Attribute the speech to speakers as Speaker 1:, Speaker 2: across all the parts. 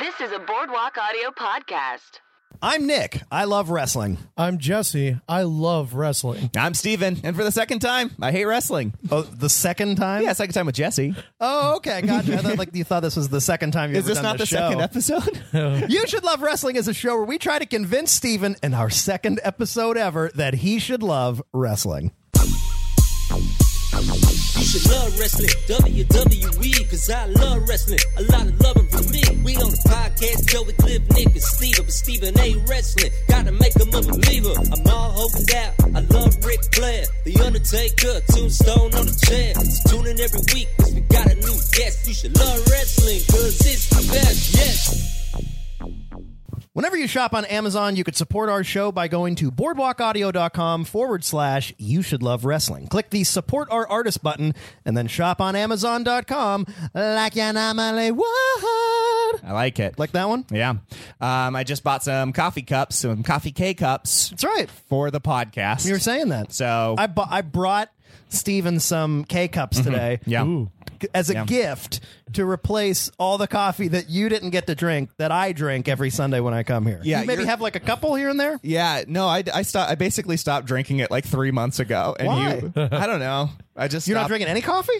Speaker 1: This is a Boardwalk Audio podcast.
Speaker 2: I'm Nick. I love wrestling.
Speaker 3: I'm Jesse. I love wrestling.
Speaker 4: I'm Steven, and for the second time, I hate wrestling.
Speaker 2: Oh, the second time?
Speaker 4: Yeah, second time with Jesse.
Speaker 2: Oh, okay. Gotcha. I thought, like you thought this was the second time you
Speaker 4: Is
Speaker 2: ever
Speaker 4: this
Speaker 2: done
Speaker 4: not the
Speaker 2: this show.
Speaker 4: second episode?
Speaker 2: You should love wrestling is a show where we try to convince Steven in our second episode ever that he should love wrestling.
Speaker 5: You should love wrestling, WWE, cause I love wrestling. A lot of loving from me. We on the podcast, Joey Cliff, Nick, and Steve, but Steven ain't wrestling. Gotta make him a believer. I'm all hoping out. I love Rick Flair, The Undertaker, Tombstone on the chair. So tune in every week, cause we got a new guest. You should love wrestling, cause it's the best, yes.
Speaker 2: Whenever you shop on Amazon, you could support our show by going to boardwalkaudio.com forward slash you should love wrestling. Click the support our artist button and then shop on Amazon.com like you normally would.
Speaker 4: I like it.
Speaker 2: Like that one?
Speaker 4: yeah. Um, I just bought some coffee cups, some coffee K cups
Speaker 2: That's right.
Speaker 4: for the podcast.
Speaker 2: You were saying that.
Speaker 4: So-
Speaker 2: I bu- I brought Steven some K cups today.
Speaker 4: Mm-hmm. Yeah.
Speaker 2: As a
Speaker 4: Yeah.
Speaker 2: gift to replace all the coffee that you didn't get to drink that I drink every Sunday when I come here.
Speaker 4: Yeah,
Speaker 2: You maybe
Speaker 4: you're-
Speaker 2: have like a couple here and there.
Speaker 4: Yeah, no, I, I stopped. I basically stopped drinking it like three months ago. And you, I don't know. I just
Speaker 2: You're not
Speaker 4: stopped-
Speaker 2: drinking any coffee?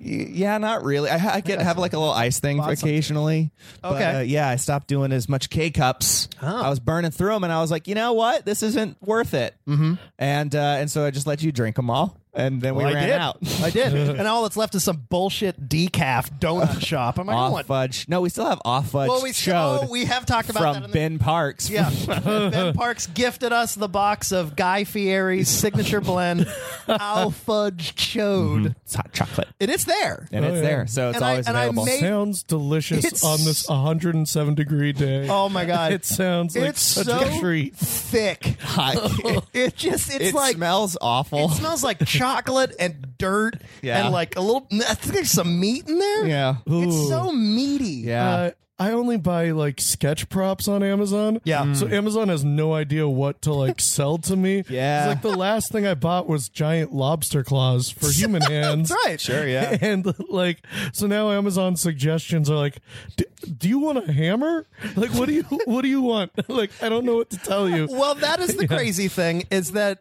Speaker 4: Y- Yeah, not really. I, ha- I get have like a little ice thing
Speaker 2: Bought something.
Speaker 4: occasionally. But,
Speaker 2: Okay.
Speaker 4: uh, yeah, I stopped doing as much K cups. I was burning through them, and I was like, you know what? This isn't worth it. Mm-hmm. And uh, and so I just let you drink them all, and then we
Speaker 2: Well, I
Speaker 4: ran
Speaker 2: did.
Speaker 4: out.
Speaker 2: I did. and all that's left is some bullshit decaf donut shop. I'm like, I don't
Speaker 4: off
Speaker 2: want.
Speaker 4: fudge. No, we still have off fudge.
Speaker 2: Well, we
Speaker 4: showed
Speaker 2: oh, we have talked about that
Speaker 4: from
Speaker 2: in the
Speaker 4: Ben Parks.
Speaker 2: Yeah. ben Parks gifted us the box of Guy Fieri's signature blend, Al Fudge Chode.
Speaker 4: it's hot chocolate,
Speaker 2: And it's there.
Speaker 4: Mm-hmm. and it's
Speaker 3: yeah.
Speaker 4: there, so it's
Speaker 2: And I-
Speaker 4: always
Speaker 2: and I
Speaker 4: available.
Speaker 2: made-
Speaker 3: Sounds delicious
Speaker 2: It's-
Speaker 3: on this 107 degree day.
Speaker 2: Oh my god.
Speaker 3: It sounds like
Speaker 2: it's
Speaker 3: such
Speaker 2: so
Speaker 3: a treat.
Speaker 2: thick.
Speaker 4: Hot.
Speaker 2: It just it's
Speaker 4: it
Speaker 2: like
Speaker 4: smells awful.
Speaker 2: it smells like chocolate and dirt
Speaker 4: Yeah.
Speaker 2: and like a little I think there's some meat in there.
Speaker 4: yeah,
Speaker 2: It's so meaty.
Speaker 4: yeah.
Speaker 3: Uh, I only buy like sketch props on Amazon.
Speaker 2: Yeah. Mm.
Speaker 3: So Amazon has no idea what to like sell to me.
Speaker 4: Yeah.
Speaker 3: It's like the last thing I bought was giant lobster claws for human hands.
Speaker 2: That's right. Sure, yeah.
Speaker 3: And like, so now Amazon suggestions are like, D- do you want a hammer? Like, what do you what do you want? Like, I don't know what to tell you.
Speaker 2: Well, that is the crazy thing is that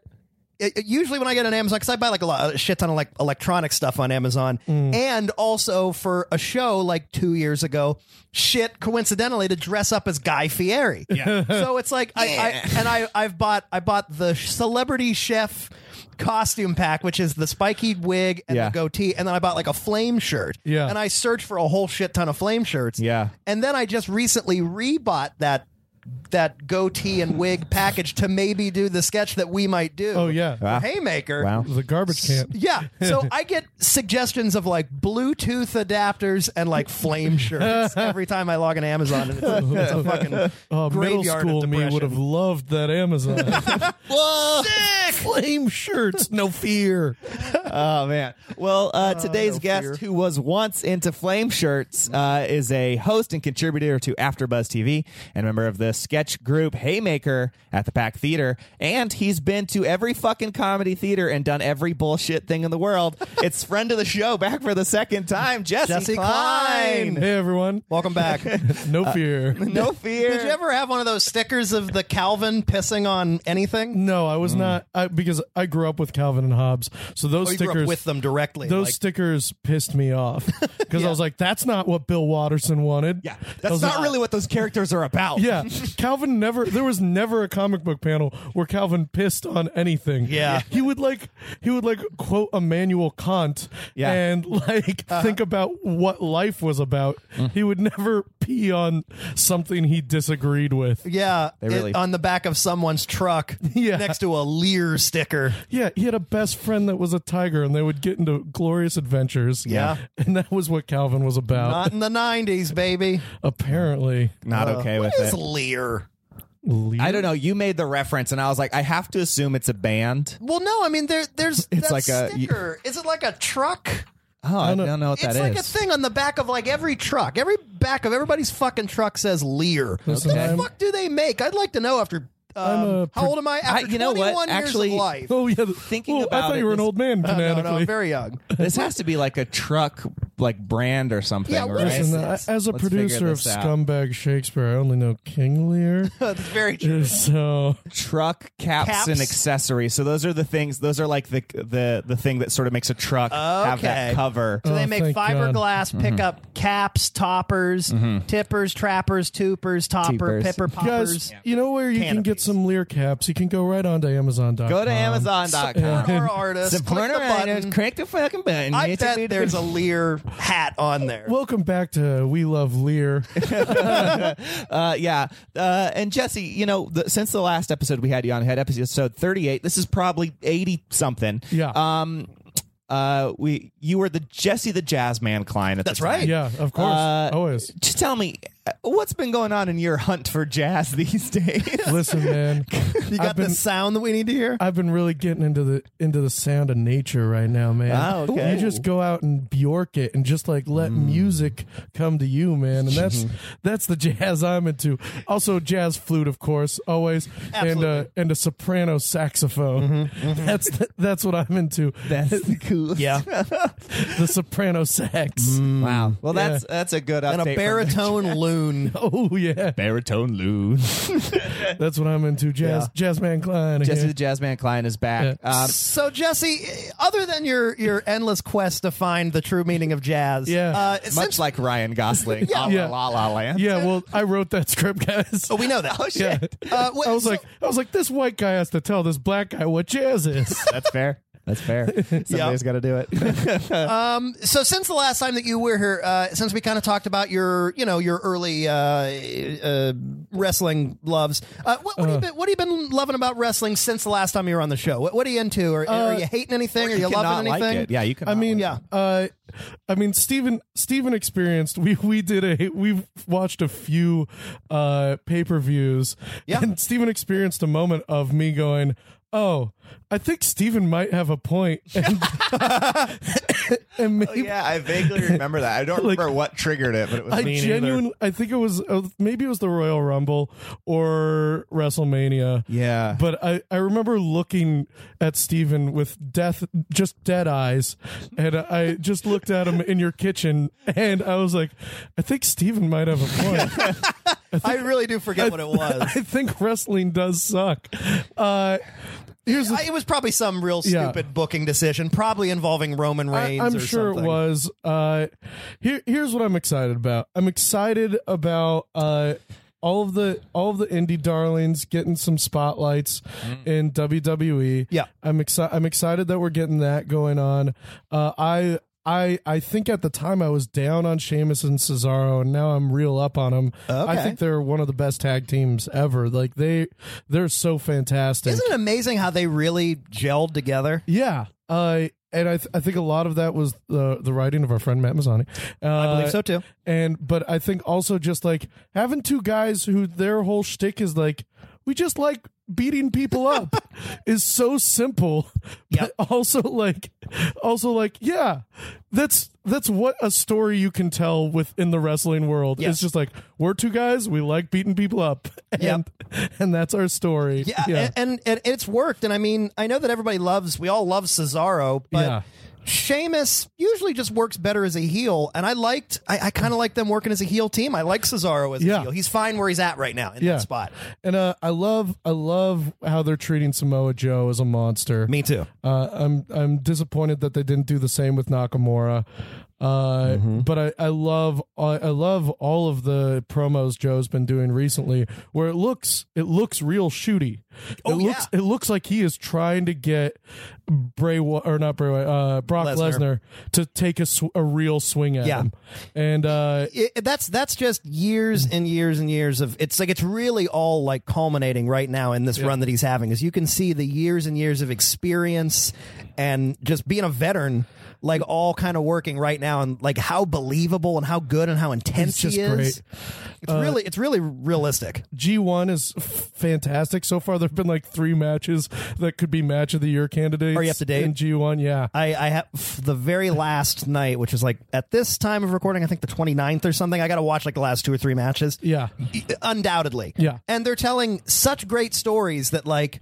Speaker 2: it, it- usually when I get on Amazon, because I buy like a lot, a shit ton of like electronic stuff on Amazon, and also for a show like two years ago, shit coincidentally to dress up as Guy Fieri. Yeah. so it's like I, I and I I've bought I bought the celebrity chef costume pack, which is the spiky wig and
Speaker 4: Yeah.
Speaker 2: the goatee, and then I bought like a flame shirt.
Speaker 3: Yeah.
Speaker 2: And I searched for a whole shit ton of flame shirts.
Speaker 4: Yeah.
Speaker 2: And then I just recently rebought that that goatee and wig package to maybe do the sketch that we might do.
Speaker 3: Oh, yeah.
Speaker 2: for
Speaker 4: Wow.
Speaker 2: Haymaker.
Speaker 4: Wow.
Speaker 3: The garbage can.
Speaker 2: Yeah. So I get suggestions of like Bluetooth adapters and like flame shirts every time I log into Amazon. And it's, it's a fucking
Speaker 3: Oh, middle
Speaker 2: graveyard
Speaker 3: school
Speaker 2: of
Speaker 3: me would have
Speaker 2: depression.
Speaker 3: loved that Amazon.
Speaker 2: Ah!
Speaker 3: Whoa! Flame shirts, no fear.
Speaker 4: Oh man! Well, uh, today's
Speaker 2: no
Speaker 4: guest,
Speaker 2: fear.
Speaker 4: who was once into flame shirts, uh, is a host and contributor to AfterBuzz TV and member of the sketch group Haymaker at the Pack Theater. And he's been to every fucking comedy theater and done every bullshit thing in the world. it's friend of the show, back for the second time, Jesse,
Speaker 2: Jesse
Speaker 4: Klein.
Speaker 2: Klein.
Speaker 3: Hey everyone,
Speaker 2: Welcome back. Did
Speaker 3: no fear.
Speaker 4: No fear.
Speaker 2: you ever have one of those stickers of the Calvin pissing on anything?
Speaker 3: No, I was not I, because I grew up with Calvin and Hobbes, so those
Speaker 2: Mm. Oh, you grew
Speaker 3: stickers
Speaker 2: up with them directly.
Speaker 3: Those
Speaker 2: like-
Speaker 3: stickers pissed me off because I was like, "That's not what Bill Watterson wanted."
Speaker 4: Yeah,
Speaker 3: I
Speaker 4: that's
Speaker 3: was
Speaker 4: not
Speaker 3: like-
Speaker 4: really what those characters are about.
Speaker 3: Yeah, Calvin never. There was never a comic book panel where Calvin pissed on anything.
Speaker 2: Yeah.
Speaker 3: he would like he would like quote Immanuel Kant.
Speaker 4: Yeah.
Speaker 3: and like think about what life was about. He would never pee on something he disagreed with.
Speaker 2: Yeah, it-
Speaker 4: really-
Speaker 2: on the back of someone's truck
Speaker 3: Yeah.
Speaker 2: next to a Lear sticker.
Speaker 3: Yeah, he had a best friend that was a tiger, and they would get into glorious adventures.
Speaker 2: Yeah.
Speaker 3: and that was what Calvin was about.
Speaker 2: Not in the 90s, baby.
Speaker 3: apparently,
Speaker 4: Not okay with
Speaker 2: What is
Speaker 4: it.
Speaker 2: Lear?
Speaker 4: I don't know. You made the reference, and I was like, I have to assume it's a band.
Speaker 2: Well, no, I mean there there's
Speaker 4: It's
Speaker 2: that
Speaker 4: like a-
Speaker 2: sticker. is it like a truck?
Speaker 4: Oh, I don't know, what
Speaker 2: It's
Speaker 4: that is.
Speaker 2: like a thing on the back of like every truck. Every back of everybody's fucking truck says Lear.
Speaker 3: Listen,
Speaker 2: What the
Speaker 3: I'm-
Speaker 2: fuck do they make? I'd like to know after
Speaker 3: I'm
Speaker 2: um,
Speaker 3: a
Speaker 2: how
Speaker 3: pro-
Speaker 2: old am I? After
Speaker 4: you know what?
Speaker 2: 21 years
Speaker 4: Actually-
Speaker 2: of life.
Speaker 3: Oh yeah,
Speaker 4: Thinking
Speaker 3: Well,
Speaker 4: about
Speaker 3: I thought
Speaker 4: it,
Speaker 3: you were an
Speaker 4: this-
Speaker 3: old man.
Speaker 2: No, no,
Speaker 3: Canonically,
Speaker 2: no, very young.
Speaker 4: This has to be like a truck like brand or something,
Speaker 2: Yeah, what
Speaker 4: right?
Speaker 2: is
Speaker 3: Listen, I- as a
Speaker 4: Let's figure
Speaker 3: producer of
Speaker 4: this out.
Speaker 3: Scumbag Shakespeare, I only know King Lear.
Speaker 2: That's very true.
Speaker 3: so
Speaker 4: truck caps,
Speaker 2: Caps?
Speaker 4: and accessories. So those are the things. Those are like the the the thing that sort of makes a truck have that
Speaker 2: Okay.
Speaker 4: cover.
Speaker 2: So they
Speaker 3: Oh,
Speaker 2: make
Speaker 3: thank God.
Speaker 2: fiberglass pickup caps, toppers,
Speaker 4: Mm-hmm.
Speaker 2: tippers, trappers, tubers, topper,
Speaker 4: Tubers.
Speaker 2: pipper
Speaker 3: guys,
Speaker 2: poppers.
Speaker 3: you know where you can get
Speaker 2: Canopies.
Speaker 3: some Lear caps? You can go right on to Amazon.com.
Speaker 4: Go to Amazon.com.
Speaker 2: Or artists.
Speaker 4: Support
Speaker 2: Click the
Speaker 4: our writers.
Speaker 2: button.
Speaker 4: Click the fucking button.
Speaker 2: I bet there's a Lear hat on there.
Speaker 3: Welcome back to We Love Lear.
Speaker 4: Uh, yeah. Uh, and Jesse, you know, the, since the last episode we had you on, we had episode 38. This is probably 80 something.
Speaker 3: Yeah.
Speaker 4: Um, uh, we you were the Jesse the Jazz Man Klein at the
Speaker 2: That's
Speaker 4: time.
Speaker 2: right.
Speaker 3: yeah, of course.
Speaker 4: Uh,
Speaker 3: Always.
Speaker 4: Just tell me uh, what's been going on in your hunt for jazz these days.
Speaker 3: Listen, man.
Speaker 2: you
Speaker 3: I've
Speaker 2: got
Speaker 3: been-
Speaker 2: the sound that we need to hear?
Speaker 3: I've been really getting into the into the sound of nature right now, man.
Speaker 4: Oh, okay. Mm.
Speaker 3: You just go out and Bjork it and just like let music come to you, man. And that's that's the jazz I'm into. Also jazz flute, of course, always. And uh,
Speaker 2: Absolutely.
Speaker 3: and a soprano saxophone.
Speaker 4: Mm-hmm,
Speaker 3: That's the, that's what I'm into.
Speaker 4: That's the coolest.
Speaker 2: Yeah.
Speaker 3: The soprano sax.
Speaker 4: Mm. Wow. Well, that's that's a good update.
Speaker 2: And a
Speaker 4: from the-
Speaker 2: baritone loon.
Speaker 3: Oh yeah.
Speaker 4: baritone loon.
Speaker 3: That's what I'm into. Jazz jazz man Klein.
Speaker 4: Jesse
Speaker 3: here.
Speaker 4: the Jazz Man Klein is back. Um,
Speaker 2: So Jesse, other than your your endless quest to find the true meaning of jazz,
Speaker 3: Yeah.
Speaker 2: uh,
Speaker 4: much
Speaker 2: since-
Speaker 4: like Ryan Gosling. yeah.
Speaker 3: Yeah.
Speaker 4: La La La Land.
Speaker 3: yeah, well, I wrote that script, guys.
Speaker 2: oh, we know that. Oh
Speaker 3: Yeah.
Speaker 2: Uh, wait,
Speaker 3: I was
Speaker 2: so-
Speaker 3: like, I was like, this white guy has to tell this black guy what jazz is.
Speaker 4: That's fair. That's fair. Somebody's got to do it.
Speaker 2: so since the last time that you were here, uh, since we kind of talked about your, you know, your early uh, uh, wrestling loves, uh, what, what,
Speaker 3: Uh-huh.
Speaker 2: have you been, what have you been loving about wrestling since the last time you were on the show? What, what are you into? Are,
Speaker 3: Uh,
Speaker 2: are you hating anything? Are you, loving anything?
Speaker 4: Yeah, you can.
Speaker 3: I mean,
Speaker 2: Yeah.
Speaker 3: uh, I mean, Steven, Steven experienced. We we did a we've watched a few uh pay per views.
Speaker 2: Yeah.
Speaker 3: and Steven experienced a moment of me going, "Oh, I think Steven might have a point," and, and maybe
Speaker 4: yeah, I vaguely remember that. I don't
Speaker 3: Like-
Speaker 4: remember what triggered it, but it was
Speaker 3: I
Speaker 4: me neither.
Speaker 3: genuinely, I think it was uh, maybe it was the Royal Rumble or WrestleMania.
Speaker 4: Yeah.
Speaker 3: But I, I remember looking at Steven with death, just dead eyes. And I just looked at him in your kitchen and I was like, I think Steven might have a point.
Speaker 2: I really do forget what it was.
Speaker 3: I think wrestling does suck. Uh, here's the
Speaker 2: I- It was probably some real
Speaker 3: Yeah.
Speaker 2: stupid booking decision, probably involving Roman Reigns.
Speaker 3: I, am
Speaker 2: or
Speaker 3: sure
Speaker 2: something.
Speaker 3: it was. Uh, here, here's what I'm excited about. I'm excited about uh, all of the all of the indie darlings getting some spotlights in WWE.
Speaker 2: Mm. Yeah.
Speaker 3: I'm excited. I'm excited that we're getting that going on. Uh, I. I, I think at the time I was down on Sheamus and Cesaro, and now I'm real up on them. I
Speaker 2: Okay.
Speaker 3: think they're one of the best tag teams ever. Like they, they're so fantastic.
Speaker 2: Isn't it amazing how they really gelled together?
Speaker 3: Yeah. Uh, and I, th- I think a lot of that was the the writing of our friend Matt Mazzani. Uh, I
Speaker 2: believe so, too.
Speaker 3: And but I think also just like having two guys who their whole shtick is like we just like beating people up is so simple.
Speaker 2: Yep.
Speaker 3: But also like also like yeah, that's that's what a story you can tell within the wrestling world.
Speaker 2: Yes.
Speaker 3: It's just like we're two guys we like beating people up. And
Speaker 2: Yep.
Speaker 3: and that's our story.
Speaker 2: Yeah, And, and it's worked. And I mean, I know that everybody loves, we all love Cesaro, but
Speaker 3: Yeah.
Speaker 2: Sheamus usually just works better as a heel. And I liked, I, I kind of like them working as a heel team. I like Cesaro as
Speaker 3: Yeah.
Speaker 2: a heel. He's fine where he's at right now in
Speaker 3: Yeah.
Speaker 2: that spot.
Speaker 3: And uh, I love I love how they're treating Samoa Joe as a monster.
Speaker 2: too.
Speaker 3: Uh, I'm I'm disappointed that they didn't do the same with Nakamura. Uh,
Speaker 2: Mm-hmm.
Speaker 3: but I, I love I, I love all of the promos Joe's been doing recently where it looks it looks real shooty. it
Speaker 2: Oh, yeah.
Speaker 3: looks it looks like he is trying to get Bray Wy- or not Bray Wy- uh Brock
Speaker 2: Lesnar.
Speaker 3: Lesnar to take a, sw- a real swing at
Speaker 2: Yeah.
Speaker 3: him. And uh
Speaker 2: It, that's that's just years
Speaker 3: Mm.
Speaker 2: and years and years of it's like it's really all like culminating right now in this run that he's having is you can see the years and years of experience and just being a veteran like
Speaker 3: Mm.
Speaker 2: all kind of working right now and like how believable and how good and how intense
Speaker 3: just
Speaker 2: he is
Speaker 3: great. Uh,
Speaker 2: it's really it's really realistic
Speaker 3: G1 is f- fantastic. So far, there have been like three matches that could be match of the year candidates.
Speaker 2: Are you up to date?
Speaker 3: In G1, yeah.
Speaker 2: I, I have f- the very last night, which is like at this time of recording, I think the 29th or something. I got to watch like the last two or three matches.
Speaker 3: Yeah.
Speaker 2: undoubtedly.
Speaker 3: Yeah.
Speaker 2: And they're telling such great stories that like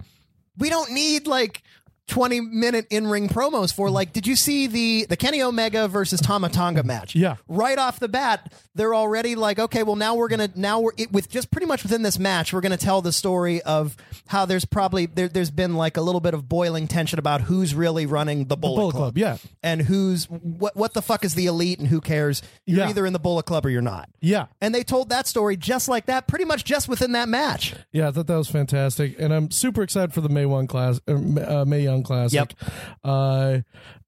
Speaker 2: we don't need like 20 minute in ring promos for. Like, did you see the the Kenny Omega versus Tama Tonga match?
Speaker 3: Yeah.
Speaker 2: Right off the bat, they're already like, okay, well now we're gonna now we're it, with just pretty much within this match, we're gonna tell the story of how there's probably there, there's been like a little bit of boiling tension about who's really running the Bullet,
Speaker 3: Bullet Club, yeah.
Speaker 2: and who's what what the fuck is the elite and who cares? You're
Speaker 3: Yeah.
Speaker 2: either in the Bullet Club or you're not.
Speaker 3: Yeah.
Speaker 2: And they told that story just like that, pretty much just within that match.
Speaker 3: Yeah, I thought that was fantastic, and I'm super excited for the May One class, or, uh, May Young Classic.
Speaker 2: Yep.
Speaker 3: Uh,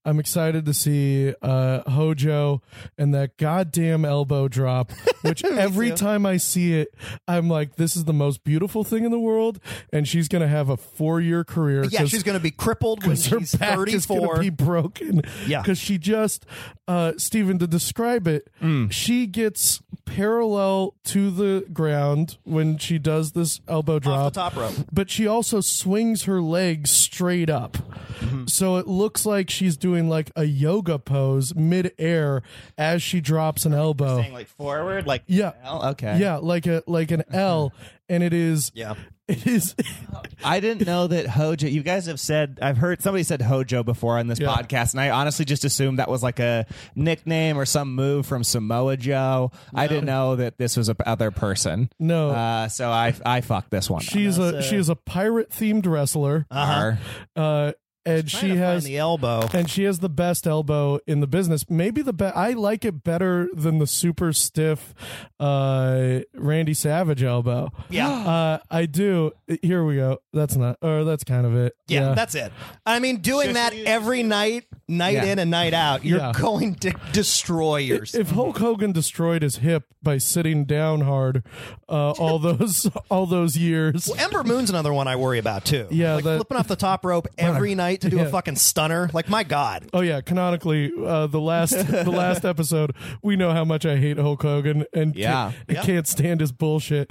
Speaker 3: I'm excited to see uh, Hojo and that goddamn elbow drop, which every time I see it, I'm like, this is the most beautiful thing in the world, and she's gonna have a four year career.
Speaker 2: Yeah,
Speaker 3: 'cause-
Speaker 2: she's going to be crippled when
Speaker 3: because her
Speaker 2: she's
Speaker 3: back is going
Speaker 2: 34.
Speaker 3: to be broken.
Speaker 2: Yeah.
Speaker 3: because she just, uh, Stephen, to describe it,
Speaker 2: Mm.
Speaker 3: she gets parallel to the ground when she does this elbow drop,
Speaker 2: top rope.
Speaker 3: But she also swings her legs straight up,
Speaker 2: Mm-hmm.
Speaker 3: so it looks like she's doing like a yoga pose midair as she drops an elbow.
Speaker 4: Saying like forward, like
Speaker 3: Yeah.
Speaker 4: L? okay.
Speaker 3: Yeah, like a like an L, and it is
Speaker 2: Mm-hmm. Yeah.
Speaker 3: it is
Speaker 4: I didn't know that Hojo. You guys have said I've heard somebody said Hojo before on this
Speaker 3: Yeah.
Speaker 4: podcast, and I honestly just assumed that was like a nickname or some move from Samoa Joe. I didn't know that this was a p- other person.
Speaker 3: No.
Speaker 4: uh, so I I fucked this one.
Speaker 3: she's a she is a pirate themed wrestler,
Speaker 2: Ah.
Speaker 4: uh
Speaker 3: uh, and she has
Speaker 2: the elbow.
Speaker 3: and she has the best elbow in the business. Maybe the best. I like it better than the super stiff uh, Randy Savage elbow.
Speaker 2: Yeah.
Speaker 3: uh, I do. Here we go. That's not, or that's kind of it.
Speaker 2: Yeah, that's it. I mean, doing that every night, night
Speaker 4: Yeah.
Speaker 2: in and night out, you're
Speaker 3: Yeah.
Speaker 2: going to destroy yourself.
Speaker 3: if Hulk Hogan destroyed his hip by sitting down hard uh, all those all those years.
Speaker 2: Ember Moon's another one I worry about too.
Speaker 3: Yeah,
Speaker 2: like
Speaker 3: that-
Speaker 2: flipping off the top rope every night to do
Speaker 3: Yeah.
Speaker 2: a fucking stunner. Like my god,
Speaker 3: Oh yeah, canonically, uh, the last the last episode, we know how much I hate Hulk Hogan and
Speaker 4: Yeah.
Speaker 3: can't, and can't stand his bullshit.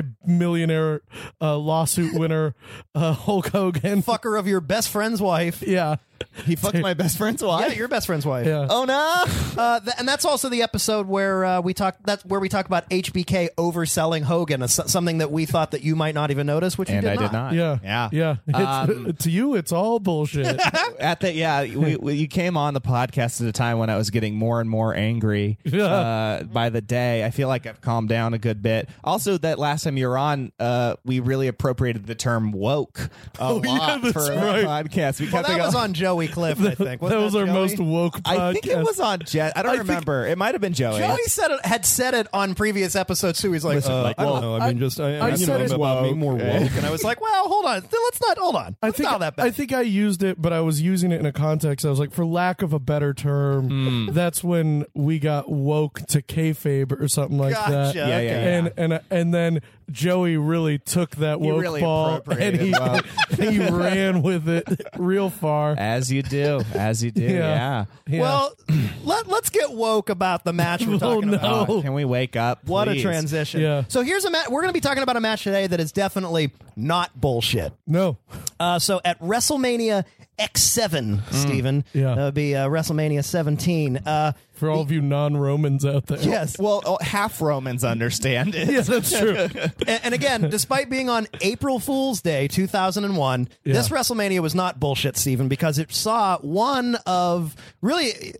Speaker 3: Multi-millionaire uh, lawsuit winner uh, Hulk Hogan.
Speaker 2: fucker of your best friend's wife.
Speaker 3: Yeah,
Speaker 4: He fucked my best friend's
Speaker 2: Yeah,
Speaker 4: wife.
Speaker 2: your best friend's wife.
Speaker 3: Yeah.
Speaker 4: oh no!
Speaker 2: Uh, th- and that's also the episode where uh, we talk. That's where we talk about HBK overselling Hogan, a s- something that we thought that you might not even notice, which you
Speaker 4: and
Speaker 2: did
Speaker 4: I
Speaker 2: not.
Speaker 4: did not.
Speaker 3: yeah,
Speaker 4: yeah, Um,
Speaker 3: yeah. It's, to you, it's all bullshit.
Speaker 4: at the yeah we, we, you came on the podcast at a time when i was getting more and more angry uh, by the day i feel like i've calmed down a good bit also that last time you were on uh, we really appropriated the term woke a
Speaker 3: Oh,
Speaker 4: lot
Speaker 3: yeah, that's
Speaker 4: for our
Speaker 3: right.
Speaker 4: podcast we
Speaker 2: Well,
Speaker 4: kept
Speaker 2: that was
Speaker 4: going-
Speaker 2: on Joey Cliff, I think.
Speaker 3: that
Speaker 2: Wasn't
Speaker 3: was our
Speaker 2: Joey?
Speaker 3: most woke podcast.
Speaker 4: I think it was on Jet. I don't remember. it might have been Joey.
Speaker 2: Joey said it, had said it on previous episodes too. He's like,
Speaker 4: Listen,
Speaker 2: uh,
Speaker 4: like,
Speaker 2: I
Speaker 4: well,
Speaker 2: don't know. I mean, just I, I,
Speaker 3: I
Speaker 2: you
Speaker 3: said
Speaker 2: know,
Speaker 3: it's
Speaker 2: I'm about being more woke,
Speaker 4: woke, eh?
Speaker 2: and I was like, well, hold on, let's not hold on.
Speaker 3: I
Speaker 2: Let's
Speaker 3: think
Speaker 2: dial that back.
Speaker 3: I think I used it, but I was using it in a context. I was like, for lack of a better term,
Speaker 4: Hmm.
Speaker 3: that's when we got woke to kayfabe or something like that.
Speaker 2: Gotcha, Yeah,
Speaker 4: yeah, okay.
Speaker 3: And and and then Joey really took that woke
Speaker 4: really
Speaker 3: ball and
Speaker 4: appropriated
Speaker 3: he,
Speaker 4: woke.
Speaker 3: and he ran with it real far.
Speaker 4: As you do, as you do.
Speaker 3: Yeah.
Speaker 4: yeah.
Speaker 3: Yeah.
Speaker 2: Well, let let's get woke about the match we're
Speaker 3: oh
Speaker 2: talking about.
Speaker 4: Oh,
Speaker 3: no!
Speaker 4: can we wake up?
Speaker 2: What a
Speaker 4: please?
Speaker 2: transition!
Speaker 3: Yeah.
Speaker 2: So here's a match. We're going to be talking about a match today that is definitely not bullshit.
Speaker 3: No,
Speaker 2: Uh, so at WrestleMania X7, Stephen,
Speaker 3: Mm, Yeah.
Speaker 2: that would be uh, WrestleMania 17. Uh,
Speaker 3: for all of you non-Romans out there.
Speaker 2: yes.
Speaker 4: Well, oh, half Romans understand it.
Speaker 3: yeah, that's true.
Speaker 2: and, and again, despite being on April Fool's Day 2001, this WrestleMania was not bullshit, Steven, because it saw one of really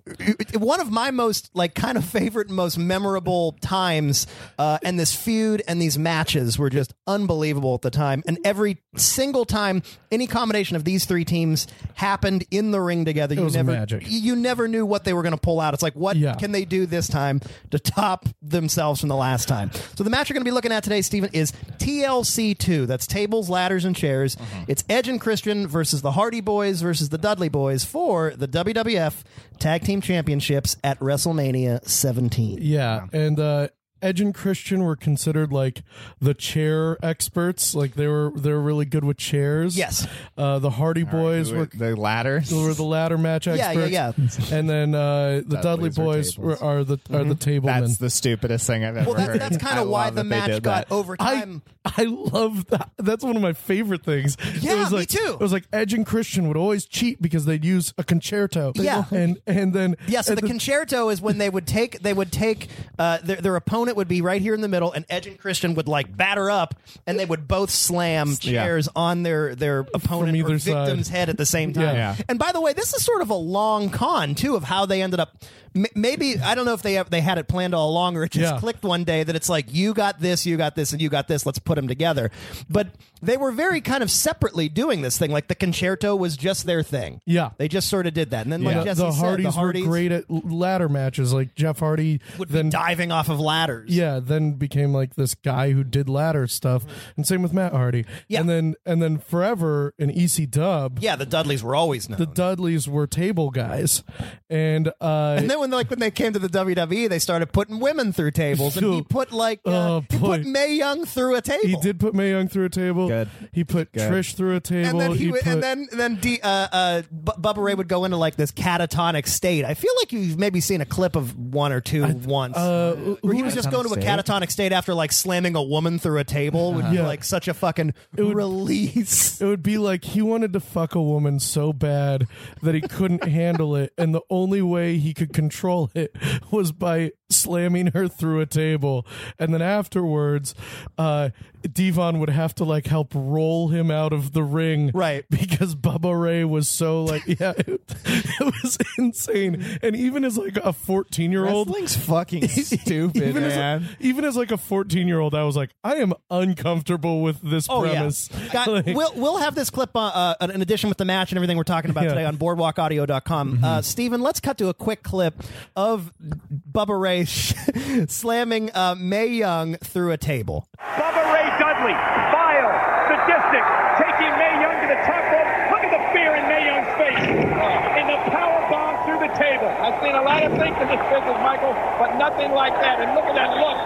Speaker 2: one of my most like kind of favorite, most memorable times. Uh, and this feud and these matches were just unbelievable at the time. And every single time any combination of these three teams happened in the ring together, you
Speaker 3: was
Speaker 2: never
Speaker 3: magic.
Speaker 2: you never knew what they were going to pull out. It's like, what
Speaker 3: Yeah.
Speaker 2: can they do this time to top themselves from the last time? So the match you're going to be looking at today, Steven, is TLC two. That's tables, ladders, and chairs.
Speaker 4: Mm-hmm.
Speaker 2: It's Edge and Christian versus the Hardy Boys versus the Dudley Boys for the WWF Tag Team Championships at WrestleMania 17.
Speaker 3: Yeah, and uh, Edge and Christian were considered like the chair experts. Like they were they were really good with chairs.
Speaker 2: Yes.
Speaker 3: uh, the Hardy Boys were.
Speaker 4: the ladder.
Speaker 3: were the ladder match
Speaker 2: yeah,
Speaker 3: experts,
Speaker 2: yeah. Mm-hmm.
Speaker 3: and then uh, the Dudley
Speaker 4: Dudleys are
Speaker 3: Boys were,
Speaker 4: tables.
Speaker 3: are the are the table men.
Speaker 4: That's the stupidest thing I've ever
Speaker 2: Well, that,
Speaker 4: heard.
Speaker 2: that's kind
Speaker 4: I
Speaker 2: of why
Speaker 4: love
Speaker 2: the
Speaker 4: that they
Speaker 2: match
Speaker 4: did
Speaker 2: got
Speaker 4: that.
Speaker 2: overtime.
Speaker 3: I I love that. That's one of my favorite things. It
Speaker 2: Yeah,
Speaker 3: was
Speaker 2: me
Speaker 3: like-
Speaker 2: too.
Speaker 3: It was like Edge and Christian would always cheat because they'd use a concerto.
Speaker 2: Yeah.
Speaker 3: and and then
Speaker 2: Yeah, so
Speaker 3: and
Speaker 2: the concerto is when they would take they would take uh, their their opponent opponent would be right here in the middle, and Edge and Christian would like batter up, and they would both slam
Speaker 4: Yeah.
Speaker 2: chairs on their their opponent or
Speaker 3: either side.
Speaker 2: victim's head at the same time.
Speaker 3: Yeah.
Speaker 4: Yeah.
Speaker 2: And by the way, this is sort of a long con too of how they ended up. M- maybe I don't know if they have, they had it planned all along or it just
Speaker 3: Yeah.
Speaker 2: clicked one day that it's like you got this, you got this, and you got this. Let's put them together. But they were very kind of separately doing this thing. Like the concerto was just their thing.
Speaker 3: Yeah.
Speaker 2: they just sort of did that. And then like
Speaker 3: Yeah,
Speaker 2: Jesse
Speaker 3: the
Speaker 2: said,
Speaker 3: Hardys
Speaker 2: the Hardys
Speaker 3: were great at l- ladder matches. Like Jeff Hardy
Speaker 2: would
Speaker 3: then
Speaker 2: be diving off of ladders.
Speaker 3: yeah, then became like this guy who did ladder stuff, and same with Matt Hardy.
Speaker 2: Mm-hmm. Yeah.
Speaker 3: and then and then forever in EC Dub,
Speaker 2: Yeah, the Dudleys were always known.
Speaker 3: the Dudleys were table guys, and uh,
Speaker 2: and then when like when they came to the WWE, they started putting women through tables, and he
Speaker 3: Dude.
Speaker 2: put like uh,
Speaker 3: Oh,
Speaker 2: he
Speaker 3: boy.
Speaker 2: put May Young through a table.
Speaker 3: he did put Mae Young through a table.
Speaker 4: Good.
Speaker 3: He put
Speaker 4: Good.
Speaker 3: Trish through a table.
Speaker 2: and then he, would,
Speaker 3: put,
Speaker 2: and then then D, uh, uh, Bu- Bubba Ray would go into like this catatonic state. I feel like you've maybe seen a clip of one or two once.
Speaker 3: uh,
Speaker 2: where he was just going to a
Speaker 4: Catatonic
Speaker 2: catatonic state after like slamming a woman through a table would be
Speaker 3: Yeah.
Speaker 2: like such a fucking release.
Speaker 3: it would be like he wanted to fuck a woman so bad that he couldn't handle it and the only way he could control it was by slamming her through a table and then afterwards uh devon would have to like help roll him out of the ring
Speaker 2: Right.
Speaker 3: because bubba ray was so like yeah it, it was insane and even as like a 14 year old
Speaker 4: Wrestling's fucking stupid,
Speaker 3: even
Speaker 4: man.
Speaker 3: as, even as like a 14 year old i was like i am uncomfortable with this premise
Speaker 2: Oh, yeah. Got-
Speaker 3: Like-
Speaker 2: we'll we'll have this clip uh, uh, in addition with the match and everything we're talking about
Speaker 3: Yeah.
Speaker 2: today
Speaker 3: Mm-hmm.
Speaker 2: on BoardwalkAudio.com. Uh, Steven, let's cut to a quick clip of Bubba Ray slamming uh, May Young through a table.
Speaker 6: Bubba Ray Dudley, vile, sadistic, taking May Young to the top rope. Look at the fear in May Young's face. And the power bomb through the table. I've seen a lot of things in this business, Michael, but nothing like that. And look at that look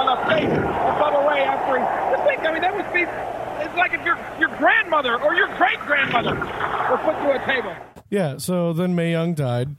Speaker 6: on the face of Bubba Ray after he. Just think, I mean, that would be. It's like if your your grandmother or your great grandmother were put through a table.
Speaker 3: Yeah, so then Mae Young died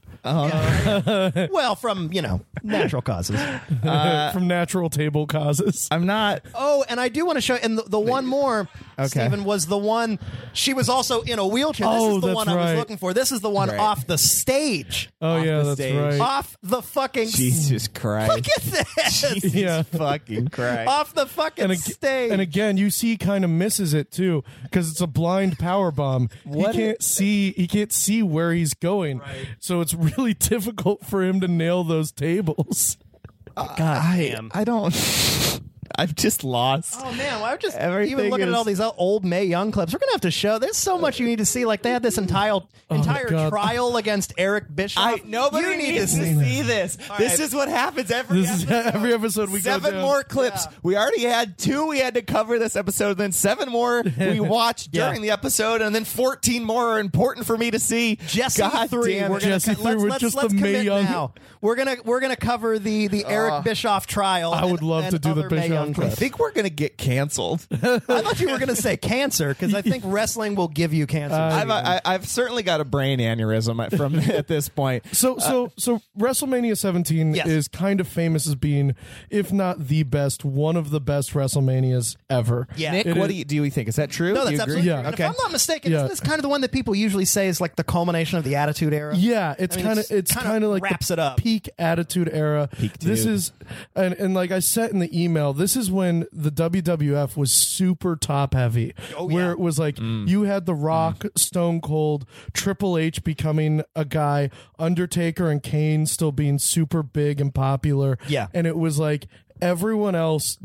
Speaker 2: well, from you know natural causes. Uh,
Speaker 3: from natural table causes.
Speaker 4: I'm not.
Speaker 2: Oh, and I do want to show, and the, the one more, Stephen, was the one. She was also in a wheelchair. this
Speaker 3: Oh,
Speaker 2: is the
Speaker 3: that's
Speaker 2: one I
Speaker 3: right.
Speaker 2: was looking for. This is the one
Speaker 4: Right.
Speaker 2: off the stage,
Speaker 3: Oh
Speaker 4: Off
Speaker 3: yeah,
Speaker 4: the
Speaker 3: that's
Speaker 4: stage.
Speaker 3: right.
Speaker 2: off the fucking.
Speaker 4: Jesus Christ.
Speaker 2: Look at this.
Speaker 3: yeah.
Speaker 4: fucking Christ.
Speaker 2: Off the fucking
Speaker 3: And, ag-
Speaker 2: stage.
Speaker 3: and again, you see, he kind of misses it too, because it's a blind power bomb.
Speaker 4: What-
Speaker 3: He can't see. He can't see where he's going, so it's really difficult for him to nail those tables.
Speaker 4: I, I don't. I'm just lost.
Speaker 2: Oh man, well, I'm just even
Speaker 4: Everything
Speaker 2: looking
Speaker 4: is-
Speaker 2: at all these old May Young clips. We're gonna have to show. There's so much you need to see. Like they had this entire entire
Speaker 3: Oh, God.
Speaker 2: trial against Eric Bischoff.
Speaker 4: I nobody
Speaker 2: you need
Speaker 4: needs
Speaker 2: to
Speaker 4: to
Speaker 2: see.
Speaker 4: see this. this
Speaker 2: right.
Speaker 4: is what happens every
Speaker 3: This is
Speaker 4: episode.
Speaker 3: every episode we go
Speaker 4: seven
Speaker 3: down.
Speaker 4: more clips. We already had two. We had to cover this episode. Then seven more we watched
Speaker 3: Yeah.
Speaker 4: during the episode, and then fourteen more are important for me to see.
Speaker 2: Jesse
Speaker 4: God
Speaker 2: three.
Speaker 4: damn
Speaker 2: We're
Speaker 4: it.
Speaker 2: gonna
Speaker 3: Jesse
Speaker 2: co-
Speaker 3: three
Speaker 2: let's,
Speaker 3: with
Speaker 2: let's,
Speaker 3: just
Speaker 2: let's
Speaker 3: the Mae
Speaker 2: commit
Speaker 3: Young.
Speaker 2: now. We're gonna we're gonna cover the the Eric Bischoff trial.
Speaker 3: I would
Speaker 2: and-
Speaker 3: love to
Speaker 2: and
Speaker 3: do the
Speaker 2: other Mae
Speaker 3: Bischoff
Speaker 2: Young
Speaker 3: trial.
Speaker 4: I
Speaker 2: clips.
Speaker 4: think we're gonna get canceled.
Speaker 2: I thought you were gonna say cancer because I think wrestling will give you cancer.
Speaker 4: I've, I, I've certainly got a brain aneurysm from at this point.
Speaker 3: So so so WrestleMania 17
Speaker 2: Uh, Yes.
Speaker 3: is kind of famous as being, if not the best, one of the best WrestleManias ever.
Speaker 2: Yeah.
Speaker 4: Nick,
Speaker 2: It
Speaker 4: what do you do? You think is that true?
Speaker 2: no,
Speaker 4: Do
Speaker 2: that's
Speaker 4: you agree?
Speaker 2: absolutely.
Speaker 3: Yeah.
Speaker 2: true. And
Speaker 4: Okay.
Speaker 2: If I'm not mistaken,
Speaker 3: Yeah.
Speaker 2: isn't this kind of the one that people usually say is like the culmination of the Attitude Era?
Speaker 3: Yeah, it's
Speaker 2: I mean,
Speaker 3: kind of
Speaker 2: it's
Speaker 3: it's
Speaker 2: kinda
Speaker 3: kind of like
Speaker 2: wraps
Speaker 3: the
Speaker 2: it up.
Speaker 3: peak attitude era. this
Speaker 4: dude.
Speaker 3: is and and like I said in the email, this is when the WWF was super top heavy,
Speaker 2: Oh,
Speaker 3: where it was like you had The Rock, Stone Cold, Triple H becoming a guy, Undertaker and Kane still being super big and popular.
Speaker 2: Yeah.
Speaker 3: and it was like everyone else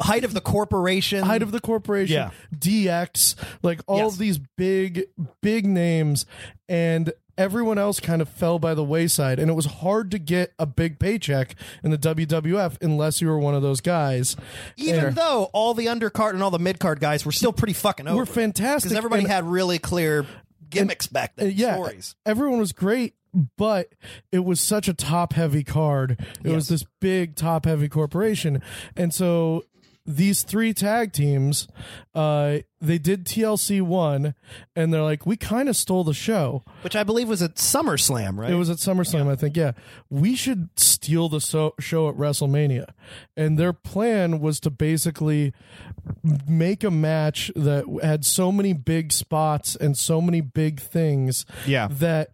Speaker 2: Height of the corporation.
Speaker 3: height of the corporation,
Speaker 2: Yeah.
Speaker 3: DX, like all
Speaker 2: Yes.
Speaker 3: of these big, big names, and everyone else kind of fell by the wayside. And it was hard to get a big paycheck in the WWF unless you were one of those guys.
Speaker 2: even
Speaker 3: And
Speaker 2: though all the undercard and all the midcard guys were still pretty fucking over.
Speaker 3: Were fantastic,
Speaker 2: because everybody
Speaker 3: and-
Speaker 2: had really clear gimmicks back then.
Speaker 3: Uh, yeah,
Speaker 2: stories.
Speaker 3: everyone was great. But it was such a top heavy card. It was this big top heavy corporation. And so these three tag teams, uh, they did TLC one, and they're like, we kind of stole the show.
Speaker 2: which I believe was at SummerSlam, right?
Speaker 3: It was at SummerSlam, I think. Yeah, we should steal the so- show at WrestleMania, and their plan was to basically make a match that had so many big spots and so many big things.
Speaker 4: Yeah.
Speaker 3: that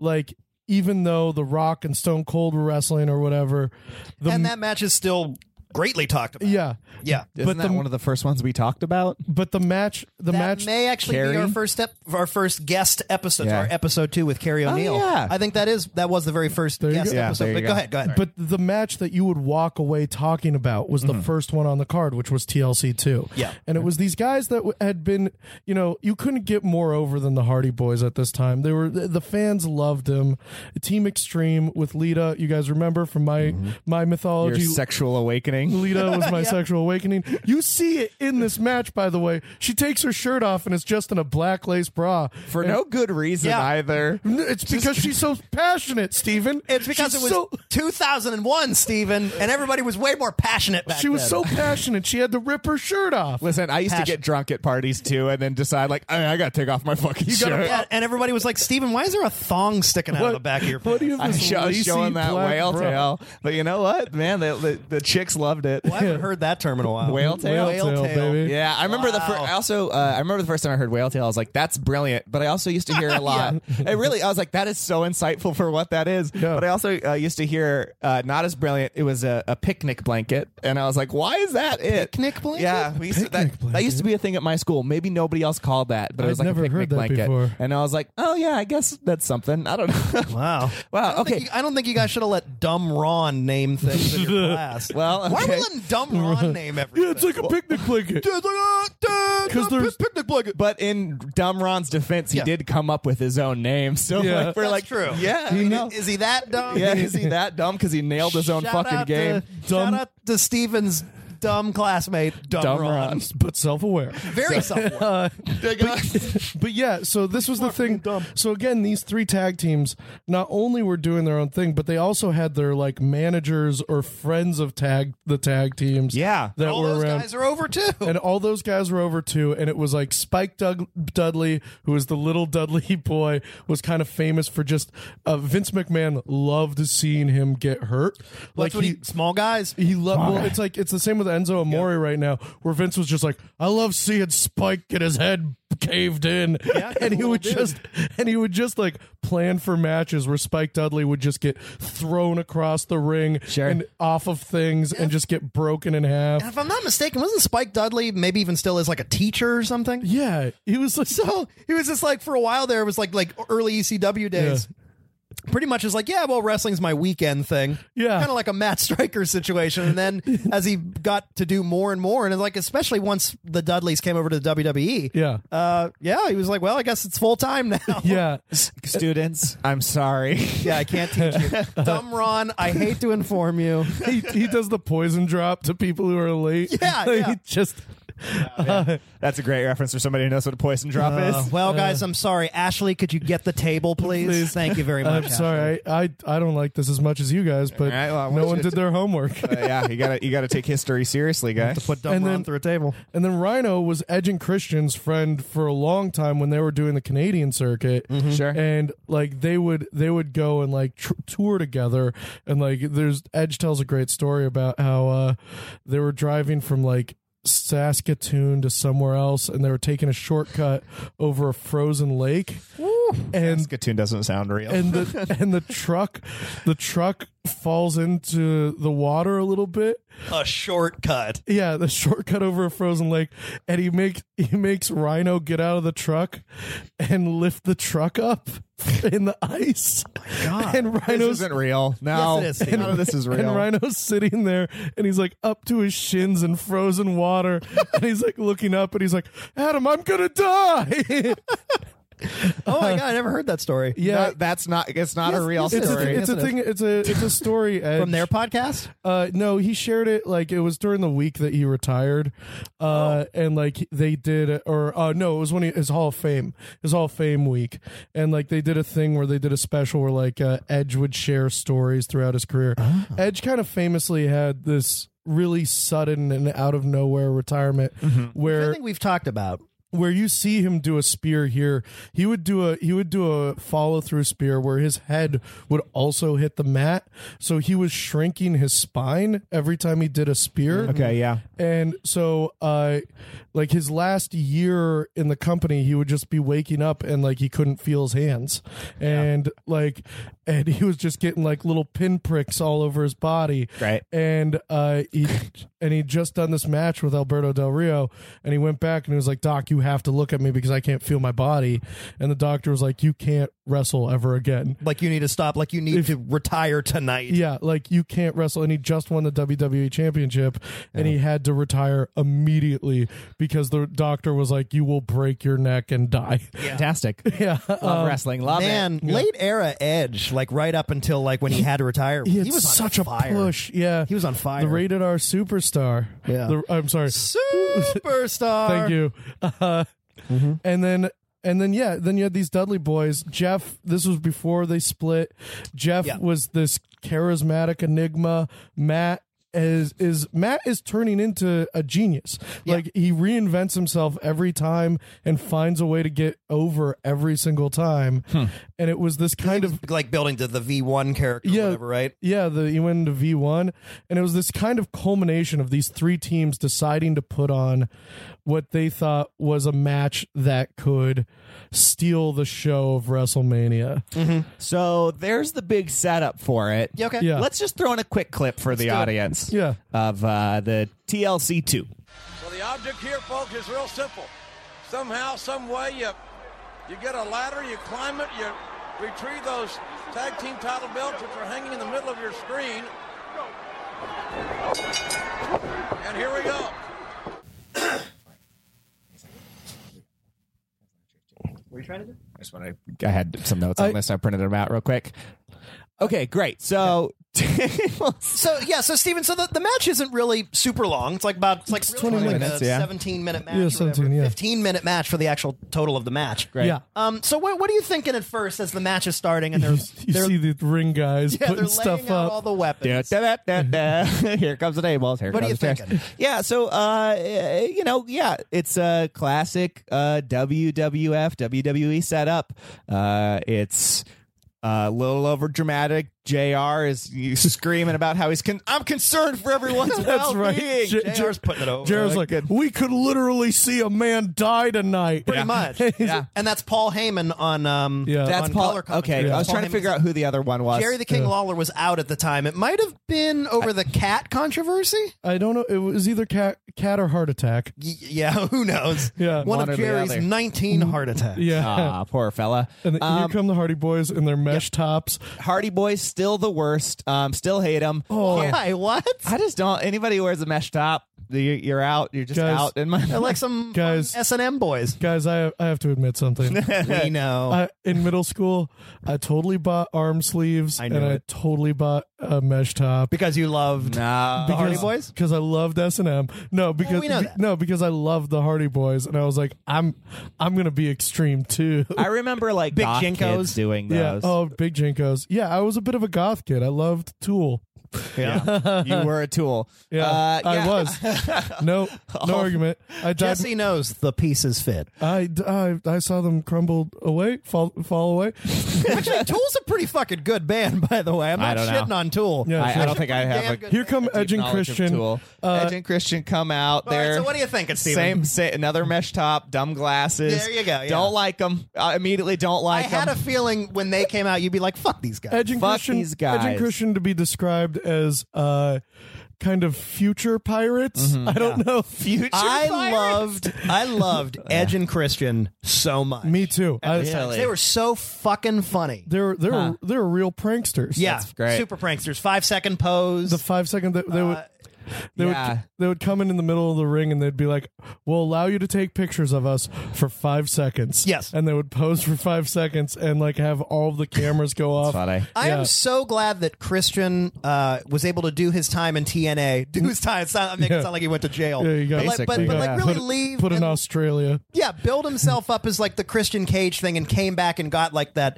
Speaker 3: like even though The Rock and Stone Cold were wrestling or whatever, the
Speaker 2: and that match is still greatly talked about.
Speaker 3: yeah.
Speaker 2: yeah.
Speaker 4: Isn't
Speaker 3: but
Speaker 4: that
Speaker 3: the-
Speaker 4: one of the first ones we talked about?
Speaker 3: But the match, the
Speaker 2: That
Speaker 3: match,
Speaker 2: may actually
Speaker 4: Carrie?
Speaker 2: be our first step, our first guest episode,
Speaker 4: Yeah.
Speaker 2: our episode two with Carrie O'Neill.
Speaker 4: yeah.
Speaker 2: I think that is that was the very first
Speaker 3: Oh, you
Speaker 2: guest
Speaker 3: go.
Speaker 4: Yeah,
Speaker 2: episode.
Speaker 4: there you
Speaker 2: but go.
Speaker 4: go.
Speaker 2: ahead, go ahead.
Speaker 3: but the match that you would walk away talking about was the first one on the card, which was TLC two.
Speaker 2: Mm-hmm. Yeah.
Speaker 3: and it was these guys that w- had been, you know, you couldn't get more over than the Hardy Boys at this time. They were the the fans loved them. Team Extreme with Lita, you guys remember from my
Speaker 2: Mm-hmm.
Speaker 3: my
Speaker 4: Your
Speaker 3: mythology.
Speaker 4: sexual awakening.
Speaker 3: Lita was my sexual awakening. You see it in this match, by the way. She takes her shirt off and it's just in a black lace bra.
Speaker 4: For no good reason
Speaker 2: Yeah.
Speaker 4: either.
Speaker 3: N- It's because she's so passionate, Steven.
Speaker 2: it's because
Speaker 3: She's
Speaker 2: it was
Speaker 3: so-
Speaker 2: 2001, Steven, and everybody was way more passionate back
Speaker 3: she was
Speaker 2: then.
Speaker 3: so passionate. She had to rip her shirt off.
Speaker 4: Listen, I used to
Speaker 2: Passion.
Speaker 4: get drunk at parties too, and then decide like I, I got to take off my fucking
Speaker 2: You gotta-
Speaker 4: shirt.
Speaker 2: yeah, and everybody was like, "Steven, why is there a thong sticking out of the back of your pants?"
Speaker 3: What do you
Speaker 4: I
Speaker 3: this
Speaker 4: show,
Speaker 3: lacy
Speaker 4: showing that
Speaker 3: black
Speaker 4: whale
Speaker 3: bra?
Speaker 4: tail, but you know what, man? The, the, the chicks loved it.
Speaker 2: Well, I haven't heard that term in a while.
Speaker 4: Whale tail?
Speaker 2: Whale
Speaker 3: Whale tail,
Speaker 2: tail.
Speaker 3: baby.
Speaker 4: Yeah, I remember the first.
Speaker 2: Wow.
Speaker 4: I also uh, I remember the first time I heard whale tail. I was like, "That's brilliant," but I also used to hear a lot. It really, I was like, "That is so insightful for what that is."
Speaker 3: Yeah.
Speaker 4: But I also uh, used to hear uh, not as brilliant. It was a, a picnic blanket, and I was like, "Why is that it?"
Speaker 2: Picnic blanket?
Speaker 4: Yeah, we used to, that,
Speaker 3: Picnic
Speaker 4: that used to be a thing at my school. Maybe nobody else called that, but it
Speaker 3: I'd
Speaker 4: was like
Speaker 3: never
Speaker 4: a picnic
Speaker 3: heard that
Speaker 4: blanket.
Speaker 3: before.
Speaker 4: And I was like, "Oh yeah, I guess that's something." I don't know.
Speaker 2: Wow. I
Speaker 4: Wow,
Speaker 2: don't think
Speaker 4: okay.
Speaker 2: you- I don't think you guys should have let dumb Ron name things in your class. why
Speaker 4: Well,
Speaker 2: are we
Speaker 4: okay.
Speaker 2: letting dumb Ron name everything?
Speaker 3: Yeah, it's like ah, a picnic blanket.
Speaker 2: because
Speaker 3: there's-
Speaker 2: picnic blanket.
Speaker 4: But in Dumb Ron's defense, he
Speaker 2: Yeah.
Speaker 4: did come up with his own name. So
Speaker 3: Yeah.
Speaker 4: like, we're
Speaker 2: That's
Speaker 4: like,
Speaker 2: true.
Speaker 4: Yeah,
Speaker 2: I mean,
Speaker 4: you know.
Speaker 2: is he that dumb?
Speaker 4: yeah, is he that dumb? Because he nailed his own
Speaker 2: Shout
Speaker 4: fucking
Speaker 2: out
Speaker 4: game.
Speaker 2: To, Shout out to Steven's dumb classmate, dumb,
Speaker 4: Dumb
Speaker 2: Ron.
Speaker 4: Ron.
Speaker 3: But self aware.
Speaker 2: Very self
Speaker 3: But yeah, so this was the thing. So again, these three tag teams not only were doing their own thing, but they also had their like managers or friends of tag the tag teams.
Speaker 4: Yeah.
Speaker 3: that
Speaker 2: All
Speaker 3: were
Speaker 2: those
Speaker 3: around.
Speaker 2: guys are over too.
Speaker 3: and all those guys were over too. And it was like Spike Doug- Dudley, who was the little Dudley boy, was kind of famous for just uh, Vince McMahon loved seeing him get hurt. Like
Speaker 2: That's what he, small guys.
Speaker 3: he loved. Well, it's like it's the same with Enzo Amore right now, where Vince was just like, "I love seeing Spike get his head caved in," and he would just and he would just like plan for matches where Spike Dudley would just get thrown across the ring
Speaker 4: Sure.
Speaker 3: and off of things and just get broken in half.
Speaker 2: And if I'm not mistaken, wasn't Spike Dudley maybe even still is like a teacher or something?
Speaker 3: yeah, he was like
Speaker 2: So he was just like for a while there it was like like early ECW days. Pretty much is like, yeah, well, wrestling's my weekend thing.
Speaker 3: Yeah.
Speaker 2: Kind of like a Matt Striker situation. And then as he got to do more and more, and like, especially once the Dudleys came over to the WWE.
Speaker 3: Yeah.
Speaker 2: Uh, yeah, he was like, well, I guess it's full time now.
Speaker 3: Yeah.
Speaker 4: Students, I'm sorry.
Speaker 2: Yeah, I can't teach
Speaker 3: Uh-huh.
Speaker 2: you. Dumb Ron, I hate to inform you.
Speaker 3: he, he does the poison drop to people who are late.
Speaker 2: Yeah,
Speaker 3: Like,
Speaker 2: yeah.
Speaker 3: he just
Speaker 4: That's a great reference for somebody who knows what a poison drop
Speaker 3: Oh.
Speaker 2: Uh,
Speaker 4: is.
Speaker 2: well, guys, I'm sorry. Ashley, could you get the table, please?
Speaker 3: Please.
Speaker 2: Thank you very
Speaker 3: I'm
Speaker 2: much.
Speaker 3: sorry. I, I I don't like this as much as you guys, but
Speaker 4: right, well, I
Speaker 3: no
Speaker 4: want
Speaker 3: one
Speaker 4: you
Speaker 3: did
Speaker 4: to-
Speaker 3: their homework.
Speaker 4: But yeah, you gotta you gotta take history seriously, guys.
Speaker 2: Put Dumb
Speaker 3: And
Speaker 2: Ron
Speaker 3: then-
Speaker 2: through a table.
Speaker 3: And then Rhino was edging Christian's friend for a long time when they were doing the Canadian circuit.
Speaker 4: Sure.
Speaker 3: And like they would they would go and like tr- tour together and like there's Edge tells a great story about how uh they were driving from like Saskatoon to somewhere else and they were taking a shortcut over a frozen lake. And
Speaker 4: Saskatoon doesn't sound real.
Speaker 3: and the and the truck the truck falls into the water a little bit
Speaker 2: A shortcut.
Speaker 3: yeah the shortcut over a frozen lake and he make he makes rhino get out of the truck and lift the truck up in the ice
Speaker 2: God.
Speaker 3: and
Speaker 4: Oh this
Speaker 3: rhino's
Speaker 4: isn't real. No,
Speaker 2: Yes, it is, Steve.
Speaker 4: none of this is real.
Speaker 3: and Rhino's sitting there and he's like up to his shins in frozen water. and he's like looking up and he's like, Adam, I'm going to die.
Speaker 2: Oh my god, I never heard that story.
Speaker 4: No, that's not. It's not a real
Speaker 3: it's a,
Speaker 4: story.
Speaker 3: it's a
Speaker 2: Yes, it
Speaker 3: thing. It's a, it's a story.
Speaker 2: From
Speaker 3: Edge.
Speaker 2: their podcast?
Speaker 3: Uh, no, he shared it like it was during the week that he retired, uh, and like they did, or uh, no, it was when he, his Hall of Fame, his Hall of Fame week, and like they did a thing where they did a special where like uh, Edge would share stories throughout his career. Edge kind of famously had this really sudden and out of nowhere retirement where
Speaker 2: I think we've talked about.
Speaker 3: where you see him do a spear here, he would do a he would do a follow through spear where his head would also hit the mat. So he was shrinking his spine every time he did a spear.
Speaker 4: Okay, yeah.
Speaker 3: And so, uh, like his last year in the company, he would just be waking up and like he couldn't feel his hands, and like, and he was just getting like little pinpricks all over his body.
Speaker 4: Right.
Speaker 3: And uh, he and he just done this match with Alberto Del Rio, and he went back and he was like, "Doc, you have to look at me because I can't feel my body." And the doctor was like, "You can't wrestle ever again."
Speaker 2: Like you need to stop. Like you need to retire tonight.
Speaker 3: Yeah, like you can't wrestle, and he just won the WWE Championship, and he had to retire immediately because the doctor was like, "You will break your neck and die."
Speaker 4: Fantastic.
Speaker 3: Yeah, Um,
Speaker 4: Love wrestling. Love it.
Speaker 2: Man, late era Edge, like right up until like when he had to retire, he,
Speaker 3: had
Speaker 2: was on
Speaker 3: such a
Speaker 2: fire.
Speaker 3: push. Yeah,
Speaker 2: He was on fire.
Speaker 3: The rated R superstar.
Speaker 2: Yeah.
Speaker 3: The- I'm sorry.
Speaker 2: superstar.
Speaker 3: Thank you. Uh, And then. And then yeah, then you had these Dudley boys. Jeff, this was before they split. Jeff
Speaker 2: Yeah.
Speaker 3: was this charismatic enigma. Matt is is Matt is turning into a genius. Like he reinvents himself every time and finds a way to get over every single time. And it was this kind of
Speaker 2: Like building to the V one character,
Speaker 3: Yeah.
Speaker 2: or whatever, right?
Speaker 3: yeah, the you went into V one, and it was this kind of culmination of these three teams deciding to put on what they thought was a match that could steal the show of WrestleMania.
Speaker 4: So there's the big setup for it.
Speaker 2: Yeah, okay.
Speaker 3: Yeah.
Speaker 4: Let's just throw in a quick clip for the audience
Speaker 3: Yeah.
Speaker 4: of uh, the TLC 2.
Speaker 7: So the object here, folks, is real simple. Somehow, some way, you you get a ladder, you climb it, you retrieve those tag team title belts which are hanging in the middle of your screen. And here we go.
Speaker 4: I just want to. I had some notes on this. I printed them out real quick. Okay, great. So TLC
Speaker 2: So yeah, so Steven, so the, the match isn't really super long. It's like about it's like really
Speaker 3: 20
Speaker 2: like
Speaker 3: minutes,
Speaker 2: a
Speaker 4: yeah.
Speaker 2: seventeen minute match,
Speaker 3: Yeah,
Speaker 2: or
Speaker 3: 17,
Speaker 2: whatever.
Speaker 3: yeah.
Speaker 2: fifteen minute match for the actual total of the match.
Speaker 4: Right.
Speaker 3: Yeah.
Speaker 2: Um. So what what are you thinking at first as the match is starting and they're
Speaker 3: You
Speaker 2: they're
Speaker 3: see the ring guys
Speaker 2: yeah they're
Speaker 3: putting
Speaker 2: laying
Speaker 3: stuff
Speaker 2: out
Speaker 3: up.
Speaker 2: all the weapons.
Speaker 4: Da-da-da-da. Here comes the day balls. Here
Speaker 2: What are
Speaker 4: comes
Speaker 2: you
Speaker 4: the trash.
Speaker 2: thinking?
Speaker 4: Yeah, so uh, eh, you know, yeah, it's a classic uh, WWF WWE E setup. Uh, it's uh, a little over dramatic. Jr. is screaming about how he's con- I'm concerned for everyone's
Speaker 3: That's
Speaker 4: well-being.
Speaker 3: right. J- J-
Speaker 2: JR's putting it over.
Speaker 3: Jared's like, we could literally see a man die tonight.
Speaker 2: pretty much.
Speaker 4: Yeah.
Speaker 2: And that's Paul Heyman on um.
Speaker 3: Yeah.
Speaker 4: That's
Speaker 2: on
Speaker 4: Paul.
Speaker 2: color commentary.
Speaker 4: Okay, I
Speaker 2: That's
Speaker 4: was
Speaker 2: Paul
Speaker 4: trying to
Speaker 2: Heyman's-
Speaker 4: figure out who the other one was.
Speaker 2: Jerry the King Lawler was out at the time. It might have been over the cat controversy.
Speaker 3: I don't know. It was either cat, cat or heart attack.
Speaker 2: Y- yeah, who knows?
Speaker 3: Yeah. Mm,
Speaker 2: one,
Speaker 4: One or
Speaker 2: of
Speaker 4: the
Speaker 2: Jerry's
Speaker 4: other.
Speaker 2: nineteen heart attacks.
Speaker 3: Yeah.
Speaker 4: Ah, poor fella.
Speaker 3: and then
Speaker 4: Um,
Speaker 3: here come the Hardy Boys in their mesh tops.
Speaker 4: Hardy Boys still the worst. Um, still hate them.
Speaker 2: Why? What?
Speaker 4: I just don't. Anybody who wears a mesh top, you- you're out. You're just
Speaker 3: Guys.
Speaker 4: out. In my
Speaker 2: They're like some um,
Speaker 3: Guys.
Speaker 2: S and M boys.
Speaker 3: Guys, I, I have to admit something.
Speaker 2: we know.
Speaker 3: I, in middle school, I totally bought arm sleeves
Speaker 2: knew
Speaker 3: and I
Speaker 2: it.
Speaker 3: totally bought a mesh top
Speaker 2: because you loved
Speaker 4: no.
Speaker 2: the Hardy Boys?
Speaker 3: because I loved S and M. No, because
Speaker 2: we know that.
Speaker 3: no, because I loved the Hardy Boys, and I was like, I'm I'm gonna be extreme too.
Speaker 4: I remember like
Speaker 2: Big
Speaker 4: goth
Speaker 2: Jinkos.
Speaker 4: kids doing
Speaker 3: yeah.
Speaker 4: those.
Speaker 3: Oh, big jinkos. Yeah, I was a bit of a goth kid. I loved Tool.
Speaker 4: Yeah. you were a tool.
Speaker 3: Yeah,
Speaker 4: Uh,
Speaker 3: I
Speaker 4: yeah.
Speaker 3: was. No, no argument. I died.
Speaker 2: Jesse knows the pieces fit.
Speaker 3: I, I I saw them crumble away, fall fall away.
Speaker 2: Actually, Tool's a pretty fucking good band, by the way. I'm
Speaker 4: I
Speaker 2: not
Speaker 4: don't know.
Speaker 2: shitting on Tool.
Speaker 3: Yeah,
Speaker 4: I, I
Speaker 3: sure.
Speaker 4: don't think I
Speaker 2: Damn
Speaker 4: have a
Speaker 2: good
Speaker 3: Here come
Speaker 4: deep
Speaker 3: Edge and
Speaker 4: knowledge of
Speaker 3: Christian. Uh,
Speaker 4: Tool. Edge and Christian come out
Speaker 2: All right,
Speaker 4: there.
Speaker 2: so what do you think it's Steven?
Speaker 4: Same, sa- another mesh top, dumb glasses.
Speaker 2: There you go, yeah.
Speaker 4: Don't like them. Uh, immediately don't
Speaker 2: I
Speaker 4: like them.
Speaker 2: had a feeling when they came out, you'd be like, "Fuck these guys."
Speaker 3: um, Edge and
Speaker 4: Fuck
Speaker 3: Christian,
Speaker 4: these
Speaker 3: Edge
Speaker 4: guys.
Speaker 3: and Christian to be described as uh, kind of future pirates.
Speaker 2: Mm-hmm.
Speaker 3: I don't know.
Speaker 4: future.
Speaker 2: I
Speaker 4: fire.
Speaker 2: loved, I loved Edge and Christian so much.
Speaker 3: Me too. I,
Speaker 4: Really?
Speaker 2: They were so fucking funny.
Speaker 3: They're they're they're real pranksters.
Speaker 2: yeah,
Speaker 4: That's great.
Speaker 2: super pranksters. Five second pose.
Speaker 3: The five second that
Speaker 2: Uh,
Speaker 3: they would. They,
Speaker 4: yeah.
Speaker 3: would, they would come in in the middle of the ring and they'd be like, We'll allow you to take pictures of us for five seconds.
Speaker 2: Yes.
Speaker 3: And they would pose for five seconds and like have all of the cameras go off.
Speaker 4: funny.
Speaker 2: I
Speaker 3: Yeah.
Speaker 2: am so glad that Christian uh, was able to do his time in TNA. Do his time. It's not, I make
Speaker 3: Yeah.
Speaker 2: it sound like he went to jail.
Speaker 3: Yeah, you
Speaker 2: but,
Speaker 3: got-
Speaker 2: like, but,
Speaker 4: Basically.
Speaker 2: but,
Speaker 4: Yeah.
Speaker 2: like really
Speaker 3: put,
Speaker 2: leave.
Speaker 3: Put in
Speaker 2: and-
Speaker 3: Australia.
Speaker 2: yeah, build himself up as like the Christian Cage thing, and came back and got like that.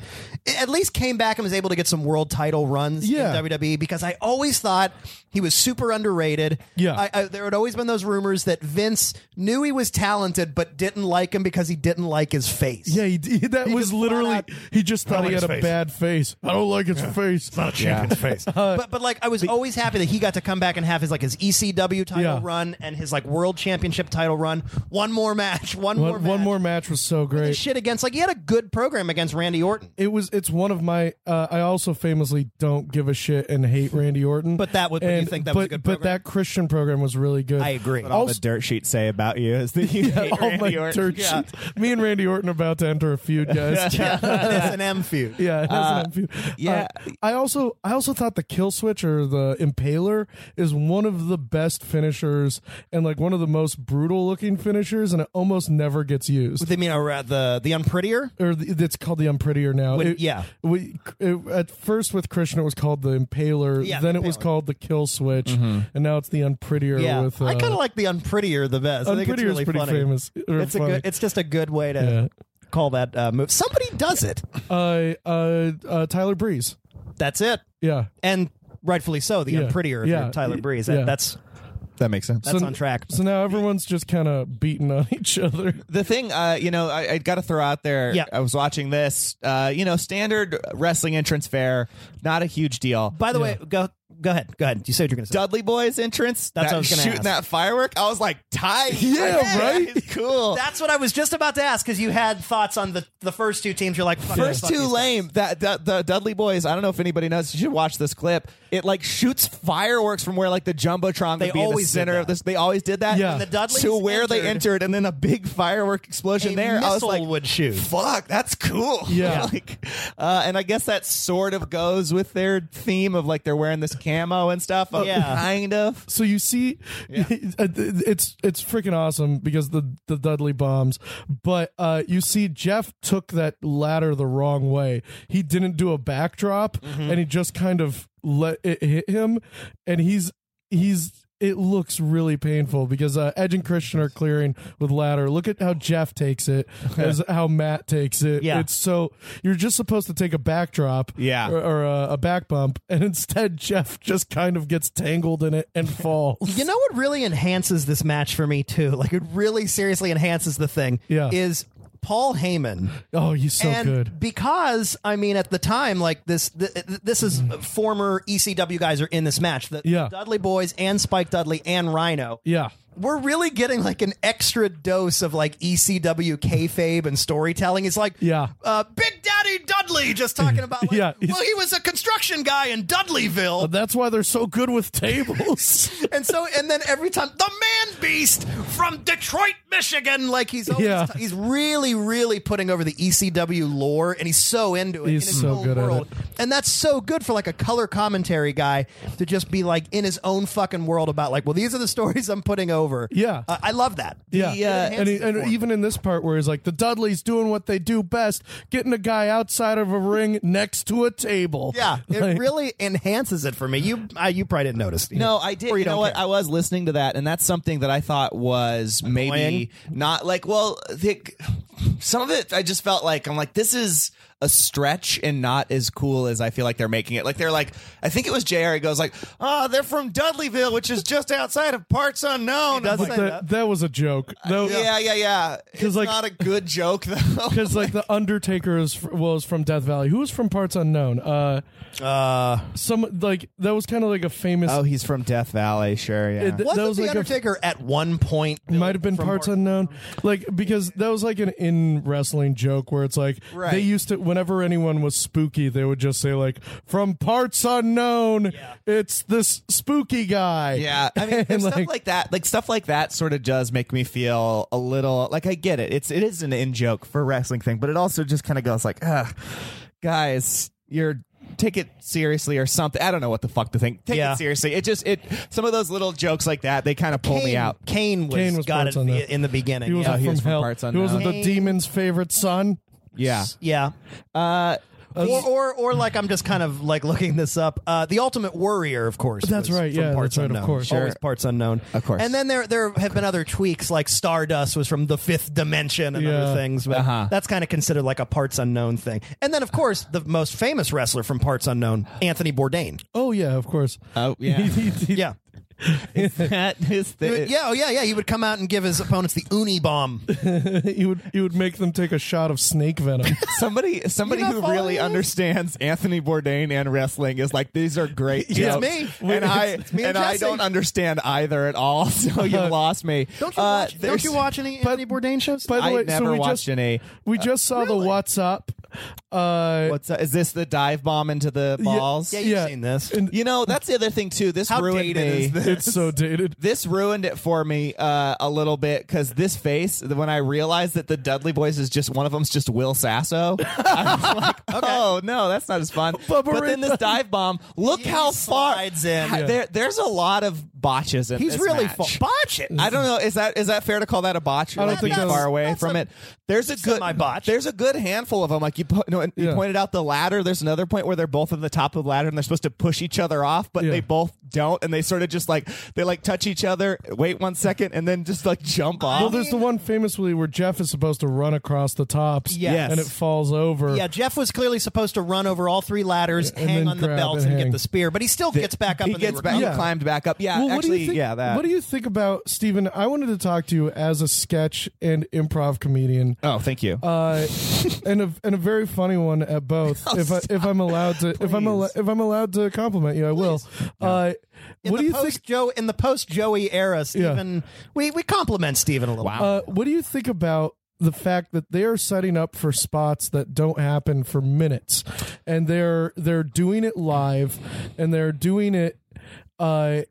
Speaker 2: At least came back and was able to get some world title runs
Speaker 3: Yeah.
Speaker 2: in WWE because I always thought he was super underrated. traded.
Speaker 3: Yeah.
Speaker 2: I, I, there had always been those rumors that Vince knew he was talented, but didn't like him because he didn't like his face.
Speaker 3: Yeah, he, d- that was
Speaker 2: just flat
Speaker 3: literally.
Speaker 2: out-
Speaker 3: He just thought he
Speaker 8: like
Speaker 3: had a
Speaker 8: his face.
Speaker 3: bad face. I don't like his face.
Speaker 8: It's not a champion's face.
Speaker 2: But but like I was always happy that he got to come back and have his like his ECW title
Speaker 3: Yeah.
Speaker 2: run and his like world championship title run. One more match. One,
Speaker 3: one,
Speaker 2: more. Match.
Speaker 3: one more match was so great.
Speaker 2: Shit against like he had a good program against Randy Orton,
Speaker 3: it was it's one of my uh, I also famously don't give a shit and hate Randy Orton.
Speaker 2: But that would- but you think that
Speaker 3: but,
Speaker 2: was a good
Speaker 3: But
Speaker 2: program?
Speaker 3: that Christian program was really good.
Speaker 2: I agree.
Speaker 4: all
Speaker 3: Also-
Speaker 4: the dirt sheets say about you is that you hate
Speaker 3: all my
Speaker 4: Randy Orton.
Speaker 3: dirt
Speaker 2: Yeah.
Speaker 3: sheets. Me and Randy Orton are about to enter a feud, guys. yeah,
Speaker 2: an S and M feud.
Speaker 3: yeah, it is an M feud.
Speaker 4: yeah.
Speaker 3: Uh, I also I also thought the kill switch or the impaler is one of the best finishers and like one of the most brutal looking finishers, and it almost never gets used.
Speaker 2: They mean uh, the the unprettier.
Speaker 3: or the, it's called the unprettier now.
Speaker 2: When-
Speaker 3: It-
Speaker 2: yeah.
Speaker 3: we it, at first with Christian it was called the impaler.
Speaker 2: Yeah,
Speaker 3: then
Speaker 2: the
Speaker 3: it was
Speaker 2: Impaler.
Speaker 3: called the kill switch, and now it's the unprettier.
Speaker 2: Yeah,
Speaker 3: with, uh,
Speaker 2: I kind of like the unprettier the best. I think it's
Speaker 3: Unprettier is
Speaker 2: really
Speaker 3: pretty
Speaker 2: funny.
Speaker 3: famous. or
Speaker 2: It's
Speaker 3: funny.
Speaker 2: a good. It's just a good way to call that uh, move. Somebody does it.
Speaker 3: uh, uh, uh, Tyler Breeze.
Speaker 2: That's it,
Speaker 3: Yeah,
Speaker 2: and rightfully so. The
Speaker 3: Yeah.
Speaker 2: unprettier
Speaker 3: Yeah.
Speaker 2: of Tyler Breeze.
Speaker 3: Yeah.
Speaker 2: That's
Speaker 4: That makes sense.
Speaker 2: that's on track.
Speaker 3: so now everyone's just kind of beating on each other.
Speaker 4: the thing, uh, you know, I, I got to throw out there.
Speaker 2: Yeah.
Speaker 4: I was watching this. Uh, you know, standard wrestling entrance fare, not a huge deal.
Speaker 2: By the way, go go ahead. Go ahead. You said what you're going to say.
Speaker 4: Dudley Boy's entrance,
Speaker 2: That's
Speaker 4: that
Speaker 2: what I was gonna
Speaker 4: shooting
Speaker 2: ask.
Speaker 4: that firework. I was like, tight, yeah,
Speaker 3: right?
Speaker 4: cool.
Speaker 2: That's what I was just about to ask because you had thoughts on the the first two teams. You're like fuck
Speaker 4: First
Speaker 2: fuck
Speaker 4: two
Speaker 2: these guys.
Speaker 4: lame. That, that the Dudley Boys. I don't know if anybody knows. You should watch this clip. It like shoots fireworks from where like the jumbotron
Speaker 2: They
Speaker 4: would be in the
Speaker 2: always did
Speaker 4: center of
Speaker 2: that.
Speaker 4: this. They always did that.
Speaker 3: Yeah. When
Speaker 2: the Dudleys
Speaker 4: to where they
Speaker 2: entered,
Speaker 4: entered, and then a big firework explosion
Speaker 2: A
Speaker 4: there. I was
Speaker 2: missile
Speaker 4: like,
Speaker 2: would shoot.
Speaker 4: Fuck, that's cool.
Speaker 3: Yeah.
Speaker 4: like, uh, and I guess that sort of goes with their theme of like they're wearing this camo and stuff. Uh,
Speaker 2: Yeah.
Speaker 4: kind of.
Speaker 3: So you see, it's it's freaking awesome because the the Dudley bombs, but uh, you see Jeff took that ladder the wrong way. He didn't do a backdrop, and he just kind of let it hit him, and he's he's. It looks really painful because uh, Edge and Christian are clearing with ladder. Look at how Jeff takes it, as how Matt takes it.
Speaker 2: Yeah.
Speaker 3: It's so you're just supposed to take a backdrop,
Speaker 4: Yeah.
Speaker 3: or, or uh, a, a back bump, and instead Jeff just kind of gets tangled in it and falls.
Speaker 2: You know what really enhances this match for me too? Like it really seriously enhances the thing.
Speaker 3: Yeah.
Speaker 2: Is Paul Heyman.
Speaker 3: oh, he's so
Speaker 2: and
Speaker 3: good.
Speaker 2: because I mean at the time like this th- th- this is former ECW guys are in this match. The
Speaker 3: Mm-hmm. Yeah.
Speaker 2: Dudley Boys and Spike Dudley and Rhino.
Speaker 3: Yeah,
Speaker 2: We're really getting like an extra dose of like ECW kayfabe and storytelling. It's like
Speaker 3: Yeah.
Speaker 2: uh, Big Daddy Dudley just talking about like,
Speaker 3: Yeah, he's-
Speaker 2: well he was a construction guy in Dudleyville.
Speaker 3: But that's why they're so good with tables.
Speaker 2: And so, and then every time the man beast from Detroit, Michigan, like he's always
Speaker 3: Yeah.
Speaker 2: he's really, really putting over the ECW lore, and he's so into it.
Speaker 3: He's
Speaker 2: in his
Speaker 3: so
Speaker 2: own
Speaker 3: good at
Speaker 2: world.
Speaker 3: it.
Speaker 2: and that's so good for like a color commentary guy to just be like in his own fucking world about like, well, these are the stories I'm putting over.
Speaker 3: Yeah.
Speaker 2: Uh, I love that.
Speaker 3: yeah,
Speaker 2: It
Speaker 3: and,
Speaker 2: enhances
Speaker 3: he-
Speaker 2: it
Speaker 3: and
Speaker 2: for me.
Speaker 3: even in this part where he's like, the Dudleys doing what they do best, getting a guy outside of a ring next to a table.
Speaker 2: yeah, it
Speaker 3: Like,
Speaker 2: really enhances it for me. You, uh, you probably didn't notice.
Speaker 4: No, I did.
Speaker 2: Or
Speaker 4: You,
Speaker 2: you
Speaker 4: know
Speaker 2: don't
Speaker 4: what?
Speaker 2: care.
Speaker 4: I was listening to that, and that's something that I thought was maybe not like. Well, the, some of it I just felt like I'm like this is a stretch and not as cool as I feel like they're making it. Like they're like I think it was Jr. He goes like, oh, they're from Dudleyville, which is just outside of parts unknown. I'm
Speaker 2: does
Speaker 4: like,
Speaker 2: say
Speaker 3: that, that was a joke. That-
Speaker 4: yeah, yeah, yeah. It's
Speaker 3: like-
Speaker 4: not a good joke though.
Speaker 3: Because like the Undertaker is fr- was from Death Valley. Who was from parts unknown? Uh, uh, some like that was kind of like a famous.
Speaker 4: oh, he's from Death Valley. Sure, yeah.
Speaker 3: it- that
Speaker 2: Wasn't
Speaker 3: was
Speaker 2: the
Speaker 3: like a
Speaker 2: Undertaker at one point?
Speaker 3: might have been parts unknown like because that was like an in wrestling joke where it's like
Speaker 2: Right.
Speaker 3: they used to whenever anyone was spooky they would just say like from parts unknown it's this spooky guy
Speaker 4: Yeah, I mean,
Speaker 3: And,
Speaker 4: there's
Speaker 3: like-
Speaker 4: stuff like that, like stuff like that, sort of does make me feel a little like I get it. It's it is an in joke for a wrestling thing, but it also just kind of goes like, Ugh, guys, you're take it seriously or something. I don't know what the fuck to think. Take
Speaker 2: Yeah.
Speaker 4: it seriously. It just it some of those little jokes like that they kind of pull me
Speaker 2: Kane-
Speaker 4: out.
Speaker 2: Kane was,
Speaker 3: Kane was
Speaker 2: got
Speaker 3: parts
Speaker 2: it
Speaker 3: unknown.
Speaker 2: in the beginning.
Speaker 3: he was
Speaker 2: yeah.
Speaker 3: from,
Speaker 4: was from
Speaker 3: hell
Speaker 4: parts
Speaker 3: he was
Speaker 4: unknown.
Speaker 3: the demon's favorite son
Speaker 4: Yeah,
Speaker 2: Yeah.
Speaker 4: uh,
Speaker 2: or, or or like I'm just kind of like looking this up. Uh, the Ultimate Warrior, of course.
Speaker 3: That's
Speaker 2: was
Speaker 3: right,
Speaker 2: from
Speaker 3: yeah, that's
Speaker 2: parts
Speaker 3: right, of
Speaker 2: Unknown.
Speaker 3: course. Sure.
Speaker 2: Always parts unknown.
Speaker 4: Of course.
Speaker 2: And then there there have been other tweaks, like Stardust was from the fifth dimension and
Speaker 3: Yeah.
Speaker 2: other things. But
Speaker 4: Uh-huh.
Speaker 2: that's kind of considered like a parts unknown thing. And then of course the most famous wrestler from parts unknown, Anthony Bourdain.
Speaker 3: oh yeah of course
Speaker 4: Oh, yeah.
Speaker 3: He- he- he-
Speaker 2: Yeah.
Speaker 4: that is the
Speaker 2: yeah, oh yeah, yeah. He would come out and give his opponents the uni bomb.
Speaker 3: you would you would make them take a shot of snake venom.
Speaker 4: somebody somebody
Speaker 2: You're not
Speaker 4: who
Speaker 2: following
Speaker 4: really
Speaker 2: this?
Speaker 4: understands Anthony Bourdain and wrestling is like these are great jokes.
Speaker 2: me.
Speaker 4: and I
Speaker 2: It's me and
Speaker 4: and, I
Speaker 2: Jesse. Uh-huh.
Speaker 4: don't understand either at all. So you lost me.
Speaker 2: Don't you
Speaker 4: Uh,
Speaker 2: watch? Don't
Speaker 4: there's-
Speaker 2: you watch any Anthony Bourdain shows?
Speaker 3: By the
Speaker 4: I
Speaker 3: way,
Speaker 4: never
Speaker 3: so we
Speaker 4: watched
Speaker 3: just,
Speaker 4: any.
Speaker 3: We just saw the what's up. Uh,
Speaker 4: What's that? Is this the dive bomb into the balls?
Speaker 2: yeah, you've seen this.
Speaker 4: You know that's the other thing too. This
Speaker 2: How
Speaker 4: ruined
Speaker 2: dated
Speaker 4: me.
Speaker 2: is this?
Speaker 3: It's so dated.
Speaker 4: this ruined it for me uh, a little bit because this face when I realized that the Dudley Boys is just one of them's just Will Sasso. I was like, oh no, that's not as fun.
Speaker 3: Bubba
Speaker 4: but then this
Speaker 3: Ray-
Speaker 4: dive bomb. Look
Speaker 2: He
Speaker 4: how far
Speaker 2: slides in.
Speaker 4: how-
Speaker 2: Yeah.
Speaker 4: there. There's a lot of botches in.
Speaker 2: He's
Speaker 4: this
Speaker 2: really
Speaker 4: match.
Speaker 2: fa- botch it.
Speaker 4: I don't know. Is that is that fair to call that a botch? I
Speaker 3: don't
Speaker 4: like
Speaker 3: think
Speaker 4: being
Speaker 3: that's-
Speaker 4: far away
Speaker 2: that's
Speaker 4: from
Speaker 2: a-
Speaker 4: it. There's a good
Speaker 2: my botch.
Speaker 4: There's a good handful of them. Like you, po- no, and you
Speaker 3: Yeah.
Speaker 4: pointed out the ladder. There's another point where they're both at the top of the ladder and they're supposed to push each other off, but
Speaker 3: Yeah.
Speaker 4: they both don't, and they sort of just like they like touch each other, wait one second, and then just like jump off.
Speaker 3: Well, there's the one famously where Jeff is supposed to run across the tops,
Speaker 2: Yes.
Speaker 3: and it falls over.
Speaker 2: Yeah, Jeff was clearly supposed to run over all three ladders,
Speaker 3: And
Speaker 2: hang
Speaker 3: then
Speaker 2: on the
Speaker 3: grab
Speaker 2: belts,
Speaker 3: and
Speaker 2: and get
Speaker 3: hang.
Speaker 2: the spear, but he still gets back up.
Speaker 4: he
Speaker 2: and
Speaker 4: gets
Speaker 2: they
Speaker 4: back,
Speaker 2: recover.
Speaker 3: Yeah.
Speaker 4: climbed back up. Yeah,
Speaker 3: Well,
Speaker 4: actually,
Speaker 3: what do you think,
Speaker 4: yeah. That.
Speaker 3: What do you think about Stephen? I wanted to talk to you as a sketch and improv comedian,
Speaker 4: oh, thank you.
Speaker 3: uh, and a and a very funny one at both. if I if I'm allowed to if I'm al- if I'm allowed to compliment you, I will. Uh,
Speaker 2: In
Speaker 3: what
Speaker 2: the
Speaker 3: do you
Speaker 2: post
Speaker 3: think?
Speaker 2: Joe in the post Joey era,
Speaker 3: Yeah.
Speaker 2: Steven, we we compliment Steven a little.
Speaker 4: Wow.
Speaker 3: Uh, what do you think about the fact that they are setting up for spots that don't happen for minutes, and they're they're doing it live, and they're doing it. Uh,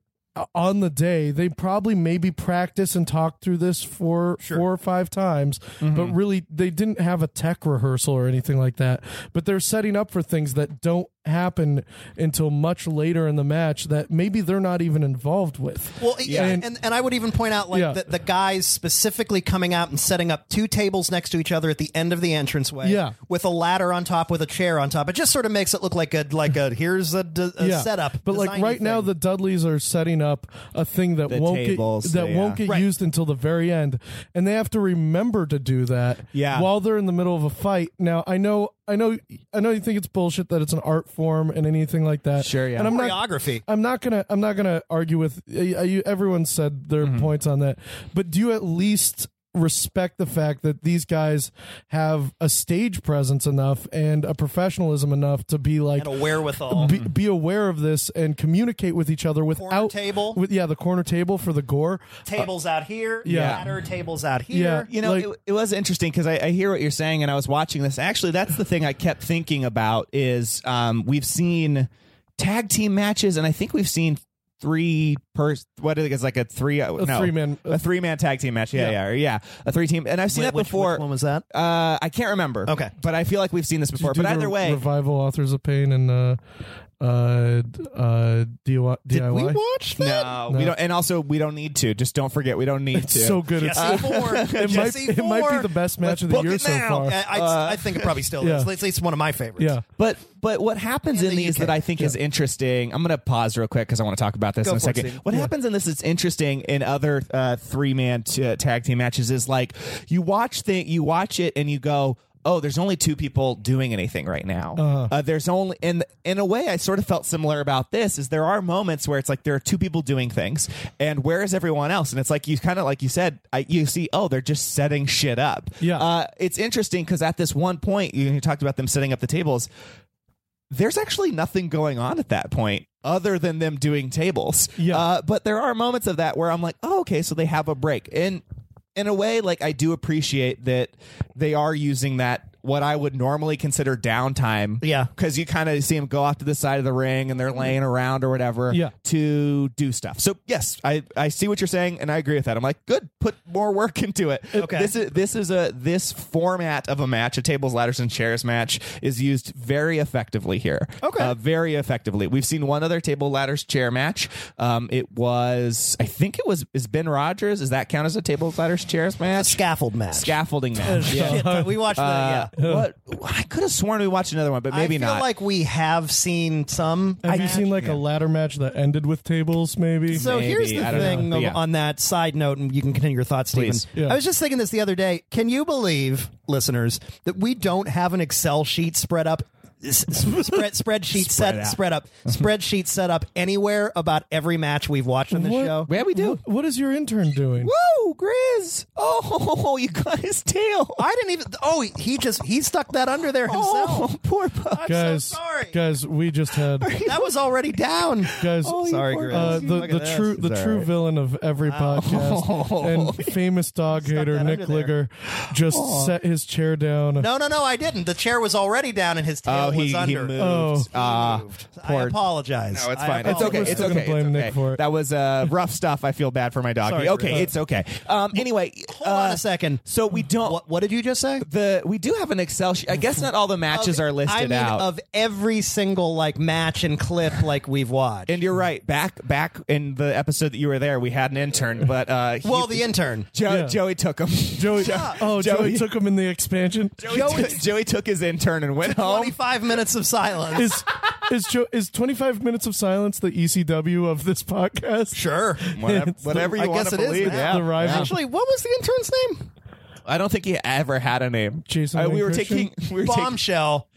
Speaker 3: on the day, they probably maybe practice and talk through this for four or five times, but
Speaker 2: Mm-hmm.
Speaker 3: really they didn't have a tech rehearsal or anything like that. But they're setting up for things that don't happen until much later in the match that maybe they're not even involved with.
Speaker 2: Well, yeah,
Speaker 3: And-
Speaker 2: and, and I would even point out like
Speaker 3: Yeah.
Speaker 2: the, the guys specifically coming out and setting up two tables next to each other at the end of the entranceway,
Speaker 3: Yeah.
Speaker 2: with a ladder on top with a chair on top. It just sort of makes it look like a like a here's a, d- a setup.
Speaker 3: But like
Speaker 2: designy
Speaker 3: right now,
Speaker 2: thing.
Speaker 3: the Dudleys are setting up a thing that
Speaker 4: The
Speaker 3: won't
Speaker 4: tables,
Speaker 3: get that
Speaker 4: yeah.
Speaker 3: won't get
Speaker 2: Right.
Speaker 3: used until the very end, and they have to remember to do that.
Speaker 4: Yeah.
Speaker 3: while they're in the middle of a fight. Now I know, I know, I know you think it's bullshit that it's an art form and anything like that.
Speaker 4: Sure, yeah.
Speaker 3: And I'm not
Speaker 2: choreography.
Speaker 3: I'm not gonna. I'm not gonna argue with uh, you. Everyone said their
Speaker 4: Mm-hmm.
Speaker 3: points on that, but do you at least respect the fact that these guys have a stage presence enough and a professionalism enough to be like
Speaker 2: and a wherewithal.
Speaker 4: Mm-hmm.
Speaker 3: be, be aware of this and communicate with each other without
Speaker 2: table.
Speaker 3: With, yeah, the corner table for the gore.
Speaker 2: tables out here,
Speaker 3: yeah.
Speaker 2: ladder tables out here.
Speaker 3: Yeah.
Speaker 4: you know,
Speaker 3: like-
Speaker 4: it, it was interesting because I, I hear what you're saying, and I was watching this. Actually, that's the thing I kept thinking about is um, we've seen tag team matches, and I think we've seen three per what is it, it's like a three a
Speaker 3: three-man-
Speaker 4: a three man tag team match. Yeah, yeah, or yeah, a three team, and I've seen that
Speaker 2: Which-
Speaker 4: before.
Speaker 2: which one was that?
Speaker 4: Uh, I can't remember.
Speaker 2: Okay.
Speaker 4: but I feel like we've seen this before.
Speaker 3: Do
Speaker 4: But
Speaker 3: the
Speaker 4: either way,
Speaker 3: revival authors of pain and uh, uh, d- uh, DIY.
Speaker 2: Did we watch that?
Speaker 4: no, we
Speaker 3: No.
Speaker 4: don't. And also, we don't need to. Just don't forget, we don't need to.
Speaker 3: So good.
Speaker 2: Jesse
Speaker 3: it's,
Speaker 2: Ford.
Speaker 3: it, might,
Speaker 2: Jesse
Speaker 3: it might be
Speaker 2: Ford.
Speaker 3: the best match
Speaker 2: Let's
Speaker 3: of the
Speaker 2: book
Speaker 3: year
Speaker 2: it
Speaker 3: so
Speaker 2: now.
Speaker 3: far. Uh,
Speaker 2: I, I, I think it probably still
Speaker 3: yeah.
Speaker 2: is. It's, it's one of my favorites.
Speaker 3: yeah.
Speaker 4: But but what happens in,
Speaker 2: the
Speaker 4: these
Speaker 2: UK.
Speaker 4: that I think is interesting. I'm going to pause real quick because I want to talk about this
Speaker 2: Go
Speaker 4: in a
Speaker 2: for it,
Speaker 4: second.
Speaker 2: Steven.
Speaker 4: what happens in this that's interesting in other uh, three man t- uh, tag team matches is like you watch the you watch it and you go. Oh, there's only two people doing anything right now.
Speaker 2: Uh-huh.
Speaker 4: uh there's only, and in a way, I sort of felt similar about this. Is there are moments where it's like there are two people doing things, and where is everyone else? And it's like you kind of, like you said, I, you see, oh, they're just setting shit up.
Speaker 3: Yeah.
Speaker 4: uh, it's interesting because at this one point, you, you talked about them setting up the tables there's actually nothing going on at that point other than them doing tables.
Speaker 3: Yeah.
Speaker 4: Uh, but there are moments of that where I'm like, oh, okay, so they have a break. And in a way, like I do appreciate that they are using that what I would normally consider downtime.
Speaker 2: Yeah.
Speaker 4: Because you kind of see them go off to the side of the ring and they're
Speaker 2: Mm-hmm.
Speaker 4: laying around or whatever
Speaker 3: Yeah.
Speaker 4: to do stuff. So yes, I, I see what you're saying and I agree with that. I'm like, good, put more work into it.
Speaker 2: Okay.
Speaker 4: This is this is a this format of a match, a tables, ladders, and chairs match, is used very effectively here.
Speaker 2: Okay.
Speaker 4: Uh, very effectively. We've seen one other table, ladders, chair match. Um, it was I think it was is Ben Rogers. Does that count as a tables, ladders, chairs match?
Speaker 2: Scaffold match.
Speaker 4: Scaffolding match. yeah.
Speaker 2: Shit, we watched that. Yeah.
Speaker 4: What I could have sworn we watched another one, but maybe
Speaker 2: I feel
Speaker 4: not.
Speaker 2: like we have seen some.
Speaker 3: Have you seen like a ladder match that ended with tables? Maybe.
Speaker 2: So
Speaker 4: Maybe,
Speaker 2: here's the
Speaker 4: I don't
Speaker 2: thing
Speaker 4: know, but
Speaker 2: of-
Speaker 4: yeah.
Speaker 2: on that side note, and you can continue your thoughts, Stephen.
Speaker 4: Please.
Speaker 3: Yeah.
Speaker 2: I was just thinking this the other day. Can you believe, listeners, that we don't have an Excel sheet spread up s- s- spread spreadsheet set
Speaker 4: out.
Speaker 2: spread up spreadsheet set up anywhere about every match we've watched on this
Speaker 3: What?
Speaker 2: show.
Speaker 4: Yeah, we do.
Speaker 3: Wh- What is your intern doing?
Speaker 4: Whoa, Grizz! Oh, you got his tail.
Speaker 2: I didn't even. Oh, he just he stuck that under there himself.
Speaker 4: Oh, poor pup.
Speaker 3: guys,
Speaker 2: sorry.
Speaker 3: guys, we just had
Speaker 2: That was already down. Sorry,
Speaker 3: guys.
Speaker 4: Oh, poor
Speaker 2: Grizz.
Speaker 3: Uh,
Speaker 4: guys.
Speaker 3: the
Speaker 2: Look at
Speaker 3: the
Speaker 2: this.
Speaker 3: true the
Speaker 4: It's all
Speaker 3: true
Speaker 4: right.
Speaker 3: villain of every podcast and famous dog hater
Speaker 2: that
Speaker 3: Nick
Speaker 2: under
Speaker 3: Ligger just set his chair down.
Speaker 2: No, no, no, I didn't. The chair was already down and his tail
Speaker 4: Oh,
Speaker 2: was
Speaker 4: he, he
Speaker 2: under.
Speaker 4: moved.
Speaker 3: Oh.
Speaker 4: Ah,
Speaker 2: I
Speaker 4: poor-
Speaker 2: apologize.
Speaker 4: No, it's
Speaker 2: I
Speaker 4: fine. It's
Speaker 2: apologize.
Speaker 4: okay.
Speaker 3: We're
Speaker 4: It's
Speaker 3: still gonna
Speaker 4: okay.
Speaker 3: blame
Speaker 4: It's
Speaker 3: Nick
Speaker 4: okay.
Speaker 3: for it.
Speaker 4: That was uh, rough stuff. I feel bad for my dog.
Speaker 2: Sorry,
Speaker 4: okay,
Speaker 2: Grizz.
Speaker 4: it's okay. Um, anyway,
Speaker 2: Hold on a second.
Speaker 4: So we don't.
Speaker 2: What, what did you just say?
Speaker 4: the we do have an Excel sheet. I guess not all the matches are listed
Speaker 2: I mean,
Speaker 4: out.
Speaker 2: of every single like match and clip like we've watched.
Speaker 4: and you're right. Back back in the episode that you were there, we had an intern, but uh, he-
Speaker 2: well, the intern.
Speaker 4: Jo-
Speaker 3: Yeah.
Speaker 4: Joey took him.
Speaker 3: Joey, oh, Joey,
Speaker 4: Joey-
Speaker 3: took him in the expansion.
Speaker 4: Joey, took- Joey took his intern and went home.
Speaker 2: Twenty-five minutes of silence.
Speaker 3: Is is jo- is twenty five minutes of silence the ECW of this podcast?
Speaker 2: sure.
Speaker 4: Whatever,
Speaker 3: It's the-
Speaker 4: whatever
Speaker 2: I
Speaker 4: you want
Speaker 2: guess
Speaker 4: to
Speaker 2: it is
Speaker 4: believe.
Speaker 2: now.
Speaker 4: yeah.
Speaker 3: The rival.
Speaker 2: Actually, what was the intern's name?
Speaker 4: I don't think he ever had a name.
Speaker 3: Jason
Speaker 4: Uh, we
Speaker 3: Wayne
Speaker 4: were
Speaker 3: Christian?
Speaker 4: taking. We were
Speaker 2: Bombshell.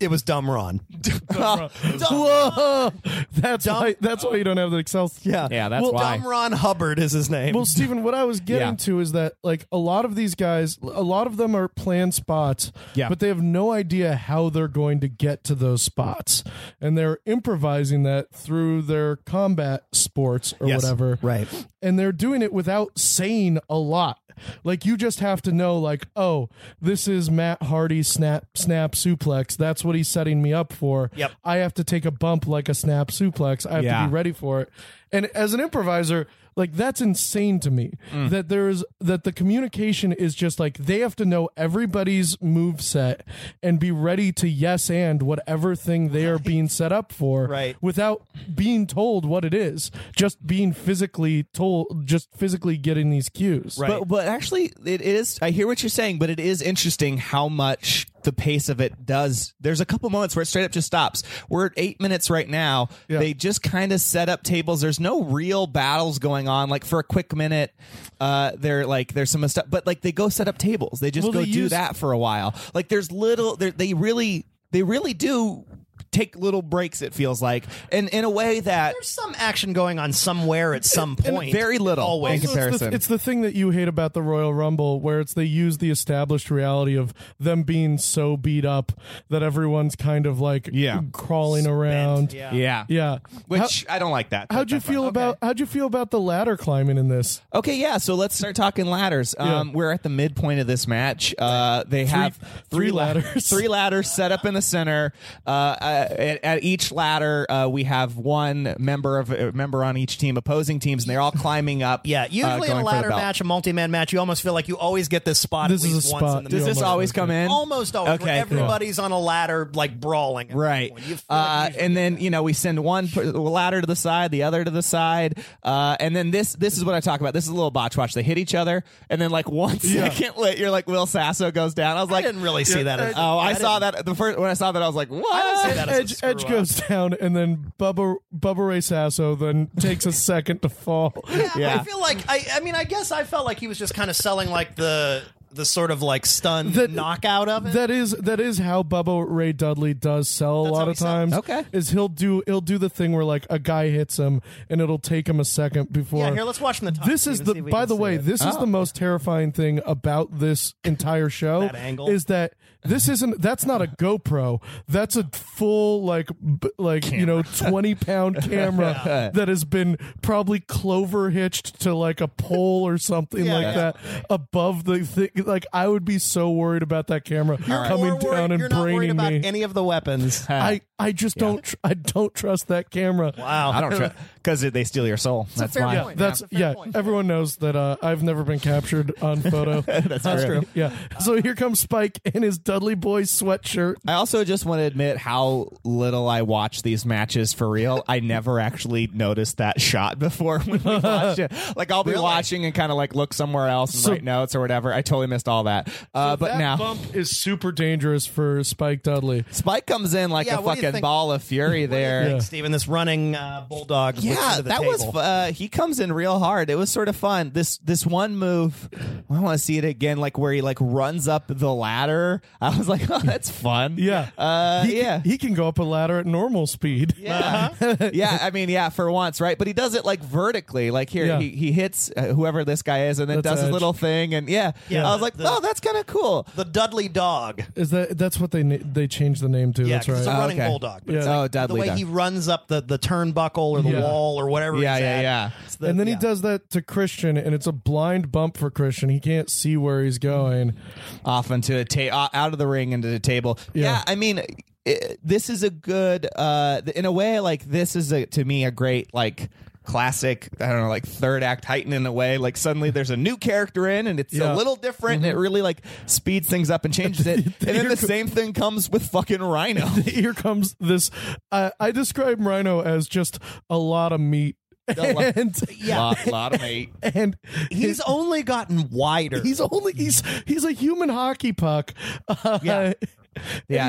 Speaker 2: It was Dumb Ron.
Speaker 4: taking.
Speaker 3: Whoa, that's why. That's why you don't have the Excel.
Speaker 2: Yeah.
Speaker 4: Yeah, that's
Speaker 2: well,
Speaker 4: why.
Speaker 2: Dumb Ron Hubbard is his name.
Speaker 3: Well, Stephen, what I was getting
Speaker 4: Yeah.
Speaker 3: to is that like a lot of these guys, a lot of them are planned spots,
Speaker 4: Yeah.
Speaker 3: but they have no idea how they're going to get to those spots, and they're improvising that through their combat sports or
Speaker 4: Yes.
Speaker 3: whatever,
Speaker 2: Right.
Speaker 3: And they're doing it without saying a lot. Like you just have to know, like, oh, this is Matt Hardy's snap snap suplex. That's what he's setting me up for.
Speaker 2: Yep.
Speaker 3: I have to take a bump like a snap suplex. I have to
Speaker 4: Yeah.
Speaker 3: be ready for it. And as an improviser, like that's insane to me
Speaker 2: Mm.
Speaker 3: that there's that the communication is just like they have to know everybody's move set and be ready to yes and whatever thing they are being set up for
Speaker 2: Right.
Speaker 3: without being told what it is just being physically told just physically getting these cues
Speaker 2: Right.
Speaker 4: But but actually, it is. I hear what you're saying, but it is interesting how much the pace of it does. There's a couple moments where it straight up just stops. We're at eight minutes right now.
Speaker 3: Yeah.
Speaker 4: They just kind of set up tables. There's no real battles going on. Like for a quick minute, uh, they're like there's some stuff, but like they go set up tables. They just
Speaker 3: Well,
Speaker 4: go
Speaker 3: they
Speaker 4: do
Speaker 3: use-
Speaker 4: that for a while. Like there's little. they're- They really they really do take little breaks. It feels like, and in a way that
Speaker 2: There's some action going on somewhere at some point.
Speaker 4: very little
Speaker 2: Always.
Speaker 3: Also,
Speaker 4: in
Speaker 3: it's the-
Speaker 4: comparison.
Speaker 3: It's the, thing that you hate about the Royal Rumble, where it's they use the established reality of them being so beat up that everyone's kind of like
Speaker 4: Yeah.
Speaker 3: crawling around.
Speaker 2: yeah.
Speaker 4: yeah
Speaker 3: yeah.
Speaker 4: Which I don't like that.
Speaker 3: How, how'd you
Speaker 4: That's fine.
Speaker 3: feel about how'd you feel about the ladder climbing in this?
Speaker 4: Okay, yeah. So let's start talking ladders. Um, We're at the midpoint of this match. Uh, they have
Speaker 3: three
Speaker 4: la-
Speaker 3: ladders.
Speaker 4: three ladders set up in the center. Uh, uh, at, at each ladder, uh, we have one member of uh, member on each team, opposing teams, and they're all climbing up.
Speaker 2: Yeah,
Speaker 4: uh,
Speaker 2: usually in
Speaker 4: going
Speaker 2: a
Speaker 4: for the
Speaker 2: ladder
Speaker 4: belt.
Speaker 2: match, a multi-man match, you almost feel like you always get this spot.
Speaker 3: This
Speaker 2: at
Speaker 3: is
Speaker 2: least
Speaker 3: a
Speaker 2: once
Speaker 3: spot.
Speaker 2: In the
Speaker 3: Does
Speaker 4: Does
Speaker 2: middle.
Speaker 4: this
Speaker 3: Almost
Speaker 4: always
Speaker 3: okay.
Speaker 4: come in?
Speaker 2: almost always
Speaker 4: Okay,
Speaker 2: where everybody's on a ladder, like brawling. at that
Speaker 4: Right.
Speaker 2: point. You feel
Speaker 4: Uh,
Speaker 2: like you-
Speaker 4: and then, you know, we send one per- ladder to the side, the other to the side. Uh, and then this this is what I talk about. This is a little botch watch. They hit each other. And then, like, one second late, you're like, Will Sasso goes down. I was like,
Speaker 2: didn't really see that as-
Speaker 4: oh, I,
Speaker 2: I
Speaker 4: saw that. The first, when I saw that, I was like, what?
Speaker 2: didn't see that as a
Speaker 3: Edge,
Speaker 2: screw
Speaker 3: Edge
Speaker 2: up.
Speaker 3: goes down, and then Bubba Bubba Ray Sasso then takes a second to fall.
Speaker 2: yeah,
Speaker 4: yeah.
Speaker 2: I feel like I. I mean, I guess I felt like he was just kind of selling like the the sort of like stun
Speaker 3: That-
Speaker 2: knockout of it.
Speaker 3: That is that is how Bubba Ray Dudley does sell a
Speaker 2: That's
Speaker 3: lot
Speaker 2: how
Speaker 3: of
Speaker 2: he sells.
Speaker 3: times.
Speaker 4: Okay.
Speaker 3: is he'll do he'll do the thing where like a guy hits him and it'll take him a second before.
Speaker 2: yeah, here let's watch from the top.
Speaker 3: this
Speaker 2: See
Speaker 3: is
Speaker 2: if-
Speaker 3: the
Speaker 2: see if we
Speaker 3: by
Speaker 2: can
Speaker 3: the
Speaker 2: see
Speaker 3: way
Speaker 2: it.
Speaker 3: this is the most terrifying thing about this entire show
Speaker 2: That angle.
Speaker 3: is that this isn't that's not a GoPro that's a full like b- like you know 20 pound camera that has been probably clover hitched to like a pole or something
Speaker 2: Yeah,
Speaker 3: like
Speaker 2: yeah.
Speaker 3: that above the thing like I would be so worried about that camera
Speaker 2: Or
Speaker 3: coming
Speaker 2: worried-
Speaker 3: down and
Speaker 2: you're not worried
Speaker 3: braining
Speaker 2: about
Speaker 3: me
Speaker 2: any of the weapons.
Speaker 3: I I just don't tr- I don't trust that camera
Speaker 2: Wow,
Speaker 4: I don't trust because they steal your soul. That's
Speaker 2: fair
Speaker 4: why.
Speaker 2: point.
Speaker 3: That's
Speaker 2: That's a fair
Speaker 3: yeah.
Speaker 2: point.
Speaker 3: Everyone knows that uh, I've never been captured on photo. that's
Speaker 4: true.
Speaker 3: Yeah. So here comes Spike in his Dudley Boy sweatshirt.
Speaker 4: I also just want to admit how little I watch these matches for real. I never actually noticed that shot before when we watched it. Like I'll be watching and kind of like look somewhere else and write notes or whatever. I totally missed all that. Uh, but
Speaker 3: that
Speaker 4: now
Speaker 3: bump is super dangerous for Spike Dudley.
Speaker 4: Spike comes in like
Speaker 2: Yeah,
Speaker 4: a
Speaker 2: what do you
Speaker 4: fucking
Speaker 2: think-
Speaker 4: ball of fury there.
Speaker 2: Steven, this running uh, bulldog. whips
Speaker 4: Yeah,
Speaker 2: into the
Speaker 4: that was.
Speaker 2: table.
Speaker 4: fu- Uh, he comes in real hard. It was sort of fun. This this one move, I want to see it again. Like where he like runs up the ladder. I was like, oh, that's fun.
Speaker 3: Yeah.
Speaker 4: uh,
Speaker 3: he,
Speaker 4: yeah.
Speaker 3: Can, he can go up a ladder at normal speed.
Speaker 4: yeah. yeah, I mean, yeah, for once, right? But he does it like vertically. Like here,
Speaker 3: Yeah.
Speaker 4: he, he hits uh, whoever this guy is, and then
Speaker 3: That's
Speaker 4: does his
Speaker 3: Edge.
Speaker 4: little thing, and yeah,
Speaker 2: Yeah,
Speaker 4: I was like,
Speaker 2: the-
Speaker 4: oh, that's kind of cool.
Speaker 2: the Dudley dog.
Speaker 3: Is that that's what they na- they changed the name to?
Speaker 2: Yeah,
Speaker 3: that's
Speaker 2: 'cause it's a
Speaker 4: Oh,
Speaker 3: right.
Speaker 2: running
Speaker 4: okay.
Speaker 2: bulldog. but it's
Speaker 3: Yeah.
Speaker 4: Oh, Dudley
Speaker 2: The way
Speaker 4: Duck.
Speaker 2: he runs up the, the turnbuckle or the
Speaker 3: Yeah.
Speaker 2: wall or whatever.
Speaker 4: Yeah,
Speaker 2: he's
Speaker 4: yeah,
Speaker 2: at.
Speaker 4: yeah.
Speaker 2: It's the-
Speaker 3: Uh, and then
Speaker 2: yeah.
Speaker 3: he does that to Christian, and it's a blind bump for Christian. He can't see where he's going.
Speaker 4: off into a ta- uh, out of the ring into the table. Yeah,
Speaker 3: Yeah.
Speaker 4: I mean, it, this is a good uh th- in a way like this is a to me a great like classic I don't know like third act Titan in a way like suddenly there's a new character in and it's
Speaker 3: Yeah. Mm-hmm.
Speaker 4: a little different and it really like speeds things up and changes it. and then the same thing comes with fucking Rhino.
Speaker 3: Here comes this. I I describe Rhino as just a lot of meat. And,
Speaker 4: lot, lot of meat.
Speaker 3: and
Speaker 2: He's only gotten wider.
Speaker 3: he's only he's he's a human hockey puck. Uh,
Speaker 4: Yeah. Yeah,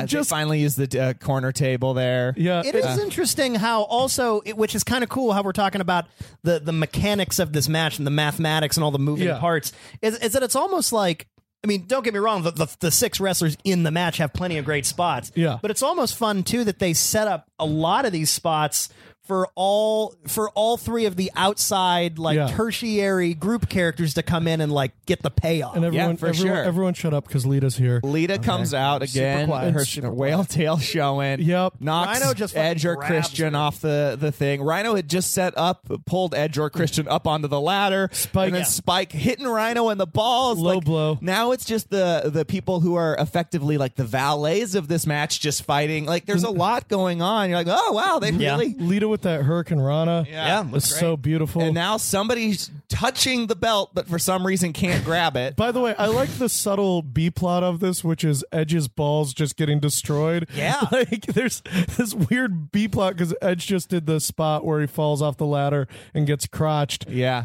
Speaker 3: and
Speaker 4: they
Speaker 3: he just
Speaker 4: finally used the uh, corner table there.
Speaker 3: yeah.
Speaker 2: It is interesting how also, it, which is kind of cool, how we're talking about the the mechanics of this match and the mathematics and all the moving
Speaker 3: Yeah.
Speaker 2: parts. Is, is that it's almost like. I mean, don't get me wrong. The, the, the six wrestlers in the match have plenty of great spots.
Speaker 3: Yeah.
Speaker 2: but it's almost fun too that they set up a lot of these spots for all for all three of the outside like
Speaker 3: Yeah.
Speaker 2: tertiary group characters to come in and like get the payoff.
Speaker 3: And everyone,
Speaker 4: for
Speaker 3: everyone,
Speaker 4: sure.
Speaker 3: everyone, shut up because Lita's here.
Speaker 4: Lita comes out again,
Speaker 2: quiet.
Speaker 4: her
Speaker 2: Super
Speaker 4: whale tail showing.
Speaker 3: Yep.
Speaker 4: knocks
Speaker 2: Rhino just fucking
Speaker 4: Edge or
Speaker 2: grabs
Speaker 4: Christian
Speaker 2: her.
Speaker 4: off the, the thing. Rhino had just set up, pulled Edge or Christian up onto the ladder,
Speaker 3: Spike-
Speaker 4: and then
Speaker 3: Yeah.
Speaker 4: Spike hitting Rhino in the balls.
Speaker 3: Low
Speaker 4: like,
Speaker 3: blow.
Speaker 4: Now it's just the the people who are effectively like the valets of this match just fighting. Like there's a lot going on. You're like, oh wow, they
Speaker 2: Yeah.
Speaker 4: really.
Speaker 3: Lita with that Hurricane Rana.
Speaker 4: Yeah, it was
Speaker 3: was so beautiful.
Speaker 4: And now somebody's touching the belt, but for some reason can't grab it.
Speaker 3: By the way, I like the subtle B plot of this, which is Edge's balls just getting destroyed.
Speaker 2: Yeah.
Speaker 3: Like there's this weird B plot because Edge just did the spot where he falls off the ladder and gets crotched.
Speaker 4: Yeah.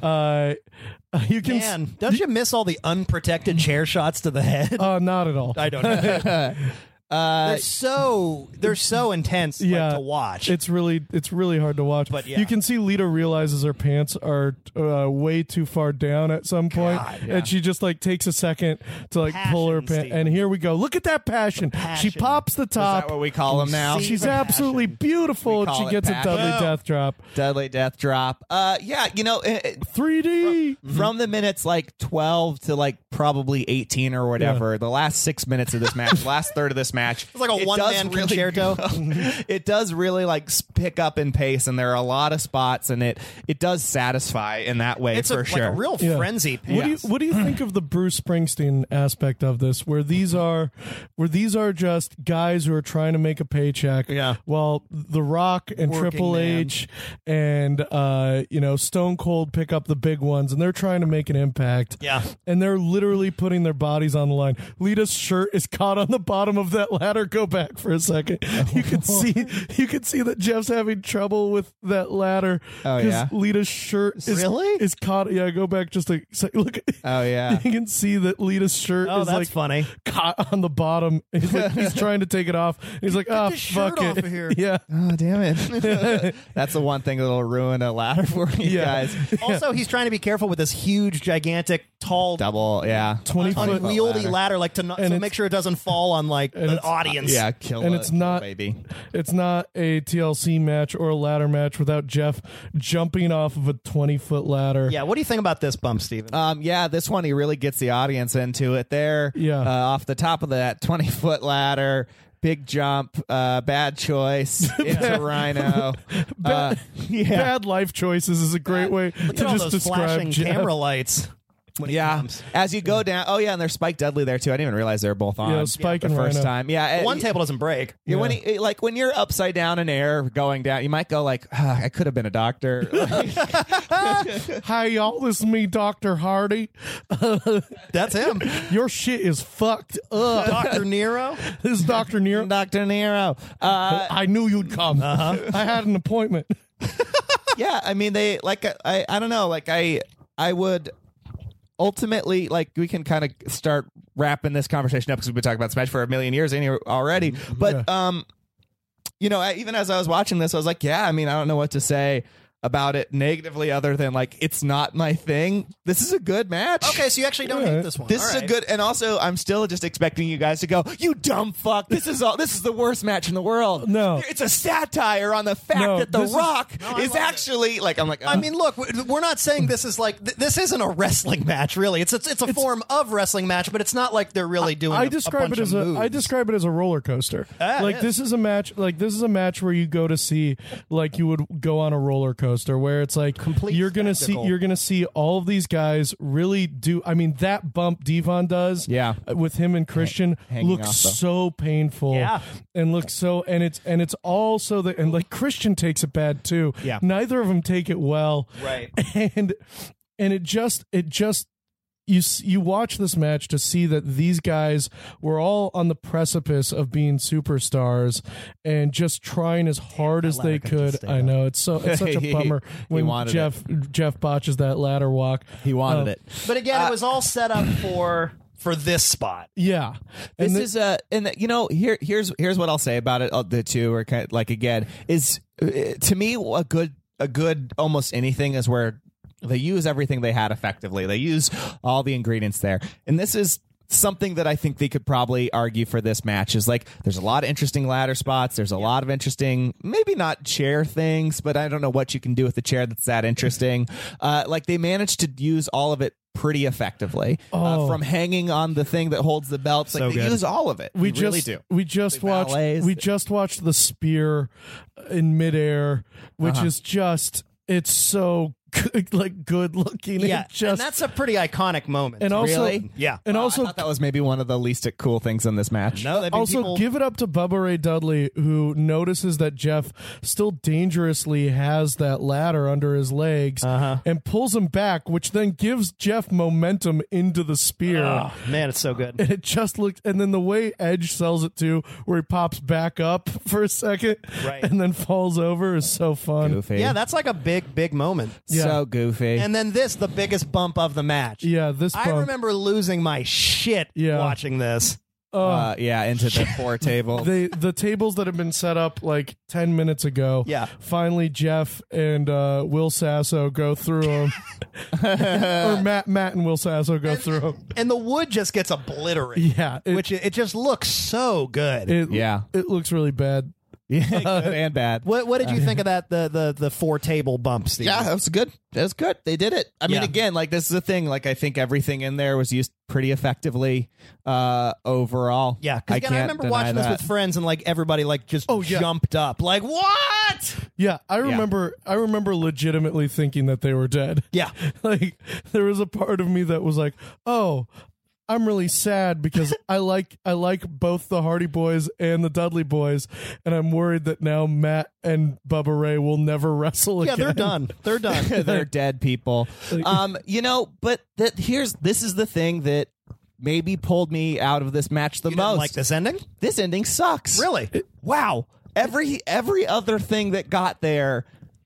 Speaker 3: Uh, you can. s-
Speaker 2: Man, don't you miss all the unprotected chair shots to the head?
Speaker 3: uh, not at all.
Speaker 2: I don't know. they're so they're so intense like,
Speaker 3: Uh, yeah,
Speaker 2: to watch.
Speaker 3: It's really it's really hard to watch.
Speaker 2: But, yeah.
Speaker 3: you can see Lita realizes her pants are uh, way too far down at some point, and she just like takes a second to like pull her
Speaker 2: Passion,
Speaker 3: pants.
Speaker 2: Steve.
Speaker 3: And here we go. Look at that passion. She
Speaker 2: passion.
Speaker 3: pops the
Speaker 4: Is
Speaker 3: top.
Speaker 4: that what we call them now?
Speaker 2: See-
Speaker 3: She's
Speaker 2: Passion.
Speaker 3: absolutely beautiful,
Speaker 4: We
Speaker 3: and
Speaker 4: call
Speaker 3: she
Speaker 4: it
Speaker 3: gets a
Speaker 4: passion.
Speaker 3: Dudley
Speaker 4: Yeah.
Speaker 3: death drop.
Speaker 4: Dudley Death Drop. Uh, yeah, you know, eh, eh,
Speaker 3: 3D.
Speaker 2: Mm-hmm.
Speaker 4: from the minutes like 12 to like probably 18 or whatever the last six minutes of this match last third of this match it's
Speaker 2: like a one-man concerto.
Speaker 4: it does really like s- pick up in pace and there are a lot of spots and it it does satisfy in that way
Speaker 2: It's a,
Speaker 4: for
Speaker 2: like
Speaker 4: sure
Speaker 2: a real
Speaker 3: Yeah.
Speaker 2: frenzy. Pick.
Speaker 3: What do you what do you think of the Bruce Springsteen aspect of this where these are where these are just guys who are trying to make a paycheck
Speaker 2: Yeah.
Speaker 3: while The Rock and
Speaker 2: Working
Speaker 3: Triple
Speaker 2: man.
Speaker 3: H and uh you know Stone Cold pick up the big ones and they're trying to make an impact.
Speaker 2: Yeah.
Speaker 3: And they're literally putting their bodies on the line. Lita's shirt is caught on the bottom of that ladder. Go back for a second. You can see you can see that Jeff's having trouble with that ladder.
Speaker 4: Oh,
Speaker 3: 'cause
Speaker 4: yeah.
Speaker 3: Lita's shirt is
Speaker 2: Really?
Speaker 3: is caught. Yeah, go back just a sec. Look.
Speaker 4: Oh, yeah.
Speaker 3: you can see that Lita's shirt
Speaker 2: Oh,
Speaker 3: is
Speaker 2: that's
Speaker 3: like
Speaker 2: funny.
Speaker 3: caught on the bottom. He's like he's trying to take it off. He's like, oh
Speaker 2: this shirt
Speaker 3: fuck it.
Speaker 2: off of here."
Speaker 3: Yeah,
Speaker 4: oh damn it that's the one thing that'll ruin a ladder for you
Speaker 3: Yeah.
Speaker 4: guys
Speaker 2: Also, he's trying to be careful with this huge, gigantic, tall,
Speaker 4: double yeah
Speaker 3: twenty foot.
Speaker 2: unwieldy
Speaker 4: ladder.
Speaker 2: ladder. like to not,
Speaker 3: And
Speaker 2: so
Speaker 3: it's-
Speaker 2: make sure it doesn't fall on like an
Speaker 3: it's-
Speaker 2: audience.
Speaker 4: yeah kill
Speaker 3: And
Speaker 4: a-
Speaker 3: it's
Speaker 4: kill a
Speaker 3: not-
Speaker 4: baby
Speaker 3: It's not a TLC match or a ladder match without Jeff jumping off of a twenty foot ladder.
Speaker 2: yeah. What do you think about this bump,
Speaker 3: Uh,
Speaker 2: Steven?
Speaker 4: Um, yeah, this one he really gets the audience into it there.
Speaker 3: Yeah.
Speaker 4: uh, off the top of that twenty foot ladder, big jump, uh, bad choice into Rhino. Uh, yeah,
Speaker 3: Bad life choices is a great way
Speaker 2: Look
Speaker 3: to
Speaker 2: at all
Speaker 3: just
Speaker 2: those
Speaker 3: describe
Speaker 2: flashing
Speaker 3: Jeff.
Speaker 2: camera lights. when he
Speaker 4: yeah.
Speaker 2: comes.
Speaker 4: As you go down, oh yeah, and there's Spike Dudley there too. I didn't even realize they were both on.
Speaker 3: Yeah, Spike
Speaker 4: the
Speaker 3: and
Speaker 4: first
Speaker 3: Rhino.
Speaker 4: time. Yeah, it-
Speaker 2: One table doesn't break.
Speaker 4: Yeah, when he, like when you're upside down in air going down, you might go like, "Ah, I could have been a doctor.
Speaker 3: Hi y'all, this is me, Doctor Hardy.
Speaker 2: That's him,
Speaker 3: Your shit is fucked up.
Speaker 2: Doctor Nero.
Speaker 3: This is Doctor Nero.
Speaker 4: Doctor Nero. Uh,
Speaker 3: I knew you'd come. I had an appointment.
Speaker 4: yeah i mean they like I, I don't know like i i would ultimately, like we can kind of start wrapping this conversation up because we've been talking about Smash for a million years any- already.
Speaker 2: Mm-hmm.
Speaker 4: But um, you know, I, even as I was watching this, I was like, yeah, I mean, I don't know what to say about it negatively other than like it's not my thing. This is a good match.
Speaker 2: Okay, so you actually don't hate this one.
Speaker 4: This
Speaker 2: All
Speaker 4: is
Speaker 2: right.
Speaker 4: a good, and also I'm still just expecting you guys to go, you dumb fuck. This is all. This is the worst match in the world.
Speaker 3: No.
Speaker 4: it's a satire on the fact
Speaker 3: No,
Speaker 4: that The
Speaker 3: this is-
Speaker 4: Rock is actually like I'm like
Speaker 2: I mean, look, w- we're not saying this is like th- this isn't a wrestling match, really. It's it's, it's a form of wrestling match, but it's not like they're really doing.
Speaker 3: I
Speaker 2: a- a
Speaker 3: describe
Speaker 2: bunch
Speaker 3: it as
Speaker 2: of
Speaker 3: a I
Speaker 2: moves.
Speaker 3: describe it as a roller coaster.
Speaker 2: Ah,
Speaker 3: like
Speaker 2: yeah.
Speaker 3: this is a match like this is a match where you go to see like you would go on a roller coaster where it's like
Speaker 2: Complete
Speaker 3: you're gonna
Speaker 2: spectacle.
Speaker 3: see you're gonna see all of these guys really do I mean that bump Devon does
Speaker 4: Yeah.
Speaker 3: uh, with him and Christian
Speaker 4: hanging
Speaker 3: looks
Speaker 4: off the-
Speaker 3: so painful
Speaker 2: Yeah.
Speaker 3: and looks so and it's and it's also the and like Christian takes it bad too
Speaker 4: Yeah.
Speaker 3: neither of them take it well
Speaker 4: Right.
Speaker 3: and and it just it just you s- you watch this match to see that these guys were all on the precipice of being superstars and just trying as hard as they could. I know it's so it's such a bummer
Speaker 4: He
Speaker 3: when
Speaker 4: wanted
Speaker 3: Jeff Jeff botches that ladder walk.
Speaker 4: he wanted
Speaker 3: Um,
Speaker 4: it.
Speaker 2: But
Speaker 4: Uh,
Speaker 2: again, it was all set up for for this spot.
Speaker 3: Yeah,
Speaker 4: This
Speaker 3: and the-
Speaker 4: is a and you know here here's here's what I'll say about it. uh, The two are kind of, like again is uh, to me a good a good almost anything is where they use everything they had effectively. They use all the ingredients there, and this is something that I think they could probably argue for this match is like there's a lot of interesting ladder spots. There's a lot of interesting maybe not chair things, but I don't know what you can do with the chair that's that interesting. Uh, like they managed to use all of it pretty effectively uh,
Speaker 3: Oh.
Speaker 4: from hanging on the thing that holds the belts. Like
Speaker 2: So
Speaker 4: they
Speaker 2: Oh, good.
Speaker 4: use all of it.
Speaker 3: we
Speaker 4: They
Speaker 3: just
Speaker 4: really do.
Speaker 3: we just
Speaker 4: They
Speaker 3: watched
Speaker 4: valets.
Speaker 3: we just watched the spear in midair, which
Speaker 4: Uh-huh.
Speaker 3: is just it's so good, like good looking.
Speaker 2: Yeah,
Speaker 3: it
Speaker 2: and
Speaker 3: just
Speaker 2: that's a pretty iconic moment.
Speaker 3: and also
Speaker 4: Really?
Speaker 2: yeah,
Speaker 3: and
Speaker 4: Wow, Oh, I
Speaker 3: also
Speaker 4: thought that was maybe one of the least cool things in this match.
Speaker 2: no, I mean,
Speaker 3: also,
Speaker 2: people-
Speaker 3: give it up to Bubba Ray Dudley, who notices that Jeff still dangerously has that ladder under his legs
Speaker 2: Uh-huh.
Speaker 3: and pulls him back, which then gives Jeff momentum into the spear.
Speaker 2: Oh, man, it's so good.
Speaker 3: And it just looked, and then the way Edge sells it too, where he pops back up for a second
Speaker 2: Right.
Speaker 3: and then falls over, is so fun.
Speaker 4: goofy.
Speaker 2: Yeah, that's like a big, big moment.
Speaker 3: Yeah.
Speaker 4: so goofy.
Speaker 2: And then this, the biggest bump of the match.
Speaker 3: Yeah, this
Speaker 2: I
Speaker 3: bump.
Speaker 2: remember losing my shit
Speaker 3: Yeah.
Speaker 2: watching this.
Speaker 4: uh, yeah, into the four table.
Speaker 3: they the tables that have been set up like 10 minutes ago
Speaker 2: Yeah.
Speaker 3: finally jeff and uh, will sasso go through them or matt matt and will sasso go through them
Speaker 2: And the wood just gets obliterated.
Speaker 3: yeah it,
Speaker 2: Which it, it just looks so good.
Speaker 3: it,
Speaker 4: Yeah.
Speaker 3: it looks really bad
Speaker 4: yeah, good and bad.
Speaker 2: what what did you think of that the the the four table bump, Steve?
Speaker 4: Yeah, that was good. That was good. They did it. I mean,
Speaker 2: Yeah.
Speaker 4: again, like this is the thing. Like I think everything in there was used pretty effectively uh overall.
Speaker 2: Yeah, because again, I,
Speaker 4: can't
Speaker 2: remember
Speaker 4: deny
Speaker 2: watching
Speaker 4: that.
Speaker 2: this with friends and like everybody like just
Speaker 3: Oh, yeah.
Speaker 2: jumped up, like what?
Speaker 3: yeah i remember i remember legitimately thinking that they were dead
Speaker 2: Yeah,
Speaker 3: like there was a part of me that was like oh i'm really sad because i like i like both the hardy boys and the dudley boys and i'm worried that now matt and bubba ray will never wrestle
Speaker 2: yeah,
Speaker 3: again
Speaker 2: they're done. They're done.
Speaker 4: they're dead people. Um, you know, but that here's this is the thing that maybe pulled me out of this match the
Speaker 2: You didn't
Speaker 4: most.
Speaker 2: like this ending?
Speaker 4: This ending sucks.
Speaker 2: Really?
Speaker 4: Wow. Every every other thing that got there,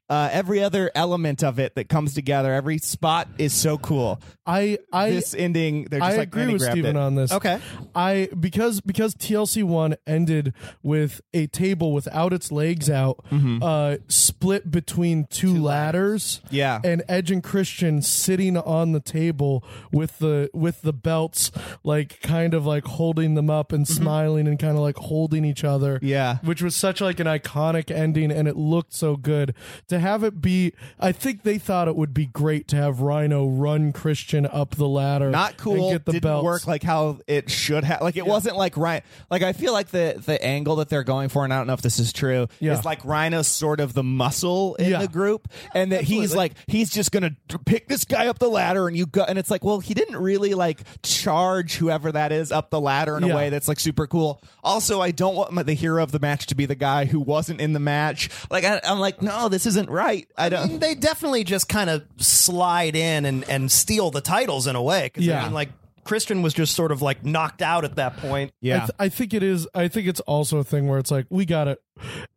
Speaker 4: uh, every other element of it that comes together, every spot is so cool.
Speaker 3: I I
Speaker 4: this ending, they're just
Speaker 3: I
Speaker 4: like
Speaker 3: agree
Speaker 4: "Manny
Speaker 3: with
Speaker 4: grabbed
Speaker 3: Steven
Speaker 4: it."
Speaker 3: on this.
Speaker 2: Okay.
Speaker 3: I because because TLC one ended with a table without its legs out,
Speaker 4: Mm-hmm.
Speaker 3: uh, split between two, ladders.
Speaker 4: Yeah.
Speaker 3: and Edge and Christian sitting on the table with the with the belts, like kind of like holding them up and smiling and kind of like holding each other.
Speaker 4: Mm-hmm. Yeah.
Speaker 3: which was such like an iconic ending, and it looked so good to have it be. I think they thought it would be great to have Rhino run Christian up the ladder.
Speaker 4: Not
Speaker 3: and
Speaker 4: cool.
Speaker 3: Get the
Speaker 4: Didn't
Speaker 3: belts.
Speaker 4: work like how it should have. Like it wasn't like Rhino. Like I feel like the the angle that they're going for, and I don't know if this is true.
Speaker 3: Yeah.
Speaker 4: Is like Rhino's sort of the muscle in
Speaker 3: Yeah.
Speaker 4: the group, and that he's like he's just gonna d- pick this guy up the ladder, and you go, and it's like, well, he didn't really like charge whoever that is up the ladder in a
Speaker 3: Yeah.
Speaker 4: way that's like super cool. Also, I don't want my, the hero of the match to be the guy who wasn't in the match. Like I, I'm like, no, this isn't right. I don't.
Speaker 2: they definitely just kind of slide in and, and steal the titles in a way. 'Cause, I
Speaker 3: Yeah.
Speaker 2: mean, like Christian was just sort of like knocked out at that point.
Speaker 4: Yeah.
Speaker 3: I, th- I think it is. I think it's also a thing where it's like we got to.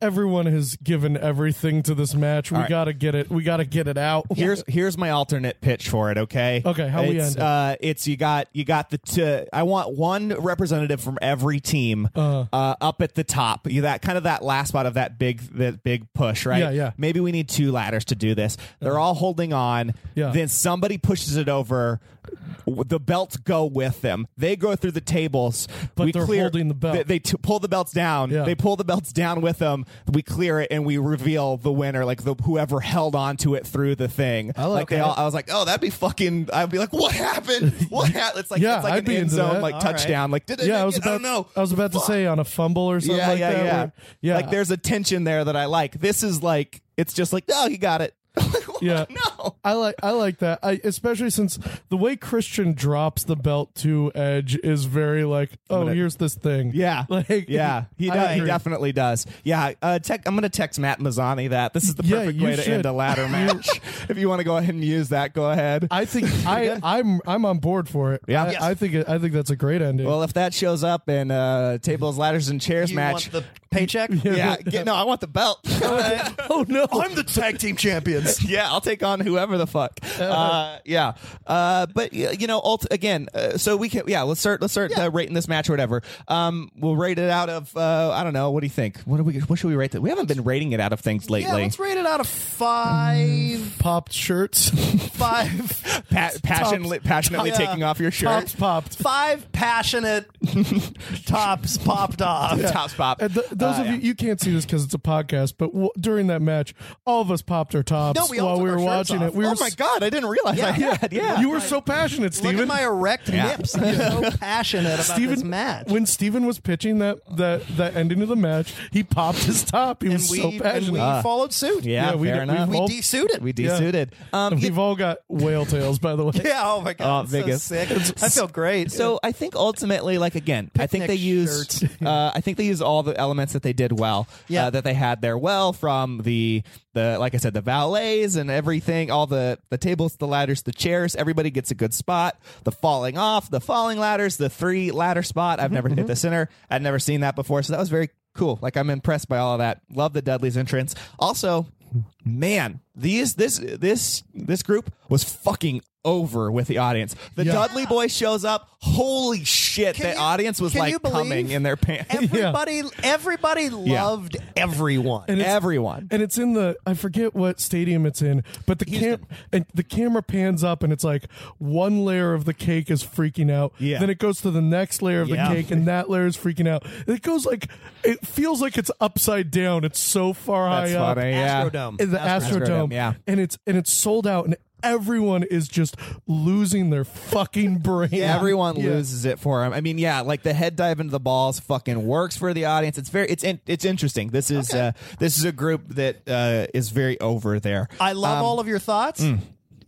Speaker 3: Everyone has given everything to this match. We
Speaker 4: right.
Speaker 3: got to get it. We got to get it out.
Speaker 4: Here's here's my alternate pitch for it. Okay.
Speaker 3: Okay, how
Speaker 4: it's,
Speaker 3: we end it?
Speaker 4: Uh, it's you got you got the two. I want one representative from every team uh, up at the top. You that kind of that last spot of that big that big push, right?
Speaker 3: Yeah, yeah.
Speaker 4: Maybe we need two ladders to do this. They're all holding on.
Speaker 3: Yeah.
Speaker 4: Then somebody pushes it over. W- The belts go with them. They go through the tables.
Speaker 3: But
Speaker 4: we
Speaker 3: they're
Speaker 4: clear,
Speaker 3: holding the belt.
Speaker 4: They, they t- pull the belts down.
Speaker 3: Yeah.
Speaker 4: They pull the belts down with them. We clear it and we reveal the winner, like the whoever held on to it through the thing.
Speaker 3: like
Speaker 4: like they
Speaker 3: that.
Speaker 4: all, I was like, oh, that'd be fucking. I'd be like, what happened? What happened? It's like
Speaker 3: Yeah,
Speaker 4: it's like
Speaker 3: I'd
Speaker 4: an
Speaker 3: be
Speaker 4: end
Speaker 3: into
Speaker 4: zone
Speaker 3: that.
Speaker 4: like
Speaker 3: All
Speaker 4: touchdown. Like did they
Speaker 3: yeah, I
Speaker 4: make
Speaker 3: was
Speaker 4: it?
Speaker 3: about.
Speaker 4: I don't know.
Speaker 3: I was about to say on a fumble or something
Speaker 4: yeah,
Speaker 3: like
Speaker 4: yeah,
Speaker 3: that.
Speaker 4: yeah.
Speaker 3: where- yeah.
Speaker 4: Like there's a tension there that I like. This is like it's just like oh, you got it.
Speaker 3: Yeah.
Speaker 4: no.
Speaker 3: I like I like that. I especially since the way Christian drops the belt to Edge is very like, oh,
Speaker 4: gonna-
Speaker 3: here's this thing.
Speaker 4: Yeah,
Speaker 3: like
Speaker 4: yeah, he
Speaker 3: I
Speaker 4: does. He
Speaker 3: agree.
Speaker 4: definitely does. Yeah, uh, tec- I'm gonna text Matt Mazzani that this is the
Speaker 3: Yeah,
Speaker 4: perfect
Speaker 3: you
Speaker 4: way to
Speaker 3: should.
Speaker 4: end a ladder match. if you want to go ahead and use that, go ahead.
Speaker 3: I think I I'm I'm on board for it.
Speaker 4: Yeah.
Speaker 3: I,
Speaker 4: Yes.
Speaker 3: I think it, I think that's a great ending.
Speaker 4: well, if that shows up in uh, tables, ladders, and chairs
Speaker 2: You
Speaker 4: match,
Speaker 2: want the paycheck?
Speaker 4: yeah, get, no, I want the belt.
Speaker 3: oh no,
Speaker 2: I'm the tag team champions.
Speaker 4: yeah, I'll take on whoever the fuck. Uh, yeah, uh, but y- you know, ult- again, uh, so we can. Yeah, let's start. Let's start uh, rating this match or whatever. Um, we'll rate it out of. Uh, I don't know. What do you think? What do we? What should we rate that? We haven't been rating it out of things
Speaker 2: Yeah,
Speaker 4: lately.
Speaker 2: let's rate it out of five.
Speaker 3: popped shirts.
Speaker 2: Five.
Speaker 4: Pa- passionately, passionately
Speaker 2: tops-
Speaker 4: taking off your
Speaker 3: Pops
Speaker 4: shirt.
Speaker 3: popped.
Speaker 2: Five passionate tops popped off.
Speaker 4: Tops pop.
Speaker 3: And th- those
Speaker 4: Uh,
Speaker 3: of you you can't see this because it's a podcast, but w- during that match, all of us popped our tops
Speaker 2: No, we all
Speaker 3: while
Speaker 2: took
Speaker 3: we
Speaker 2: our
Speaker 3: were
Speaker 2: shirts
Speaker 3: watching
Speaker 2: off.
Speaker 3: it. We
Speaker 4: oh
Speaker 3: were
Speaker 4: my
Speaker 3: s-
Speaker 4: god! I didn't realize I had. Yeah,
Speaker 3: you were so passionate,
Speaker 2: Look
Speaker 3: Steven.
Speaker 2: at my erect nips. I'm so passionate about this match.
Speaker 3: When Steven was pitching that that that ending of the match, he popped his top. He
Speaker 2: and
Speaker 3: was
Speaker 2: we,
Speaker 3: so
Speaker 2: and we
Speaker 3: passionate.
Speaker 2: followed suit.
Speaker 4: yeah,
Speaker 3: yeah, we
Speaker 4: fair
Speaker 3: did- we-
Speaker 4: enough.
Speaker 2: We
Speaker 3: Well,
Speaker 2: desuited.
Speaker 4: We
Speaker 3: yeah.
Speaker 4: Ah, desuited. Um,
Speaker 3: We've all got whale tails, by the way.
Speaker 2: Yeah, oh my god,
Speaker 4: Oh,
Speaker 2: it's so
Speaker 4: Vegas.
Speaker 2: sick. It's- I feel great.
Speaker 4: So I think ultimately, like again, I think they
Speaker 2: Picnic
Speaker 4: used,
Speaker 2: shirts.
Speaker 4: uh, I think they used all the elements that they did well,
Speaker 2: Yeah.
Speaker 4: uh, that they had there well from the the like I said, the valets and everything, all the the tables, the ladders, the chairs. Everybody gets a good spot. The falling off, the falling ladders, the three ladder spot. I've never hit the center. I'd never seen that before, so that was very cool. Like I'm impressed by all of that. Love the Dudley's entrance. Also, man, these this this this group was fucking over with the audience. The
Speaker 3: Yeah.
Speaker 4: Dudley boy shows up. Holy shit!
Speaker 2: Can
Speaker 4: the
Speaker 2: you-
Speaker 4: audience was
Speaker 2: can you
Speaker 4: like
Speaker 2: believe
Speaker 4: coming in their pants.
Speaker 2: everybody, everybody loved everyone.
Speaker 3: And it's-
Speaker 4: Everyone.
Speaker 3: and it's in the I forget what stadium it's in, but the cam and the camera pans up and it's like one layer of the cake is freaking out.
Speaker 4: Yeah.
Speaker 3: Then it goes to the next layer of
Speaker 4: Yeah.
Speaker 3: the cake and that layer is freaking out. And it goes like it feels like it's upside down. It's so far
Speaker 4: That's
Speaker 3: high up.
Speaker 4: funny. Yeah.
Speaker 2: Astrodome.
Speaker 3: in the
Speaker 4: Astrodome.
Speaker 3: Astrodome,
Speaker 4: Astrodome, yeah.
Speaker 3: and it's and it's sold out, and everyone is just losing their fucking brain.
Speaker 4: Everyone
Speaker 3: Yeah.
Speaker 4: loses it for him. I mean, yeah, like the head dive into the balls fucking works for the audience. It's very, it's in, it's interesting. This is uh, this is a group that uh, is very over there.
Speaker 2: I love all of your thoughts.
Speaker 4: mm.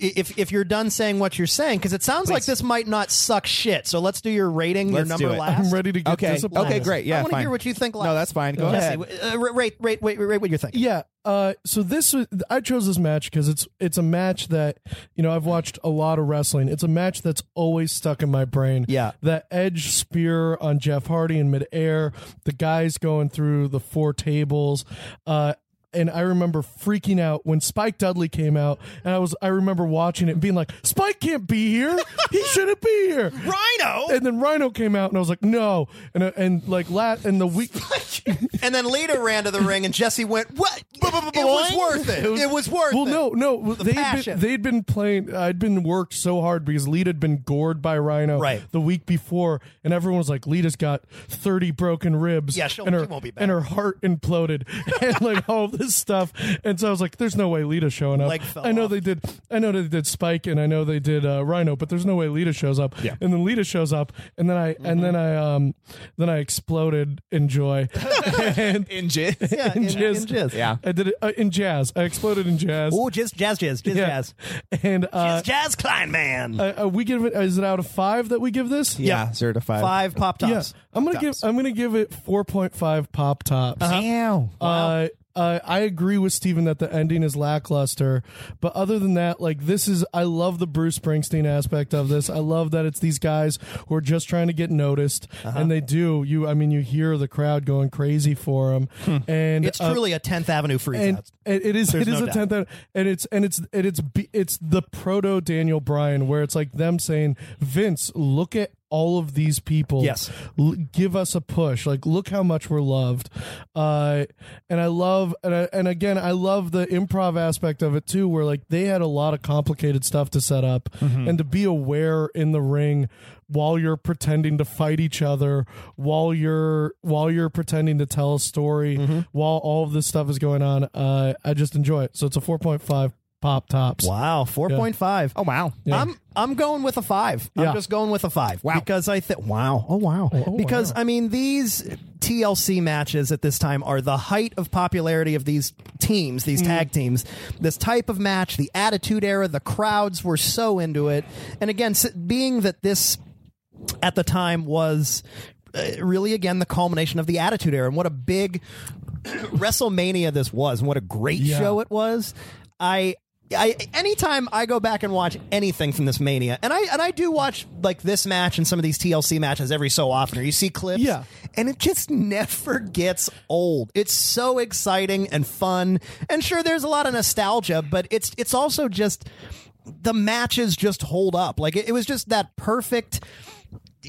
Speaker 2: I- If if you're done saying what you're saying, because it sounds like this might not suck shit. So let's do your rating,
Speaker 4: Let's
Speaker 2: your
Speaker 4: do
Speaker 2: number
Speaker 4: it.
Speaker 2: last.
Speaker 3: I'm ready to get
Speaker 4: okay,
Speaker 3: disappointed.
Speaker 4: okay, great. Yeah,
Speaker 2: I want to
Speaker 4: fine.
Speaker 2: hear what you think. Last.
Speaker 4: No, that's fine. Go
Speaker 2: Jesse,
Speaker 4: ahead.
Speaker 2: w- uh, ra- rate, rate, rate, rate what you're thinking.
Speaker 3: Yeah. Uh, so this was- I chose this match because it's it's a match that you know I've watched a lot of wrestling. It's a match that's always stuck in my brain.
Speaker 2: Yeah.
Speaker 3: that edge spear on Jeff Hardy in midair, the guys going through the four tables. Uh, and I remember freaking out when Spike Dudley came out, and I was I remember watching it and being like, Spike can't be here. He shouldn't be here.
Speaker 2: Rhino,
Speaker 3: And then Rhino came out, and I was like, no. And uh, and like lat and the week.
Speaker 2: and then Lita ran to the ring, and Jesse went, "What? It was worth it. It was worth
Speaker 3: Well,
Speaker 2: it."
Speaker 3: no, no. They had
Speaker 2: passion.
Speaker 3: been, they'd been playing. I'd been worked so hard because Lita had been gored by Rhino
Speaker 2: Right.
Speaker 3: the week before, and everyone was like, "Lita's got thirty broken ribs.
Speaker 2: Yeah, she'll-
Speaker 3: and her,
Speaker 2: she won't be back.
Speaker 3: And her heart imploded, and like all this stuff. And so I was like, "There's no way Lita's showing up.
Speaker 2: Leg fell
Speaker 3: I know
Speaker 2: off.
Speaker 3: they did. I know they did Spike, and I know they did uh, Rhino, but there's no way Lita shows up.
Speaker 4: Yeah.
Speaker 3: And then Lita shows up, and then I
Speaker 2: Mm-hmm.
Speaker 3: and then I um then I exploded in joy. and,
Speaker 4: In jizz.
Speaker 2: yeah,
Speaker 3: in
Speaker 2: in,
Speaker 3: jizz.
Speaker 2: in jizz.
Speaker 4: Yeah.
Speaker 3: I did it uh, in jazz. I exploded in jazz.
Speaker 2: Oh, jizz, jazz, jizz, jizz,
Speaker 3: Yeah.
Speaker 2: jazz,
Speaker 3: And uh,
Speaker 2: jizz, jazz, Klein man.
Speaker 3: uh, uh, we give it. Is it out of five that we give this?
Speaker 4: Yeah,
Speaker 2: Yeah.
Speaker 4: certified.
Speaker 2: Five pop tops. Uh-huh.
Speaker 3: Yeah. I'm gonna give. I'm gonna give it 4.5 pop tops.
Speaker 4: Damn.
Speaker 3: Uh, uh, I agree with Steven that the ending is lackluster, but other than that, like this is I love the Bruce Springsteen aspect of this. I love that it's these guys who are just trying to get noticed,
Speaker 2: Uh-huh.
Speaker 3: and they do. You, I mean, you hear the crowd going crazy for him, and
Speaker 2: Hmm. It's
Speaker 3: uh,
Speaker 2: truly a 10th Avenue freeze
Speaker 3: and it- it is
Speaker 2: There's
Speaker 3: it is
Speaker 2: no
Speaker 3: a
Speaker 2: doubt.
Speaker 3: tenth out, and it's and it's and it's be- it's the proto Daniel Bryan where it's like them saying Vince look at all of these people
Speaker 2: Yes.
Speaker 3: L- give us a push like look how much we're loved uh and I love and I, and again I love the improv aspect of it too where like they had a lot of complicated stuff to set up and to be aware in the ring while you're pretending to fight each other while you're while you're pretending to tell a story while all of this stuff is going on uh, i just enjoy it so it's a 4.5 pop tops
Speaker 2: Wow, 4.5.
Speaker 4: Oh wow.
Speaker 2: I'm I'm going with a five.
Speaker 3: Yeah.
Speaker 2: I'm just going with a five.
Speaker 4: Wow.
Speaker 2: Because I think wow. Oh wow.
Speaker 3: oh,
Speaker 2: because I mean these TLC matches at this time are the height of popularity of these teams,
Speaker 3: Mm.
Speaker 2: these tag teams. This type of match, the Attitude Era, the crowds were so into it. And again, s- being that this at the time was uh, really again the culmination of the Attitude Era and what a big WrestleMania this was and what a great
Speaker 3: Yeah.
Speaker 2: show it was. I I anytime I go back and watch anything from this Mania, and I and I do watch like this match and some of these TLC matches every so often, or you see clips,
Speaker 3: Yeah.
Speaker 2: and it just never gets old. It's so exciting and fun, and sure, there's a lot of nostalgia, but it's it's also just the matches just hold up. Like it, it was just that perfect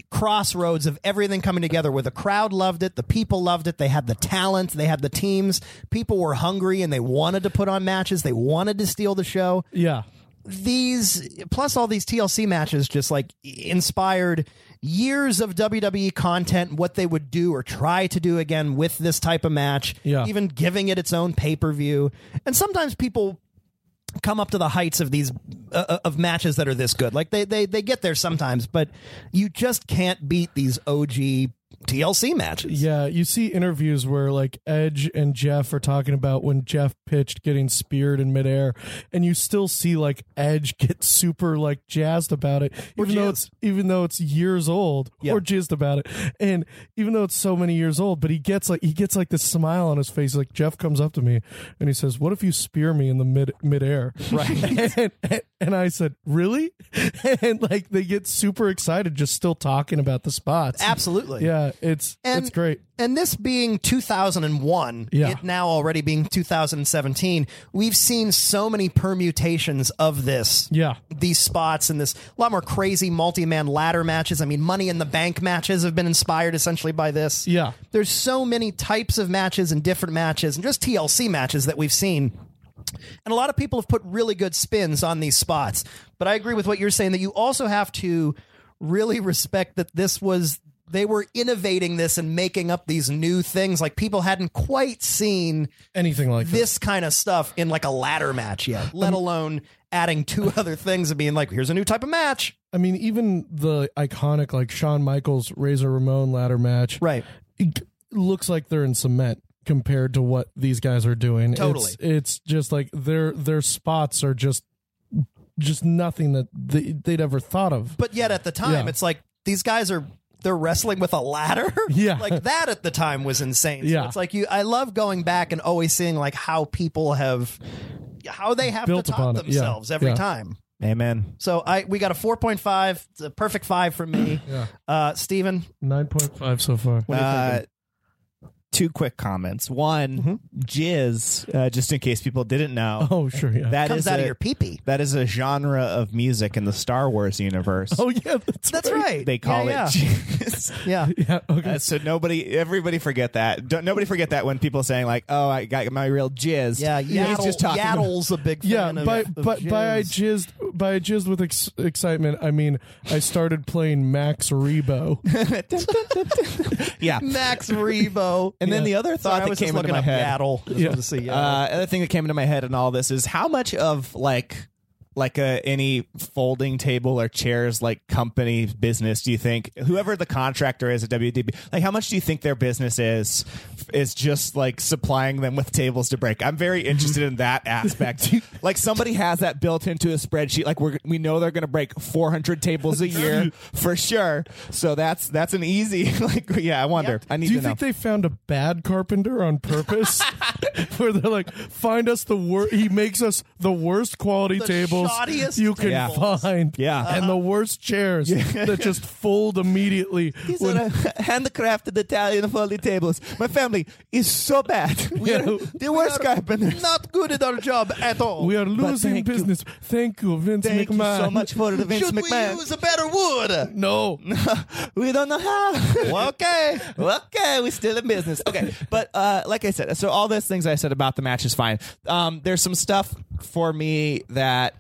Speaker 2: crossroads of everything coming together where the crowd loved it, the people loved it, they had the talent, they had the teams, people were hungry and they wanted to put on matches, they wanted to steal the show.
Speaker 3: yeah
Speaker 2: These plus all these TLC matches just like inspired years of WWE content, what they would do or try to do again with this type of match,
Speaker 3: Yeah.
Speaker 2: even giving it its own pay-per-view. And sometimes people come up to the heights of these uh, of matches that are this good. Like they they they get there sometimes, but you just can't beat these OG TLC matches.
Speaker 3: Yeah, you see interviews where like Edge and Jeff are talking about when Jeff pitched getting speared in midair, and you still see like Edge get super like jazzed about it, even though
Speaker 2: jizzed.
Speaker 3: it's even though it's years old
Speaker 2: Yeah.
Speaker 3: or jizzed about it, and even though it's so many years old, but he gets like he gets like this smile on his face. Like Jeff comes up to me and he says, "What if you spear me in the mid midair?" Right, and, and, and I said, "Really?" And like they get super excited just still talking about the spots.
Speaker 2: Absolutely.
Speaker 3: Yeah, it's
Speaker 2: And-
Speaker 3: it's great.
Speaker 2: And this being 2001,
Speaker 3: Yeah.
Speaker 2: it now already being 2017, we've seen so many permutations of this.
Speaker 3: Yeah.
Speaker 2: These spots and this a lot more crazy multi man ladder matches. I mean, money in the bank matches have been inspired essentially by this.
Speaker 3: Yeah.
Speaker 2: There's so many types of matches and different matches and just TLC matches that we've seen. And a lot of people have put really good spins on these spots. But I agree with what you're saying that you also have to really respect that this was they were innovating this and making up these new things like people hadn't quite seen
Speaker 3: Anything like this.
Speaker 2: this kind of stuff in like a ladder match yet,
Speaker 3: Um,
Speaker 2: let alone adding two other things and being like here's a new type of match.
Speaker 3: I mean, even the iconic like Shawn Michaels Razor Ramon ladder match,
Speaker 2: Right.
Speaker 3: it looks like they're in cement compared to what these guys are doing.
Speaker 2: Totally.
Speaker 3: it's, it's just like their their spots are just just nothing that they, they'd ever thought of.
Speaker 2: But yet at the time
Speaker 3: Yeah.
Speaker 2: it's like these guys are they're wrestling with a ladder.
Speaker 3: Yeah.
Speaker 2: like that at the time was insane. So
Speaker 3: Yeah.
Speaker 2: it's like you. I love going back and always seeing like how people have, how they have
Speaker 3: Built
Speaker 2: to top
Speaker 3: upon it. Yeah.
Speaker 2: themselves every
Speaker 3: Yeah.
Speaker 2: time.
Speaker 4: Amen.
Speaker 2: So I we got a four point five, it's a perfect five from me.
Speaker 3: Yeah.
Speaker 2: uh, Steven,
Speaker 3: Nine point five so far.
Speaker 4: Uh, two quick comments. One,
Speaker 2: Mm-hmm.
Speaker 4: jizz. Uh, just in case people didn't know,
Speaker 3: oh sure, yeah.
Speaker 4: that
Speaker 2: comes
Speaker 4: is
Speaker 2: out
Speaker 4: a,
Speaker 2: of your peepee.
Speaker 4: that is a genre of music in the Star Wars universe.
Speaker 3: oh yeah, that's,
Speaker 2: That's right.
Speaker 4: they call
Speaker 2: yeah,
Speaker 4: it jizz.
Speaker 2: Yeah. yeah.
Speaker 3: yeah. Okay,
Speaker 4: Uh, so nobody, everybody forget that. Don't, nobody forget that when people are saying like, "Oh, I got my real jizz."
Speaker 2: Yeah,
Speaker 4: he's
Speaker 2: Yaddle-
Speaker 4: just talking.
Speaker 2: Yaddle's a big
Speaker 3: yeah.
Speaker 2: fan of-
Speaker 3: By
Speaker 2: of
Speaker 3: by, by I
Speaker 2: jizz.
Speaker 3: jizzed by I jizzed with ex- excitement. I mean, I started playing Max Rebo.
Speaker 4: yeah.
Speaker 2: Max Rebo.
Speaker 4: And then
Speaker 3: Yeah.
Speaker 4: the other
Speaker 2: Sorry,
Speaker 4: thought
Speaker 2: I
Speaker 4: that
Speaker 2: was just
Speaker 4: came
Speaker 2: looking
Speaker 4: into my
Speaker 2: up
Speaker 4: head.
Speaker 2: Yaddle. Just wanted to see Yaddle.
Speaker 4: Uh, other thing that came into my head in all this is how much of like like a any folding table or chairs like company business do you think whoever the contractor is at WDB like how much do you think their business is is just like supplying them with tables to break I'm very interested in that aspect like somebody has that built into a spreadsheet like we're we know they're going to break 400 tables a year for sure so that's that's an easy like yeah I wonder I need
Speaker 3: Do you
Speaker 4: to know
Speaker 3: think they found a bad carpenter on purpose? Where they're like, find us the worst. He makes us the worst quality
Speaker 2: The
Speaker 3: tables
Speaker 2: shoddiest
Speaker 3: you can
Speaker 2: tables.
Speaker 3: find.
Speaker 4: Yeah.
Speaker 3: and the worst chairs that just fold immediately.
Speaker 4: These
Speaker 3: when-
Speaker 4: are uh, handcrafted Italian folding tables. My family is so bad. We are the worst carpenters.
Speaker 2: Not good at our job at all.
Speaker 3: we are losing
Speaker 4: thank you.
Speaker 3: business. Thank you, Vince
Speaker 4: Thank you
Speaker 3: McMahon.
Speaker 4: so much for the Vince
Speaker 2: Should
Speaker 4: McMahon.
Speaker 2: we use a better wood?
Speaker 3: No,
Speaker 4: we don't know how. okay, okay, we're still in business. Okay, but uh, like I said, so all those things I said about the match is fine. Um, there's some stuff for me that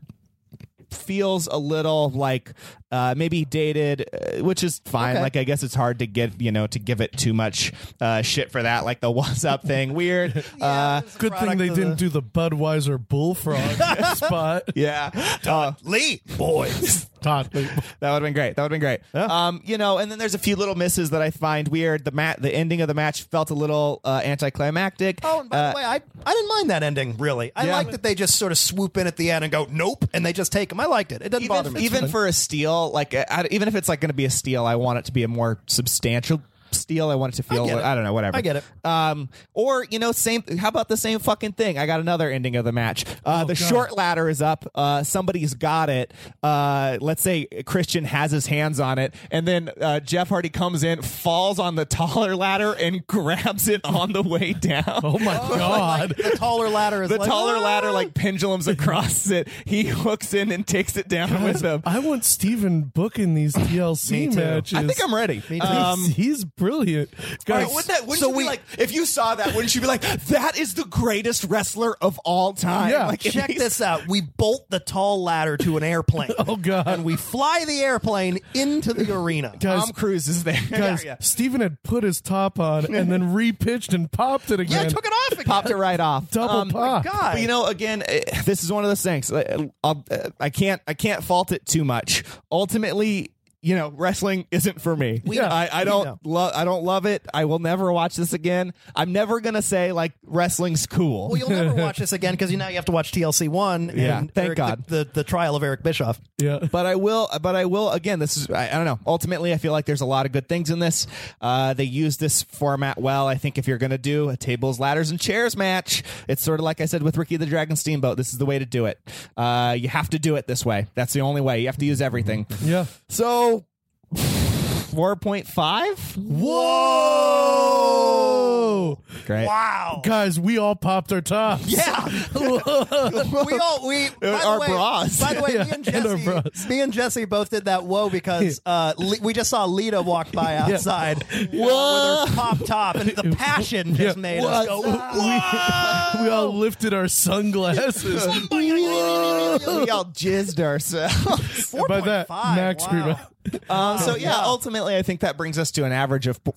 Speaker 4: feels a little like uh, maybe dated, uh, which is fine. Like I guess it's hard to get you know to give it too much uh, shit for that. Like the what's up thing, weird. uh,
Speaker 3: good thing they didn't do the Budweiser bullfrog spot.
Speaker 4: yeah, Uh,
Speaker 2: Lee boys.
Speaker 3: Toddly.
Speaker 4: That would have been great. That would have been great. Um, you know, and then there's a few little misses that I find weird. The mat, the ending of the match felt a little uh, anticlimactic.
Speaker 2: Oh, and by
Speaker 4: Uh,
Speaker 2: the way, I, I didn't mind that ending really. I
Speaker 4: Yeah.
Speaker 2: like that they just sort of swoop in at the end and go nope, and they just take them. I liked it. It doesn't bother
Speaker 4: even,
Speaker 2: me.
Speaker 4: even for a steal, like uh, I, I- even if it's like going to be a steal, I want it to be a more substantial steal. I want it to feel.
Speaker 2: get it.
Speaker 4: I, don't know. Whatever.
Speaker 2: I get it.
Speaker 4: Um, or you know, same. How about the same fucking thing? I got another ending of the match.
Speaker 2: Oh,
Speaker 4: Uh, the
Speaker 3: God.
Speaker 4: short ladder is up. Uh, somebody's got it. Uh, let's say Christian has his hands on it, and then uh, Jeff Hardy comes in, falls on the taller ladder, and grabs it on the way down.
Speaker 3: Oh my god.
Speaker 2: the taller ladder is
Speaker 4: The
Speaker 2: like,
Speaker 4: taller
Speaker 2: "Ah!"
Speaker 4: ladder like pendulums across it. He hooks in and takes it down with him.
Speaker 3: I want Steven booking these
Speaker 2: Me
Speaker 3: TLC
Speaker 2: too.
Speaker 3: matches.
Speaker 4: I think I'm ready.
Speaker 2: Me too.
Speaker 3: He's- he's brilliant. Guys,
Speaker 4: Wait, wouldn't that, wouldn't
Speaker 2: so
Speaker 4: you
Speaker 2: we-
Speaker 4: be like, if you saw that, wouldn't you be like, that is the greatest wrestler of all time?
Speaker 3: Yeah.
Speaker 4: Like, if
Speaker 2: Check
Speaker 4: he's-
Speaker 2: this out. We bolt the tall ladder to an airplane.
Speaker 3: Oh, God.
Speaker 2: And we fly the airplane into the arena.
Speaker 3: guys,
Speaker 4: Tom Cruise is there.
Speaker 3: guys
Speaker 4: Yeah, yeah.
Speaker 3: Steven had put his top on and then repitched and popped it
Speaker 2: Yeah, I
Speaker 3: again.
Speaker 2: took it off. Again.
Speaker 4: Popped it right off. Um,
Speaker 3: Double pop.
Speaker 2: God.
Speaker 4: But you know, again, eh, this is one of those things. eh, I'll, eh, I can't, I can't fault it too much. Ultimately, you know, wrestling isn't for me.
Speaker 3: know.
Speaker 4: I, I
Speaker 2: know.
Speaker 4: don't love, I don't love it. I will never watch this again. I'm never gonna say like wrestling's cool.
Speaker 2: Well, you'll never watch this again because you now you have to watch TLC one. And
Speaker 4: Yeah, thank
Speaker 2: Eric-
Speaker 4: God.
Speaker 2: The, the the trial of Eric Bischoff.
Speaker 3: yeah.
Speaker 4: but I will. But I will. Again, this is. I, I don't know. Ultimately, I feel like there's a lot of good things in this. Uh, they use this format well. I think if you're going to do a tables, ladders, and chairs match, it's sort of like I said with Ricky the Dragon Steamboat. This is the way to do it. Uh, you have to do it this way. That's the only way. You have to use everything.
Speaker 3: Yeah.
Speaker 4: So. 4.5
Speaker 3: Whoa.
Speaker 4: great
Speaker 2: Wow.
Speaker 3: Guys, we all popped our tops.
Speaker 2: Yeah. we all
Speaker 3: Uh,
Speaker 2: we by
Speaker 4: Our
Speaker 2: the way,
Speaker 4: bras.
Speaker 2: By the way, me and
Speaker 3: and our
Speaker 2: Jesse,
Speaker 3: bras.
Speaker 2: me and Jesse both did that. Whoa, because uh, Le- we just saw Lita walk by outside uh, with her pop top, and the passion just
Speaker 3: Yeah.
Speaker 2: made us
Speaker 3: What?
Speaker 2: go.
Speaker 3: We, we all lifted our
Speaker 2: Oh
Speaker 3: sunglasses.
Speaker 4: we all jizzed ourselves
Speaker 2: Four
Speaker 3: By
Speaker 2: point
Speaker 3: that,
Speaker 2: five,
Speaker 3: Max
Speaker 2: wow.
Speaker 3: Greenberg.
Speaker 4: Um,
Speaker 2: Oh,
Speaker 4: so yeah, ultimately, I think that brings us to an average of p-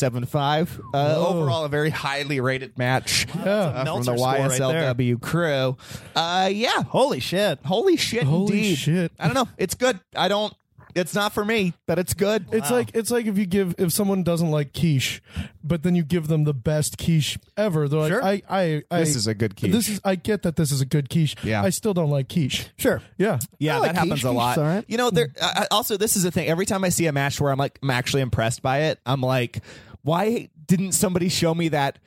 Speaker 4: 4.75. Uh, overall, a very highly rated match uh, from
Speaker 2: Meltzer
Speaker 4: the
Speaker 2: score right there.
Speaker 4: YSLW crew. Uh, yeah,
Speaker 2: Holy shit!
Speaker 4: holy shit,
Speaker 3: Holy
Speaker 4: indeed.
Speaker 3: shit.
Speaker 4: I don't know. It's good. I don't. It's not for me, but it's good. Uh,
Speaker 3: It's like it's like if you give if someone doesn't like quiche, but then you give them the best quiche ever. They're like,
Speaker 2: Sure.
Speaker 3: I, I, I,
Speaker 4: This is a good quiche.
Speaker 3: This is I get that this is a good quiche.
Speaker 4: Yeah.
Speaker 3: I still don't like quiche.
Speaker 2: Sure.
Speaker 3: Yeah,
Speaker 4: Yeah,
Speaker 2: I
Speaker 4: that
Speaker 2: like
Speaker 4: happens
Speaker 2: Keith.
Speaker 4: a
Speaker 2: Keith's
Speaker 4: lot.
Speaker 2: all right.
Speaker 4: You know, there. I, I- also, this is the thing. Every time I see a match where I'm like, I'm actually impressed by it. I'm like, why didn't somebody show me that?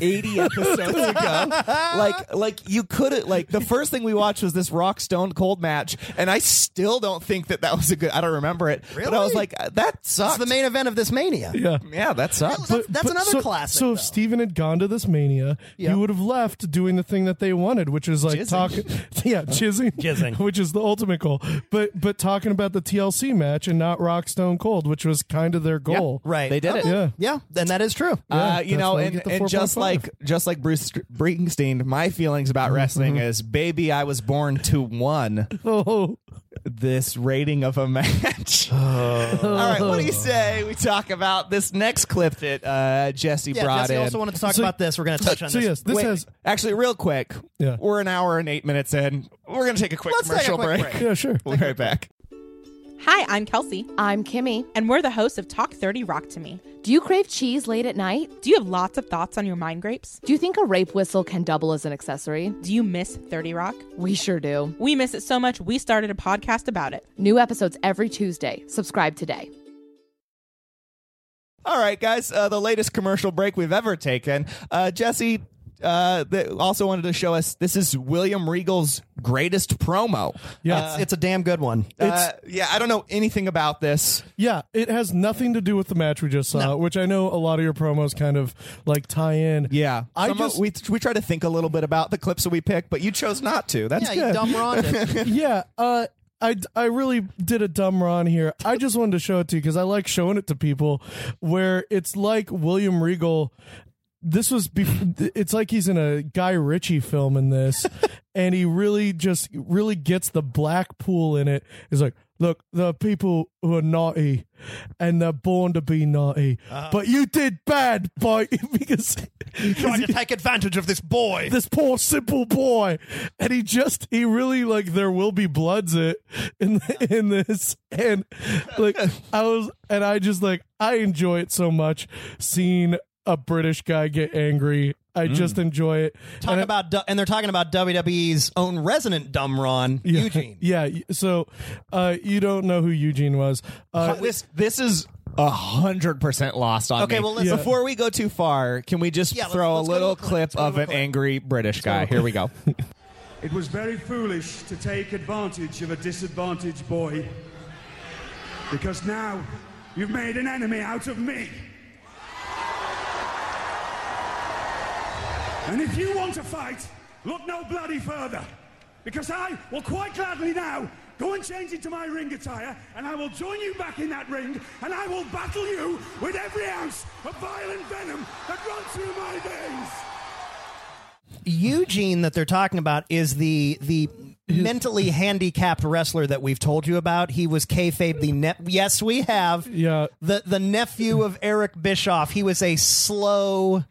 Speaker 4: 80 episodes ago like like you could have like the first thing we watched was this rock stone cold match and i still don't think that that was a good i don't remember it but i
Speaker 2: Really?
Speaker 4: was like uh, that
Speaker 2: It's
Speaker 4: sucks
Speaker 2: the main event of this mania.
Speaker 3: yeah.
Speaker 4: yeah that sucks
Speaker 2: That's, that's another
Speaker 3: so,
Speaker 2: classic.
Speaker 3: So
Speaker 2: though.
Speaker 3: if Steven had gone to this mania,
Speaker 2: Yeah.
Speaker 3: he would have left doing the thing that they wanted, which is like
Speaker 4: Jizzing.
Speaker 3: talking, yeah, jizzing,
Speaker 2: Jizzing.
Speaker 3: which is the ultimate goal. But but talking about the TLC match and not Rock Stone Cold, which was kind of their goal,
Speaker 2: right,
Speaker 4: They did it.
Speaker 3: Yeah.
Speaker 2: Yeah, and that is true.
Speaker 4: uh,
Speaker 3: Yeah,
Speaker 4: you
Speaker 3: that's
Speaker 4: know,
Speaker 3: why we
Speaker 4: and,
Speaker 3: get the
Speaker 4: and just
Speaker 3: 4.5.
Speaker 4: like just like Bruce Str- Springsteen, my feelings about wrestling is, baby, I was born to one.
Speaker 3: Oh,
Speaker 4: this rating of a match.
Speaker 3: Oh.
Speaker 4: All right, what do you say we talk about this next clip that uh, Jesse
Speaker 2: Yeah,
Speaker 4: brought
Speaker 2: Jesse
Speaker 4: in?
Speaker 2: also wanted to talk
Speaker 3: So-
Speaker 2: about this. We're going to touch on
Speaker 3: so
Speaker 2: this.
Speaker 3: yes, this
Speaker 4: Wait,
Speaker 3: has
Speaker 4: actually, real quick,
Speaker 3: Yeah.
Speaker 4: we're an hour and eight minutes in. We're going to take a quick
Speaker 2: Let's take a
Speaker 4: commercial
Speaker 2: quick
Speaker 4: break.
Speaker 2: break.
Speaker 3: Yeah, sure.
Speaker 4: We'll be right back.
Speaker 8: Hi, I'm Kelsey,
Speaker 9: I'm Kimmy.
Speaker 8: and we're the hosts of Talk 30 Rock to Me.
Speaker 9: Do you crave cheese late at night?
Speaker 8: Do you have lots of thoughts on your mind grapes?
Speaker 9: Do you think a rape whistle can double as an accessory?
Speaker 8: Do you miss 30 Rock?
Speaker 9: We sure do.
Speaker 8: We miss it so much, we started a podcast about it.
Speaker 9: New episodes every Tuesday. Subscribe today.
Speaker 4: All right, guys, uh, the latest commercial break we've ever taken. Uh, Jesse uh, th- also wanted to show us this is William Regal's greatest promo.
Speaker 3: Yeah.
Speaker 2: It's- it's a damn good one.
Speaker 4: Uh, yeah, I don't know anything about this.
Speaker 3: Yeah, it has nothing to do with the match we just saw, which I know a lot of your promos kind of like tie in. I
Speaker 4: Some of-
Speaker 3: just
Speaker 4: we we try to think a little bit about the clips that we pick, but you chose not to. That's
Speaker 2: yeah,
Speaker 4: good.
Speaker 2: you dumb Ronda.
Speaker 3: yeah, uh I, I really did a dumb run here. I just wanted to show it to you because I like showing it to people where it's like William Regal. This was, bef- it's like he's in a Guy Ritchie film in this, and he really just really gets the Blackpool in it. He's like, look, there are people who are naughty, and they're born to be naughty, but you did bad, boy, because
Speaker 2: Trying to take advantage of this boy.
Speaker 3: this poor simple boy and he just he really like there will be bloods it in in this and like i was and i just like i enjoy it so much seeing a british guy get angry i just enjoy it
Speaker 2: Mm. Talk
Speaker 3: And I-
Speaker 2: about du- and they're talking about WWE's own resident dumb Ron Eugene.
Speaker 3: yeah y- so uh you don't know who eugene was uh
Speaker 4: this this is a hundred percent lost on
Speaker 2: Okay,
Speaker 4: me.
Speaker 2: well, let's- Yeah.
Speaker 4: before we go too far, can we just
Speaker 2: Yeah, let's-
Speaker 4: throw
Speaker 2: let's
Speaker 4: a
Speaker 2: go to
Speaker 4: little
Speaker 2: a clip. Let's
Speaker 4: clip
Speaker 2: go to
Speaker 4: of
Speaker 2: a
Speaker 4: an
Speaker 2: clip.
Speaker 4: angry British guy? Here we go.
Speaker 10: It was very foolish to take advantage of a disadvantaged boy because now you've made an enemy out of me. And if you want to fight, look no bloody further because I will quite gladly now go and change into my ring attire and I will join you back in that ring and I will battle you with every ounce of violent venom that runs through my veins.
Speaker 2: Eugene that they're talking about is the the mentally handicapped wrestler that we've told you about. He was kayfabe the net. Yes, we have.
Speaker 3: Yeah.
Speaker 2: The the nephew of Eric Bischoff. He was a slow,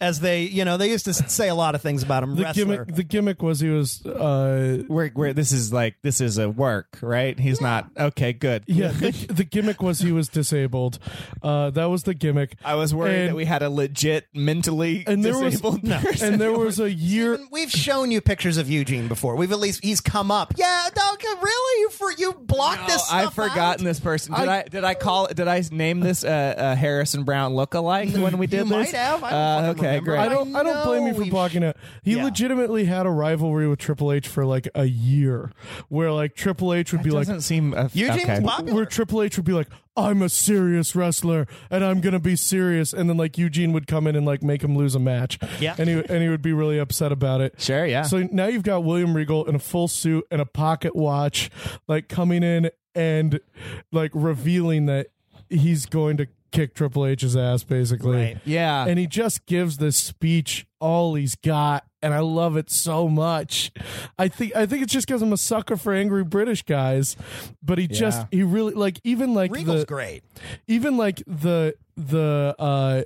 Speaker 2: as they you know they used to say a lot of things about him.
Speaker 3: the
Speaker 2: wrestler.
Speaker 3: gimmick the gimmick was he was uh
Speaker 4: We're, we're, this is like this is a work, right? He's not okay. Good.
Speaker 3: yeah the, the gimmick was he was disabled uh that was the gimmick
Speaker 4: I was worried
Speaker 3: And-
Speaker 4: that we had a legit mentally
Speaker 3: and there was
Speaker 4: disabled person.
Speaker 3: and there was a year
Speaker 2: And We've shown you pictures of Eugene before. We've at least he's come up. Yeah, no, really, you for you blocked this. Stuff
Speaker 4: I've forgotten
Speaker 2: out?
Speaker 4: this person. Did I, did I call did I name this uh, uh, Harrison Brown lookalike when we did
Speaker 2: You
Speaker 4: this?
Speaker 2: might have. I don't
Speaker 4: uh,
Speaker 2: fucking
Speaker 4: okay,
Speaker 2: remember.
Speaker 4: great.
Speaker 3: I don't. I, don't blame you
Speaker 2: know
Speaker 3: for
Speaker 2: we've-
Speaker 3: blocking it. He
Speaker 2: Yeah.
Speaker 3: legitimately had a rivalry with Triple H for like a year, where like Triple H would be like,
Speaker 4: doesn't seem uh,
Speaker 2: Eugene's
Speaker 4: okay.
Speaker 2: pop- popular.
Speaker 3: where Triple H would be like, I'm a serious wrestler and I'm gonna be serious, and then like Eugene would come in and like make him lose a match.
Speaker 2: Yeah.
Speaker 3: and he and he would be really upset about it.
Speaker 4: Sure, yeah.
Speaker 3: So now you've got William Regal in a full suit and a pocket watch, like coming in and like revealing that he's going to kick Triple H's ass, basically.
Speaker 2: Right.
Speaker 4: Yeah.
Speaker 3: And he just gives this speech all he's got, and I love it so much. I think I think it's just because I'm a sucker for angry British guys, but he just he really like even like
Speaker 2: Regal's
Speaker 3: the
Speaker 2: great.
Speaker 3: even like the the uh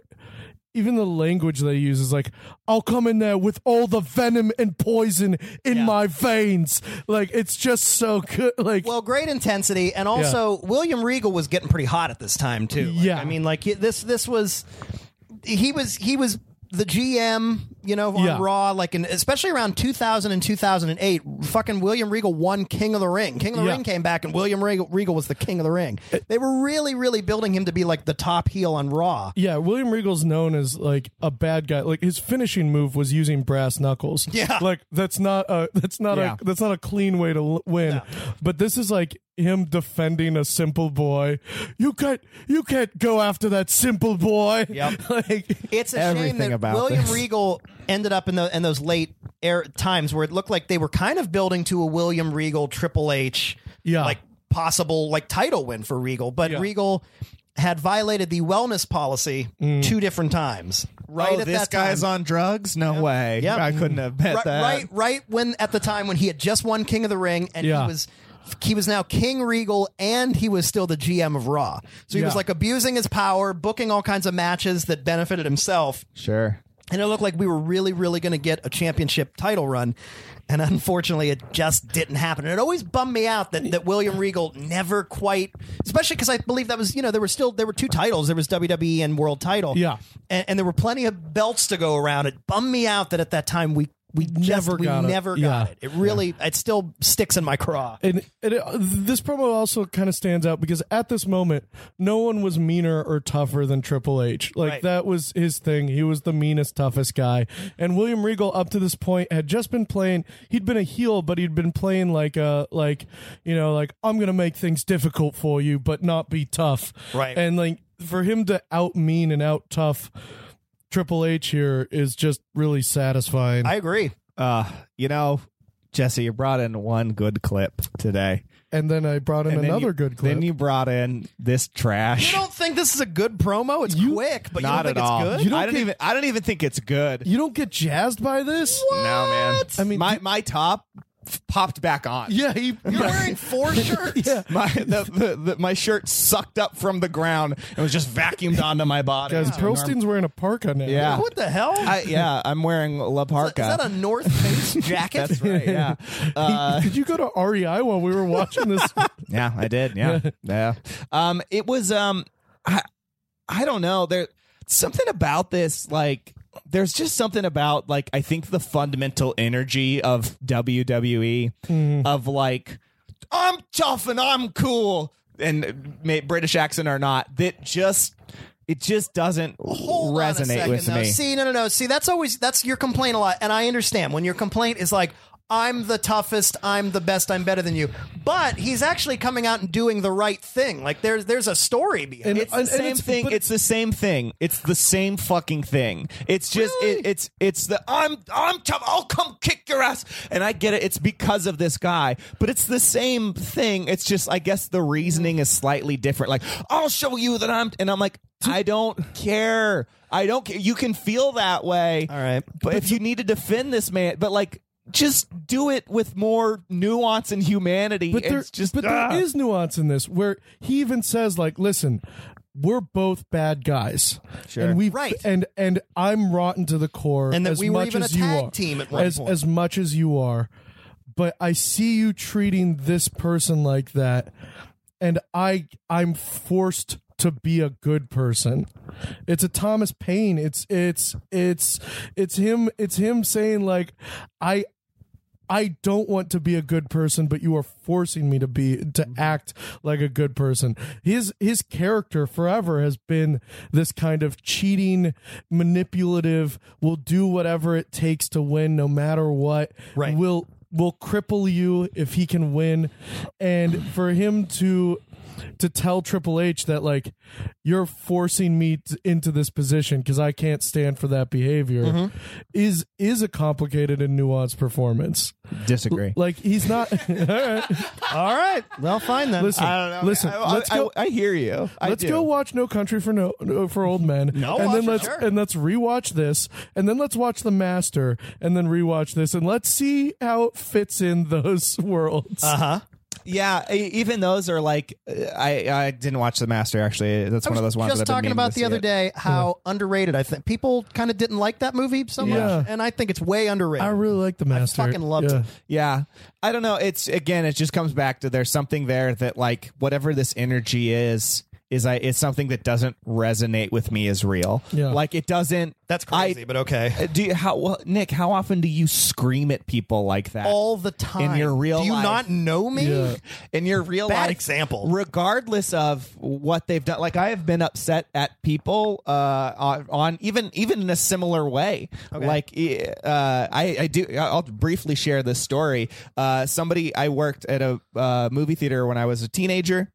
Speaker 3: even the language they use is like i'll come in there with all the venom and poison in my veins like it's just so good like
Speaker 2: Well, great intensity, and also William Regal was getting pretty hot at this time too. Like,
Speaker 3: Yeah.
Speaker 2: I mean, like he- this this was he was he was the GM, you know, on
Speaker 3: Yeah.
Speaker 2: Raw, like and especially around 2000 and 2008. Fucking William Regal won King of the Ring. King of the
Speaker 3: Yeah.
Speaker 2: Ring came back, and William Regal, Regal was the King of the Ring. They were really, really building him to be like the top heel on Raw.
Speaker 3: yeah william regal's known as like a bad guy like his finishing move was using brass knuckles
Speaker 2: Yeah.
Speaker 3: like that's not a that's not
Speaker 4: Yeah.
Speaker 3: a that's not a clean way to l- win but this is like him defending a simple boy you can't you can't go after that simple boy
Speaker 2: Yep.
Speaker 3: like
Speaker 2: It's a
Speaker 4: everything
Speaker 2: shame that
Speaker 4: about
Speaker 2: William
Speaker 4: this.
Speaker 2: Regal ended up in the in those late air times where it looked like they were kind of building to a William Regal Triple H
Speaker 3: Yeah.
Speaker 2: like possible like title win for Regal, but
Speaker 3: Yeah.
Speaker 2: Regal had violated the wellness policy two different times. Right
Speaker 4: Mm. oh,
Speaker 2: at
Speaker 4: this
Speaker 2: that
Speaker 4: guy's
Speaker 2: time.
Speaker 4: on drugs? No way.
Speaker 2: Yep.
Speaker 4: I couldn't have bet
Speaker 2: right,
Speaker 4: that.
Speaker 2: right right when at the time when he had just won King of the Ring and
Speaker 3: Yeah.
Speaker 2: he was he was now King Regal and he was still the GM of Raw. So he was
Speaker 3: Yeah.
Speaker 2: like abusing his power, booking all kinds of matches that benefited himself
Speaker 4: Sure.
Speaker 2: And it looked like we were really, really going to get a championship title run. And unfortunately, it just didn't happen. And it always bummed me out that, that William Regal never quite, especially because I believe that was, you know, there were still, there were two titles. There was WWE and world title.
Speaker 3: Yeah.
Speaker 2: And, and there were plenty of belts to go around. It bummed me out that at that time we, we just,
Speaker 3: Never
Speaker 2: we
Speaker 3: got it.
Speaker 2: never
Speaker 3: Yeah.
Speaker 2: got it. It really, it still sticks in my craw.
Speaker 3: and, and it, this promo also kind of stands out because at this moment, no one was meaner or tougher than Triple H. Like
Speaker 2: Right.
Speaker 3: that was his thing. He was the meanest, toughest guy. And William Regal, up to this point, had just been playing. He'd been a heel, but he'd been playing like a like you know like I'm gonna make things difficult for you, but not be tough.
Speaker 2: Right.
Speaker 3: And like for him to out mean and out tough. Triple H here is just really satisfying.
Speaker 2: I agree.
Speaker 4: Uh, you know, Jesse, you brought in one good clip today.
Speaker 3: and then I brought in
Speaker 4: And then
Speaker 3: another
Speaker 4: you-
Speaker 3: good clip.
Speaker 4: Then you brought in this trash.
Speaker 2: You don't think this is a good promo? It's quick, but
Speaker 4: Not
Speaker 2: you don't think
Speaker 4: at all.
Speaker 2: it's good?
Speaker 3: You don't
Speaker 4: I don't
Speaker 3: get-
Speaker 4: even. I don't even think it's good.
Speaker 3: You don't get jazzed by this?
Speaker 4: No, man.
Speaker 3: I mean,
Speaker 4: my my top f- popped back on.
Speaker 3: Yeah, he,
Speaker 2: You're wearing four shirts.
Speaker 4: My the, the, the, my shirt sucked up from the ground and was just vacuumed onto my body.
Speaker 3: Guys,
Speaker 4: Yeah.
Speaker 3: Pearlstein's wearing a parka now.
Speaker 4: Yeah.
Speaker 2: What the hell?
Speaker 4: I, yeah, I'm wearing La
Speaker 2: Is
Speaker 4: Parka.
Speaker 2: that a North Face jacket?
Speaker 4: That's right. Yeah. Uh,
Speaker 3: Did you go to REI while we were watching this?
Speaker 4: yeah, I did. Yeah. yeah. Um, it was um I I don't know. There something about this, like there's just something about like I think the fundamental energy of WWE of like I'm tough and I'm cool and uh, British accent or not that just it just doesn't
Speaker 2: Hold on a
Speaker 4: resonate
Speaker 2: second,
Speaker 4: with
Speaker 2: though.
Speaker 4: me.
Speaker 2: See, no, no, no. See, that's always that's your complaint a lot, and I understand when your complaint is like, "I'm the toughest, I'm the best, I'm better than you," but he's actually coming out and doing the right thing. Like there's there's a story behind. it.
Speaker 4: It's the
Speaker 3: And- and
Speaker 4: same
Speaker 3: it's-
Speaker 4: thing.
Speaker 3: but-
Speaker 4: It's the same thing. It's the same fucking thing. It's just it, it's it's the I'm I'm tough. I'll come kick your ass. And I get it. It's because of this guy, but it's the same thing. It's just I guess the reasoning is slightly different. Like I'll show you that I'm. And I'm like I don't care. I don't care. You can feel that way.
Speaker 2: All right.
Speaker 4: but, if you need to defend this man, but like. Just do it with more nuance and humanity.
Speaker 3: But there,
Speaker 4: it's just
Speaker 3: but
Speaker 4: ah.
Speaker 3: there is nuance in this where he even says, like, listen, we're both bad guys.
Speaker 4: Sure.
Speaker 3: And we
Speaker 2: Right.
Speaker 3: and and I'm rotten to the core
Speaker 2: And that
Speaker 3: as
Speaker 2: we were
Speaker 3: much
Speaker 2: even
Speaker 3: as
Speaker 2: a
Speaker 3: you
Speaker 2: tag
Speaker 3: are.
Speaker 2: team at one
Speaker 3: as,
Speaker 2: point.
Speaker 3: as much as you are. But I see you treating this person like that, and I I'm forced to be a good person. It's a Thomas Paine. It's it's it's it's him it's him saying like I I don't want to be a good person, but you are forcing me to be to act like a good person. His his character forever has been this kind of cheating, manipulative, will do whatever it takes to win no matter what.
Speaker 2: Right.
Speaker 3: Will will cripple you if he can win. And for him to to tell Triple H that like you're forcing me t- into this position because I can't stand for that behavior
Speaker 2: Mm-hmm.
Speaker 3: is is a complicated and nuanced performance.
Speaker 4: disagree.
Speaker 3: Like he's not. all right,
Speaker 2: All right. Well, fine then.
Speaker 3: listen,
Speaker 4: I don't know.
Speaker 3: listen.
Speaker 4: I, I-
Speaker 3: let's go.
Speaker 4: I, I hear you. I
Speaker 3: Let's
Speaker 4: do.
Speaker 3: go watch No Country for No no- for Old Men,
Speaker 2: No,
Speaker 3: and then
Speaker 2: for
Speaker 3: let's
Speaker 2: sure.
Speaker 3: and let's rewatch this, and then let's watch The Master, and then rewatch this, and let's see how it fits in those worlds.
Speaker 2: Uh-huh.
Speaker 4: Yeah, e- even those are like uh, I I didn't watch The Master actually. That's one of those ones
Speaker 2: Just
Speaker 4: that I've been
Speaker 2: talking
Speaker 4: meaning
Speaker 2: about
Speaker 4: to
Speaker 2: the
Speaker 4: see
Speaker 2: other
Speaker 4: it.
Speaker 2: day how underrated I think people kind of didn't like that movie so
Speaker 3: Yeah.
Speaker 2: much, and I think it's way underrated.
Speaker 3: I really like The Master.
Speaker 2: fucking loved
Speaker 3: Yeah.
Speaker 2: it.
Speaker 4: Yeah. I don't know. It's again, it just comes back to there's something there that like whatever this energy is is I it's something that doesn't resonate with me as real.
Speaker 3: Yeah.
Speaker 4: Like it doesn't
Speaker 2: That's crazy,
Speaker 4: I,
Speaker 2: but okay.
Speaker 4: Uh, do you, how well, Nick, how often do you scream at people like that?
Speaker 2: all the time
Speaker 4: your real
Speaker 2: Do you
Speaker 4: life.
Speaker 2: not know me?
Speaker 3: Yeah.
Speaker 4: in your real
Speaker 2: Bad
Speaker 4: life
Speaker 2: example.
Speaker 4: regardless of what they've done like i have been upset at people uh on, on even even in a similar way like uh i i do i'll briefly share this story uh somebody i worked at a uh, movie theater when i was a teenager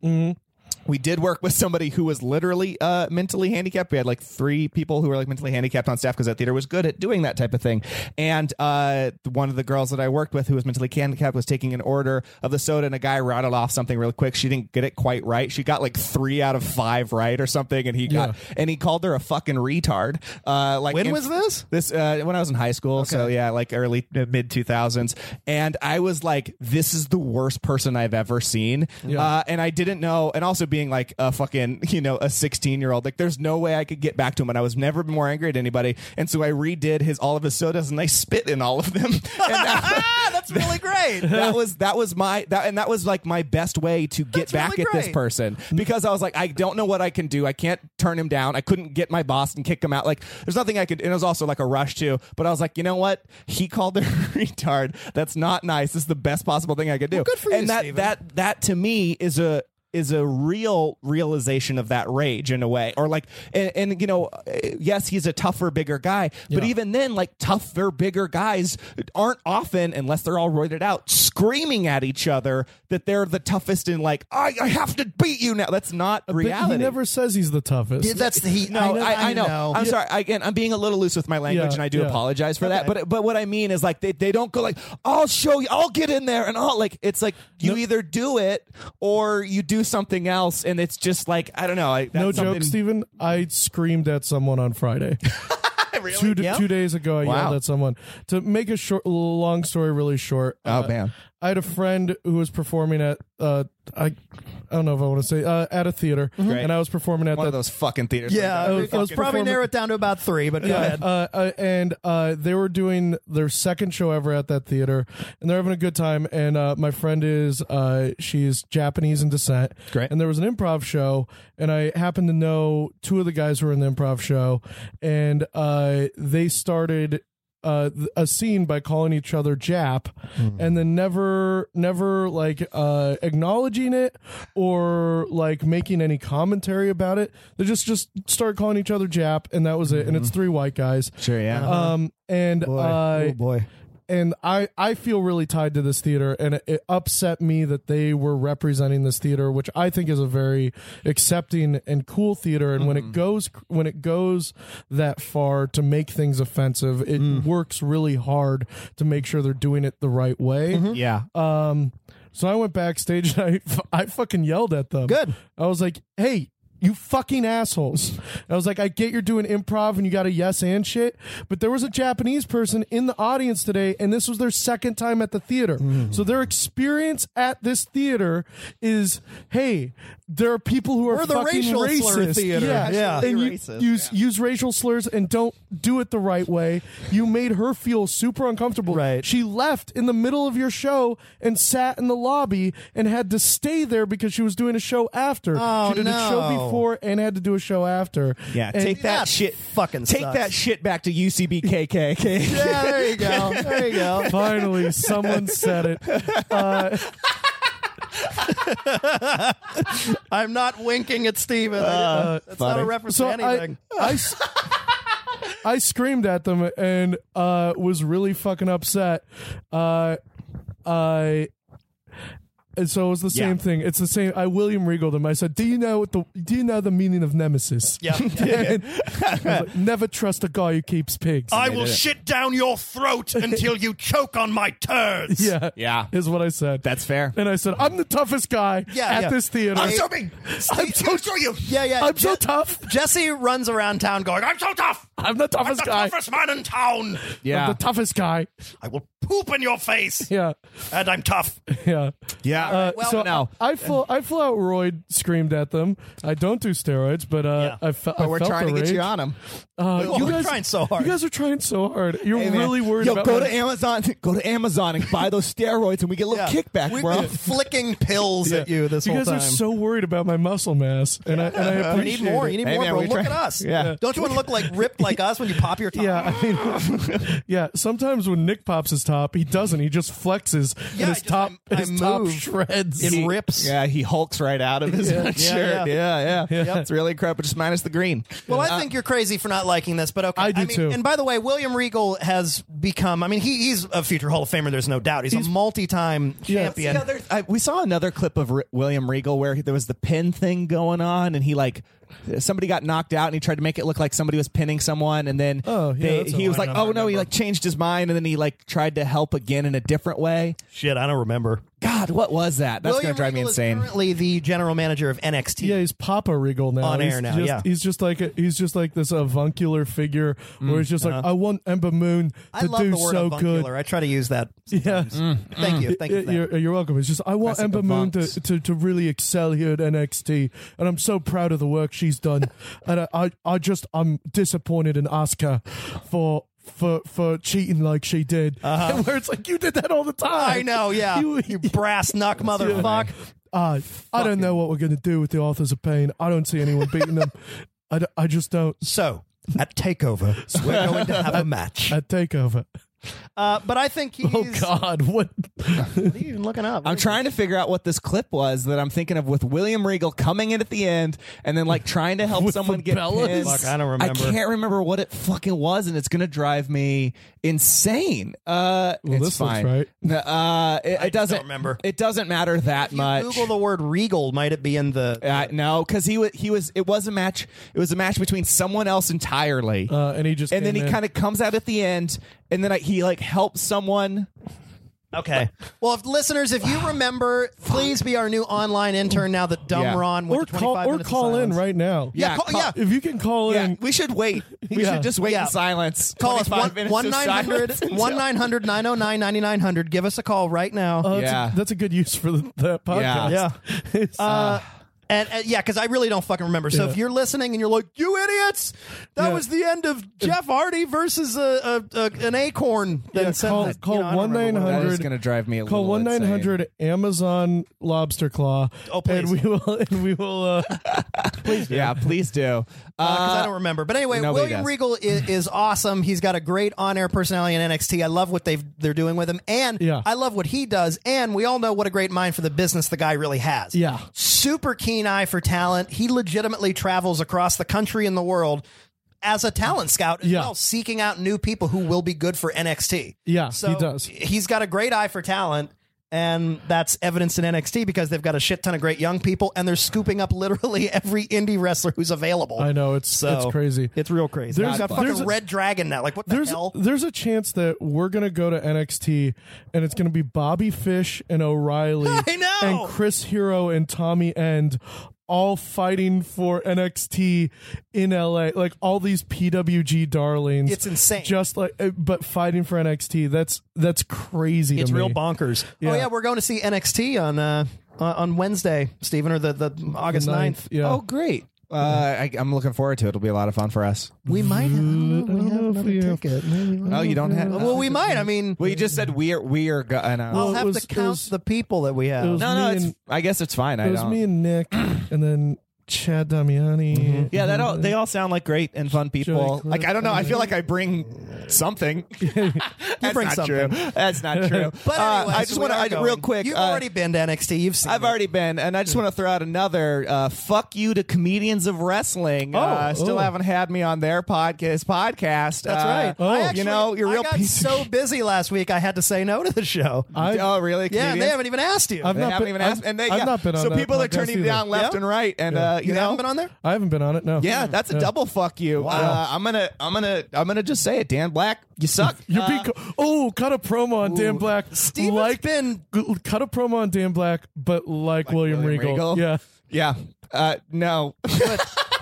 Speaker 4: we did work with somebody who was literally uh, mentally handicapped. We had like three people who were like mentally handicapped on staff because that theater was good at doing that type of thing. And uh, one of the girls that I worked with who was mentally handicapped was taking an order of the soda, and a guy rattled off something real quick. She didn't get it quite right. She got like three out of five right or something, and he got and he called her a fucking retard. Uh, like
Speaker 2: When
Speaker 4: in-
Speaker 2: was this?
Speaker 4: this uh, when I was in high school. So yeah, like early mid two thousands, and I was like, "This is the worst person I've ever seen," uh, and I Uh, didn't know. And also being being like a fucking, you know, a 16 year old. Like, there's no way I could get back to him. And I was never more angry at anybody. And so I redid his all of his sodas and I spit in all of them. And that,
Speaker 2: That's really great.
Speaker 4: that was that was my that and that was like my best way to get
Speaker 2: That's
Speaker 4: back
Speaker 2: really
Speaker 4: at this
Speaker 2: great.
Speaker 4: person because I was like I don't know what I can do I can't turn him down I couldn't get my boss and kick him out like there's nothing I could and it was also like a rush too but I was like you know what he called her retard that's not nice this is the best possible thing I could do
Speaker 2: good for
Speaker 4: and
Speaker 2: you,
Speaker 4: that
Speaker 2: Steven.
Speaker 4: that that to me is a is a real realization of that rage in a way or like and, and you know uh, yes he's a tougher bigger guy but
Speaker 3: Yeah.
Speaker 4: even even then, like tougher, bigger guys aren't often, unless they're all roided out, screaming at each other that they're the toughest and like, I, I have to beat you now. That's not
Speaker 3: But
Speaker 4: reality.
Speaker 3: he never says he's the toughest.
Speaker 2: Yeah, That's the he.
Speaker 4: no, I, I, know. I'm
Speaker 2: Yeah.
Speaker 4: sorry. Again, I'm being a little loose with my language,
Speaker 3: Yeah,
Speaker 4: and I do
Speaker 3: yeah.
Speaker 4: apologize for that. But but what I mean is like they, they don't go like I'll show you, I'll get in there, and I'll like it's like you either do it or you do something else, and it's just like I don't know. I, that's
Speaker 3: no
Speaker 4: something-
Speaker 3: joke, Steven. I screamed at someone on Friday. Two,
Speaker 2: Yeah.
Speaker 3: two days ago, I yelled at someone. To make a short, long story really short. uh,
Speaker 4: Oh, man.
Speaker 3: I had a friend who was performing at uh, I, I don't know if I want to say uh, at a theater,
Speaker 4: Great.
Speaker 3: and I was performing at
Speaker 4: Mm-hmm. One
Speaker 3: that
Speaker 4: of those fucking theaters.
Speaker 2: Yeah,
Speaker 3: I
Speaker 2: I was,
Speaker 3: was- I was
Speaker 2: probably
Speaker 3: performing-
Speaker 2: narrow it down to about three, but go ahead.
Speaker 3: Uh, uh, and uh, they were doing their second show ever at that theater, and they're having a good time. And uh, my friend is uh, she's Japanese in descent.
Speaker 4: Great.
Speaker 3: And there was an improv show, and I happened to know two of the guys who were in the improv show, and uh, they started. Uh, th- a scene by calling each other Jap,
Speaker 4: Hmm.
Speaker 3: and then never, never like uh, acknowledging it or like making any commentary about it. They just just started calling each other Jap, and that was it. And it's three white guys.
Speaker 4: Mm-hmm. Sure. Yeah.
Speaker 3: Um, and uh,
Speaker 2: oh boy.
Speaker 3: and I, I feel really tied to this theater, and it, it upset me that they were representing this theater, which I think is a very accepting and cool theater. And when it goes when it goes that far to make things offensive, it works really hard to make sure they're doing it the right way.
Speaker 4: yeah.
Speaker 3: So I went backstage and I, I fucking yelled at them.
Speaker 2: Good.
Speaker 3: I was like, hey, you fucking assholes. And I was like, I get you're doing improv and you got a yes and shit, but there was a Japanese person in the audience today and this was their second time at the theater.
Speaker 2: Mm.
Speaker 3: So their experience at this theater is, hey, there are people who are
Speaker 2: We're the
Speaker 3: fucking
Speaker 2: racial
Speaker 3: racist.
Speaker 2: slur theater.
Speaker 3: Yeah.
Speaker 2: Yeah.
Speaker 3: And you,
Speaker 4: Racist,
Speaker 3: use, use racial slurs and don't do it the right way. You made her feel super uncomfortable.
Speaker 2: Right.
Speaker 3: She left in the middle of your show and sat in the lobby and had to stay there because she was doing a show after.
Speaker 2: Oh,
Speaker 3: she did a show
Speaker 2: no.
Speaker 3: before and had to do a show after.
Speaker 4: Yeah,
Speaker 3: Uh, And-
Speaker 4: take that,
Speaker 2: that
Speaker 4: shit.
Speaker 2: fucking
Speaker 4: take
Speaker 2: sucks.
Speaker 4: that shit back to UCBKKK.
Speaker 2: Yeah, there you go. There you go.
Speaker 3: Finally, someone said it. Uh,
Speaker 2: I'm not winking at Steven. Uh, That's not
Speaker 4: funny.
Speaker 2: a reference
Speaker 3: so
Speaker 2: to
Speaker 3: I,
Speaker 2: anything.
Speaker 3: I, s- I screamed at them and uh, was really fucking upset. Uh, I. And so it was the
Speaker 4: Yeah.
Speaker 3: same thing. It's the same. I William Regaled him. I said, "Do you know what the? Do you know the meaning of nemesis?
Speaker 2: yeah.
Speaker 3: And I was like, Never trust a guy who keeps pigs.
Speaker 2: will shit down your throat until you choke on my turds.
Speaker 3: yeah,
Speaker 4: Yeah.
Speaker 3: is what I said.
Speaker 4: That's fair.
Speaker 3: And I said, I'm the toughest guy
Speaker 2: Yeah,
Speaker 3: at
Speaker 2: yeah.
Speaker 3: this theater.
Speaker 2: I'm so
Speaker 4: big.
Speaker 2: I'm so you. Yeah, yeah.
Speaker 3: I'm so
Speaker 2: Je-
Speaker 3: tough.
Speaker 2: Jesse runs around town going, I'm so tough.
Speaker 3: I'm the toughest guy.
Speaker 2: man in town.
Speaker 3: I'm
Speaker 4: Yeah.
Speaker 3: the toughest guy.
Speaker 2: I will poop in your face.
Speaker 3: Yeah,
Speaker 2: And I'm tough.
Speaker 3: yeah.
Speaker 4: yeah.
Speaker 3: Uh, so
Speaker 4: now.
Speaker 3: I full I full out roid screamed at them. I don't do steroids, but uh,
Speaker 2: Yeah.
Speaker 3: I, fe- I
Speaker 4: But we're
Speaker 3: felt
Speaker 4: trying
Speaker 3: the
Speaker 4: to get you
Speaker 3: rage.
Speaker 4: on them.
Speaker 3: Uh,
Speaker 2: Oh, we're trying so hard.
Speaker 3: You guys are trying so hard. You're really worried
Speaker 4: Yo,
Speaker 3: about
Speaker 4: go
Speaker 3: my-
Speaker 4: to Amazon. Go to Amazon and buy those steroids, and we get a little kickback,
Speaker 2: We've
Speaker 4: bro.
Speaker 2: been flicking pills at you this
Speaker 3: you
Speaker 2: whole
Speaker 3: guys
Speaker 2: time.
Speaker 3: are so worried about my muscle mass, and I and I
Speaker 2: you
Speaker 3: appreciate
Speaker 2: need more.
Speaker 3: it.
Speaker 2: You need
Speaker 4: Hey,
Speaker 2: more,
Speaker 4: man,
Speaker 2: bro.
Speaker 4: we
Speaker 2: Look
Speaker 4: try-
Speaker 2: at us.
Speaker 4: Yeah.
Speaker 2: Don't you want to look like ripped like us when you pop your top?
Speaker 3: Yeah, I mean, yeah. Sometimes when Nick pops his top, he doesn't. He just flexes,
Speaker 2: Yeah,
Speaker 3: and his
Speaker 2: I just-
Speaker 3: top,
Speaker 2: I- I
Speaker 3: his top
Speaker 2: move.
Speaker 3: shreds.
Speaker 2: It
Speaker 4: He-
Speaker 2: rips.
Speaker 4: Yeah, he hulks right out of his shirt. Yeah, yeah,
Speaker 2: yeah.
Speaker 4: yeah. It's really incredible. Just minus the green. Uh,
Speaker 2: Well, I think you're crazy for not liking this, but okay.
Speaker 3: I do
Speaker 2: mean,
Speaker 3: too.
Speaker 2: And by the way, William Regal has become. I mean, he, he's a future Hall of Famer. There's no doubt. He's, a multi-time champion.
Speaker 4: Yeah, there- I, we saw another clip of R- William Regal where there was the pin thing going on, and he like somebody got knocked out, and he tried to make it look like somebody was pinning someone, and then
Speaker 3: Oh, yeah,
Speaker 4: they,
Speaker 3: that's
Speaker 4: he
Speaker 3: a-
Speaker 4: was
Speaker 3: I
Speaker 4: like,
Speaker 3: don't
Speaker 4: "Oh no," he
Speaker 3: remember.
Speaker 4: like changed his mind, and then he like tried to help again in a different way.
Speaker 2: Shit, I don't remember.
Speaker 4: God, what was that? That's going
Speaker 2: William
Speaker 4: to drive me
Speaker 2: Regal is
Speaker 4: insane.
Speaker 2: currently the general manager of NXT.
Speaker 3: Yeah, he's Papa Regal now.
Speaker 2: On
Speaker 3: he's
Speaker 2: air now,
Speaker 3: just,
Speaker 2: yeah.
Speaker 3: he's just like a, he's just like this avuncular figure where he's just like, I want Ember Moon to
Speaker 2: Mm, uh-huh. I love
Speaker 3: do
Speaker 2: the word
Speaker 3: so
Speaker 2: avuncular.
Speaker 3: good.
Speaker 2: I try to use that.
Speaker 3: Yeah.
Speaker 2: Thank you. Thank you. for that.
Speaker 3: You're, you're welcome. It's just I want
Speaker 4: Classic
Speaker 3: Ember Moon to,
Speaker 4: avunts.
Speaker 3: to, to really excel here at NXT, and I'm so proud of the work she's done. and I, I I just I'm disappointed in Asuka for for for cheating like she did. Where it's like you did that all the time.
Speaker 2: Uh-huh. I know. Yeah, you,
Speaker 3: You-
Speaker 2: brass knuck motherfucker.
Speaker 3: Uh, I don't know what we're gonna do with the authors of pain. I don't see anyone beating them. I, d- I just don't.
Speaker 2: So at Takeover, we're going to have a match.
Speaker 3: At takeover.
Speaker 2: Uh, but I think he's.
Speaker 3: Oh God! What?
Speaker 2: What are you even looking up?
Speaker 4: I'm trying to figure out what this clip was that I'm thinking of with William Regal coming in at the end and then like trying to help
Speaker 3: With the
Speaker 4: someone get
Speaker 3: Bellas?
Speaker 4: pinned.
Speaker 2: Fuck, I don't remember.
Speaker 4: I can't remember what it fucking was, and it's gonna drive me insane. Uh, it's
Speaker 3: this looks
Speaker 4: fine.
Speaker 3: right.
Speaker 4: No, uh, it, it doesn't
Speaker 2: remember.
Speaker 4: It doesn't matter that much.
Speaker 2: Google the word regal. Might it be in the?
Speaker 4: Uh, no, because he was he was it was a match. It was a match between someone else entirely.
Speaker 3: Uh, and he just
Speaker 4: and then he kind of comes out at the end, and then I, he like helps someone.
Speaker 2: Okay. Well, if listeners, if you remember, please be our new online intern now that Dumb
Speaker 4: Yeah.
Speaker 2: Ron went
Speaker 3: or
Speaker 2: to 25
Speaker 3: call or
Speaker 2: minutes of
Speaker 3: call in
Speaker 2: silence.
Speaker 3: right now.
Speaker 2: Yeah,
Speaker 4: Yeah,
Speaker 2: call,
Speaker 4: call-
Speaker 2: yeah.
Speaker 3: If you can call
Speaker 4: Yeah,
Speaker 3: in, uh,
Speaker 4: we should wait. We
Speaker 3: Yeah.
Speaker 4: should just wait
Speaker 2: Yeah.
Speaker 4: in silence.
Speaker 2: Call us
Speaker 4: 25
Speaker 2: 1
Speaker 4: minutes of
Speaker 2: 900
Speaker 4: silence until-
Speaker 2: 900 909 9900. Give us a call right now.
Speaker 3: uh, that's,
Speaker 4: Yeah.
Speaker 3: a, that's a good use for the, that podcast.
Speaker 2: Yeah.
Speaker 3: It's-
Speaker 2: Uh, and, and yeah, because I really don't fucking remember. So
Speaker 3: Yeah.
Speaker 2: if you're listening and you're like, "You idiots, that
Speaker 3: Yeah.
Speaker 2: was the end of Jeff Hardy versus a, a, a an acorn," then
Speaker 3: yeah,
Speaker 2: send
Speaker 3: call
Speaker 2: that. You
Speaker 3: call
Speaker 2: know, I don't
Speaker 3: one nine
Speaker 2: remember what it was.
Speaker 4: That is
Speaker 3: hundred.
Speaker 4: gonna drive me a
Speaker 3: Call
Speaker 4: little
Speaker 3: one nine
Speaker 4: insane.
Speaker 3: hundred Amazon Lobster Claw.
Speaker 2: Oh, please.
Speaker 3: And we will. And we will. Uh,
Speaker 4: Yeah, please do. Uh,
Speaker 2: because I don't remember. But anyway,
Speaker 4: nobody
Speaker 2: William
Speaker 4: does.
Speaker 2: Regal is, is awesome. He's got a great on-air personality in NXT. I love what they've they're doing with him, and
Speaker 3: Yeah.
Speaker 2: I love what he does. And we all know what a great mind for the business the guy really has.
Speaker 3: Yeah.
Speaker 2: super keen eye for talent. He legitimately travels across the country and the world. As a talent scout as
Speaker 3: Yeah.
Speaker 2: well, seeking out new people who will be good for NXT.
Speaker 3: Yeah,
Speaker 2: so
Speaker 3: he does.
Speaker 2: He's got a great eye for talent, and that's evidenced in NXT because they've got a shit ton of great young people, and they're scooping up literally every indie wrestler who's available.
Speaker 3: I know it's
Speaker 2: So-
Speaker 3: it's crazy.
Speaker 2: It's real crazy.
Speaker 3: There's-
Speaker 2: There's got
Speaker 3: there's
Speaker 2: fucking
Speaker 3: a-
Speaker 2: Red Dragon now. Like what the
Speaker 3: there's
Speaker 2: hell?
Speaker 3: there's a chance that we're gonna go to NXT and it's gonna be Bobby Fish and O'Reilly
Speaker 2: I know!
Speaker 3: and Chris Hero and Tommy End all fighting for NXT in LA like all these PWG darlings
Speaker 2: It's insane.
Speaker 3: just like uh, but fighting for NXT that's that's crazy to
Speaker 2: it's
Speaker 3: me.
Speaker 2: real bonkers. Oh
Speaker 3: Yeah.
Speaker 2: yeah, we're going to see NXT on uh, on- on Wednesday, Stephen, or the, the August
Speaker 3: The
Speaker 2: 9th.
Speaker 3: ninth, yeah
Speaker 4: Oh, great. Uh, I, I'm looking forward to it. It'll be a lot of fun for us.
Speaker 2: We might have, we have
Speaker 3: know if
Speaker 2: another
Speaker 3: we have-
Speaker 2: ticket. Maybe we-
Speaker 4: Oh, you don't have?
Speaker 2: well, we might. I mean,
Speaker 4: Well, you just said we are. We are. Go- and, uh,
Speaker 2: I'll
Speaker 3: it
Speaker 2: have
Speaker 3: was-
Speaker 2: to
Speaker 3: it
Speaker 2: count
Speaker 3: was-
Speaker 2: the people that we have.
Speaker 3: it was
Speaker 4: no, no.
Speaker 3: me
Speaker 4: It's.
Speaker 3: and-
Speaker 4: I guess it's fine. I
Speaker 3: it was
Speaker 4: don't.
Speaker 3: me and Nick and then Chad Damiani
Speaker 4: Mm-hmm.
Speaker 3: Mm-hmm.
Speaker 4: yeah, that all, they all sound like great and fun people.
Speaker 3: Cliff,
Speaker 4: Like I don't know. I feel like I bring something. That's
Speaker 2: bring
Speaker 4: not
Speaker 2: something.
Speaker 4: true. That's not true.
Speaker 2: but
Speaker 4: Uh,
Speaker 2: anyway,
Speaker 4: I just
Speaker 2: so we
Speaker 4: want
Speaker 2: are
Speaker 4: to
Speaker 2: going.
Speaker 4: real quick.
Speaker 2: You've
Speaker 4: uh,
Speaker 2: already been to NXT. You've seen.
Speaker 4: I've
Speaker 2: it.
Speaker 4: already been, and I just want to throw out another uh, fuck you to comedians of wrestling. uh, still
Speaker 3: oh.
Speaker 4: haven't had me on their podcast. Podcast.
Speaker 2: That's right. Oh.
Speaker 3: oh,
Speaker 4: Uh,
Speaker 2: I
Speaker 4: you
Speaker 2: actually-
Speaker 4: know, you're a real
Speaker 2: I got
Speaker 4: piece. of
Speaker 2: so busy last week. I had to say no to the show.
Speaker 3: I-
Speaker 4: oh, really?
Speaker 2: yeah, and
Speaker 4: Comedians?
Speaker 2: they haven't even asked you.
Speaker 3: I've
Speaker 4: They
Speaker 3: not
Speaker 4: haven't
Speaker 3: been-
Speaker 4: even
Speaker 3: I've-
Speaker 4: asked, and they
Speaker 3: I've
Speaker 4: yeah.
Speaker 3: not been on
Speaker 4: so
Speaker 3: that
Speaker 4: people are
Speaker 3: podcast
Speaker 4: turning
Speaker 3: either.
Speaker 4: down left
Speaker 2: Yeah.
Speaker 4: and right, and uh, you,
Speaker 2: you
Speaker 4: know,
Speaker 2: haven't been on there.
Speaker 3: I haven't been on it no
Speaker 4: Yeah, that's a
Speaker 3: Yeah.
Speaker 4: double fuck you. Uh, I'm gonna, I'm gonna, I'm gonna just say it. Dan Black, you suck.
Speaker 3: You're
Speaker 4: Uh,
Speaker 3: being co- oh, cut a promo on Dan Black.
Speaker 2: Steven's
Speaker 3: like
Speaker 2: been-
Speaker 3: g- cut a promo on Dan Black, but like, William,
Speaker 4: William
Speaker 3: Regal.
Speaker 4: Regal.
Speaker 3: Yeah,
Speaker 4: yeah. Uh, no,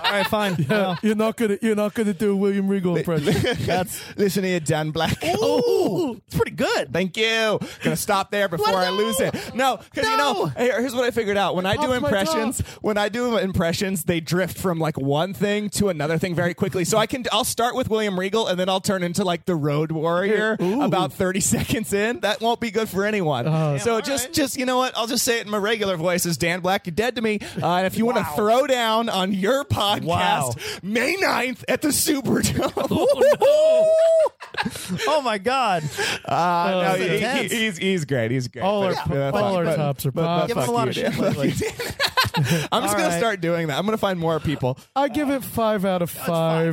Speaker 2: All right, fine.
Speaker 3: yeah. You're not gonna you're not gonna do a William Regal impression.
Speaker 4: that's listen here, Dan Black.
Speaker 2: Ooh, it's pretty good.
Speaker 4: Thank you. Gonna stop there before
Speaker 2: What?
Speaker 4: I lose it. No, because you
Speaker 2: No.
Speaker 4: know, here- here's what I figured out. When I do
Speaker 3: Off my
Speaker 4: impressions, when I do impressions, they drift from like one thing to another thing very quickly. So I can, I'll start with William Regal, and then I'll turn into like the Road Warrior about 30 seconds in. That won't be good for anyone.
Speaker 3: Uh-huh.
Speaker 4: so just, just you know what? I'll just say it in my regular voice. Is Dan Black, you're dead to me. Uh, and if you want to throw down on your podcast,
Speaker 2: Wow.
Speaker 4: May 9th at the Superdome.
Speaker 2: Oh my god.
Speaker 4: Uh,
Speaker 2: that's
Speaker 4: no, he-
Speaker 2: intense.
Speaker 4: he- he's, he's great. He's great.
Speaker 3: All our
Speaker 4: But-
Speaker 3: po-
Speaker 4: but-
Speaker 3: all our
Speaker 4: but-
Speaker 3: tops are
Speaker 4: but-
Speaker 3: popped.
Speaker 4: but
Speaker 2: Give us
Speaker 4: fuck
Speaker 2: a lot
Speaker 4: you,
Speaker 2: of shit
Speaker 4: Dan.
Speaker 2: lately.
Speaker 4: I'm just gonna
Speaker 2: right.
Speaker 4: start doing that. I'm gonna find more people.
Speaker 3: I give it five out of
Speaker 2: fine.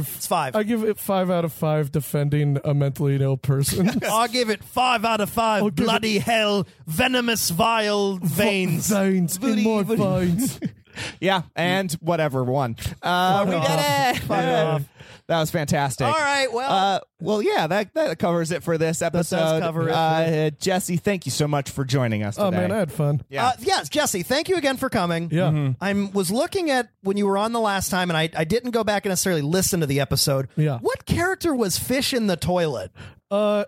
Speaker 3: five.
Speaker 2: It's five.
Speaker 3: I give it five out of five defending a mentally ill person.
Speaker 2: I'll give it five out of five.
Speaker 3: give
Speaker 2: bloody hell, venomous, vile veins.
Speaker 3: veins in my veins.
Speaker 4: Yeah, and whatever one. Uh, we did
Speaker 2: off.
Speaker 4: it.
Speaker 2: Fuck
Speaker 4: Yeah.
Speaker 2: off.
Speaker 4: That was fantastic.
Speaker 2: All right, well-
Speaker 4: uh, well, yeah, that that covers it for this episode.
Speaker 2: cover it.
Speaker 4: Uh, uh, Jesse, thank you so much for joining us.
Speaker 3: Oh
Speaker 4: today.
Speaker 3: man, I had fun.
Speaker 4: Yeah.
Speaker 2: Uh, yes, Jesse, thank you again for coming. Mm-hmm.
Speaker 3: Yeah. Mhm.
Speaker 2: I was looking at when you were on the last time, and I, I didn't go back and necessarily listen to the episode.
Speaker 3: Yeah.
Speaker 2: What character was Fish in the Toilet?
Speaker 3: Uh,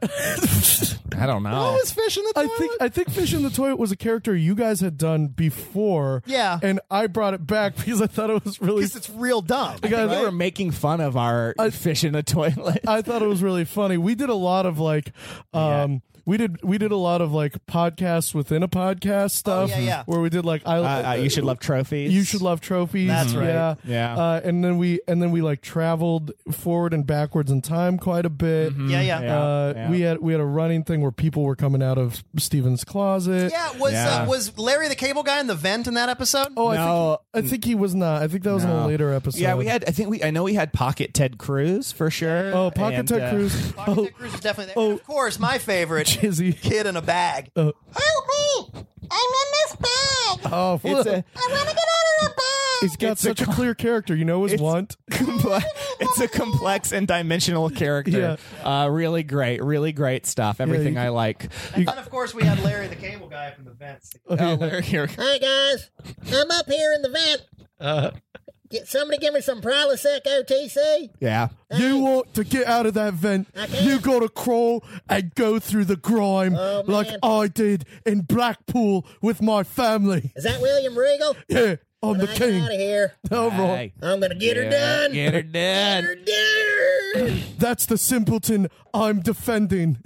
Speaker 4: I don't know.
Speaker 2: What was Fish in the
Speaker 3: I
Speaker 2: Toilet?
Speaker 3: think I think Fish in the Toilet was a character you guys had done before.
Speaker 2: Yeah.
Speaker 3: and I brought it back because I thought it was really.
Speaker 2: Because it's real dumb.
Speaker 4: I think
Speaker 3: Right?
Speaker 4: they were making fun of our fish in a toilet.
Speaker 3: I thought it was really funny. We did a lot of like, um, we did we did a lot of like podcasts within a podcast stuff.
Speaker 2: Oh, yeah, yeah.
Speaker 3: Where we did like, I
Speaker 4: uh, uh, you should love trophies.
Speaker 3: You should love trophies.
Speaker 2: That's right.
Speaker 3: Yeah.
Speaker 4: Yeah.
Speaker 3: Uh, and then we and then we like traveled forward and backwards in time quite a bit.
Speaker 2: Yeah, yeah. Mm-hmm. Yeah,
Speaker 3: Uh,
Speaker 4: yeah.
Speaker 3: We had we had a running thing where people were coming out of Steven's closet.
Speaker 2: was
Speaker 4: Yeah.
Speaker 2: Uh, was Larry the Cable Guy in the vent in that episode?
Speaker 3: Oh, I,
Speaker 4: No.
Speaker 3: think, I think he was not. I think that was in a
Speaker 4: No.
Speaker 3: later episode.
Speaker 4: Mm. Yeah, we had. I think we. I know we had Pocket Ted Cruz for sure.
Speaker 3: Oh, Pocket
Speaker 4: And,
Speaker 3: Ted
Speaker 4: uh,
Speaker 3: Cruz.
Speaker 2: Pocket
Speaker 3: Oh,
Speaker 2: Dick Cruz was definitely there. And
Speaker 3: oh.
Speaker 2: of course, my favorite
Speaker 3: Jizzy.
Speaker 2: kid in a bag.
Speaker 3: Uh,
Speaker 11: Help me! I'm in this bag!
Speaker 3: oh,
Speaker 4: It's a.
Speaker 11: I want to get out of the bag!
Speaker 3: he's got
Speaker 4: it's a
Speaker 3: such a,
Speaker 4: co-
Speaker 3: clear character. You know his
Speaker 4: It's-
Speaker 3: want.
Speaker 4: complex, it's a complex and dimensional character. Uh, really great, really great stuff. Everything
Speaker 3: you
Speaker 4: I like.
Speaker 2: And then, of course, we had Larry the Cable Guy from the vents.
Speaker 4: Oh, there- here.
Speaker 11: Hi, guys. I'm up here in the vent.
Speaker 2: Uh-huh.
Speaker 11: Get, somebody give me some Prilosec OTC.
Speaker 4: Yeah.
Speaker 3: You want to get out of that vent? You gotta crawl and go through the grime
Speaker 11: Oh,
Speaker 3: like I did in Blackpool with my family.
Speaker 11: Is that William Regal?
Speaker 3: Yeah, I'm
Speaker 11: I'm out
Speaker 3: the
Speaker 11: of
Speaker 3: king.
Speaker 11: here.
Speaker 3: All right.
Speaker 4: Hey,
Speaker 11: I'm going to get her
Speaker 4: yeah,
Speaker 11: done.
Speaker 4: Get her done.
Speaker 11: Get her done.
Speaker 3: That's the simpleton I'm defending.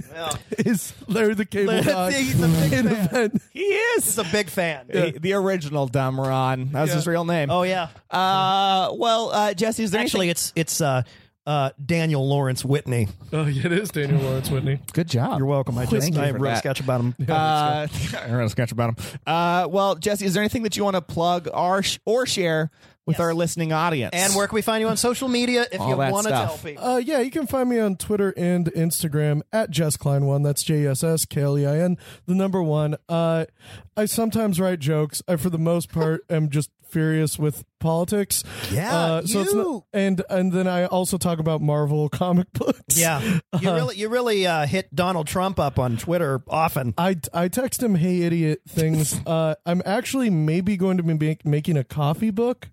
Speaker 3: Is Larry the Cable
Speaker 2: Larry-
Speaker 3: Guy
Speaker 2: he's a big
Speaker 3: in a
Speaker 2: fan.
Speaker 3: vent?
Speaker 4: He is.
Speaker 2: He's a big fan.
Speaker 4: The, the original Dumb Ron. That was his real name.
Speaker 2: Oh yeah.
Speaker 4: Uh, well, uh, Jesse, is there
Speaker 2: Actually,
Speaker 4: anything-
Speaker 2: it's it's uh, uh, Daniel Lawrence Whitney.
Speaker 3: Oh, yeah, it is Daniel Lawrence Whitney.
Speaker 4: Good job.
Speaker 2: You're welcome. I just
Speaker 4: Thank you
Speaker 2: I
Speaker 4: for
Speaker 2: wrote a
Speaker 4: that.
Speaker 2: sketch about him.
Speaker 4: Uh, I wrote a sketch about him. Uh, well, Jesse, is there anything that you want to plug or, sh- or share with our listening audience?
Speaker 2: and where can we find you on social media if
Speaker 4: All
Speaker 2: you
Speaker 4: that
Speaker 2: want to
Speaker 4: stuff.
Speaker 2: tell people?
Speaker 3: Uh, yeah, you can find me on Twitter and Instagram at Jess Klein one. That's J E S S K L E I N, the number one. Uh, I sometimes write jokes. I, for the most part, am just furious with politics.
Speaker 2: Yeah,
Speaker 3: uh, so it's
Speaker 2: you.
Speaker 3: not, and and then I also talk about Marvel comic books.
Speaker 2: yeah, you
Speaker 4: Uh-huh.
Speaker 2: really you really uh, hit Donald Trump up on Twitter often.
Speaker 3: I, I text him hey idiot things. Uh, I'm actually maybe going to be make, making a coffee book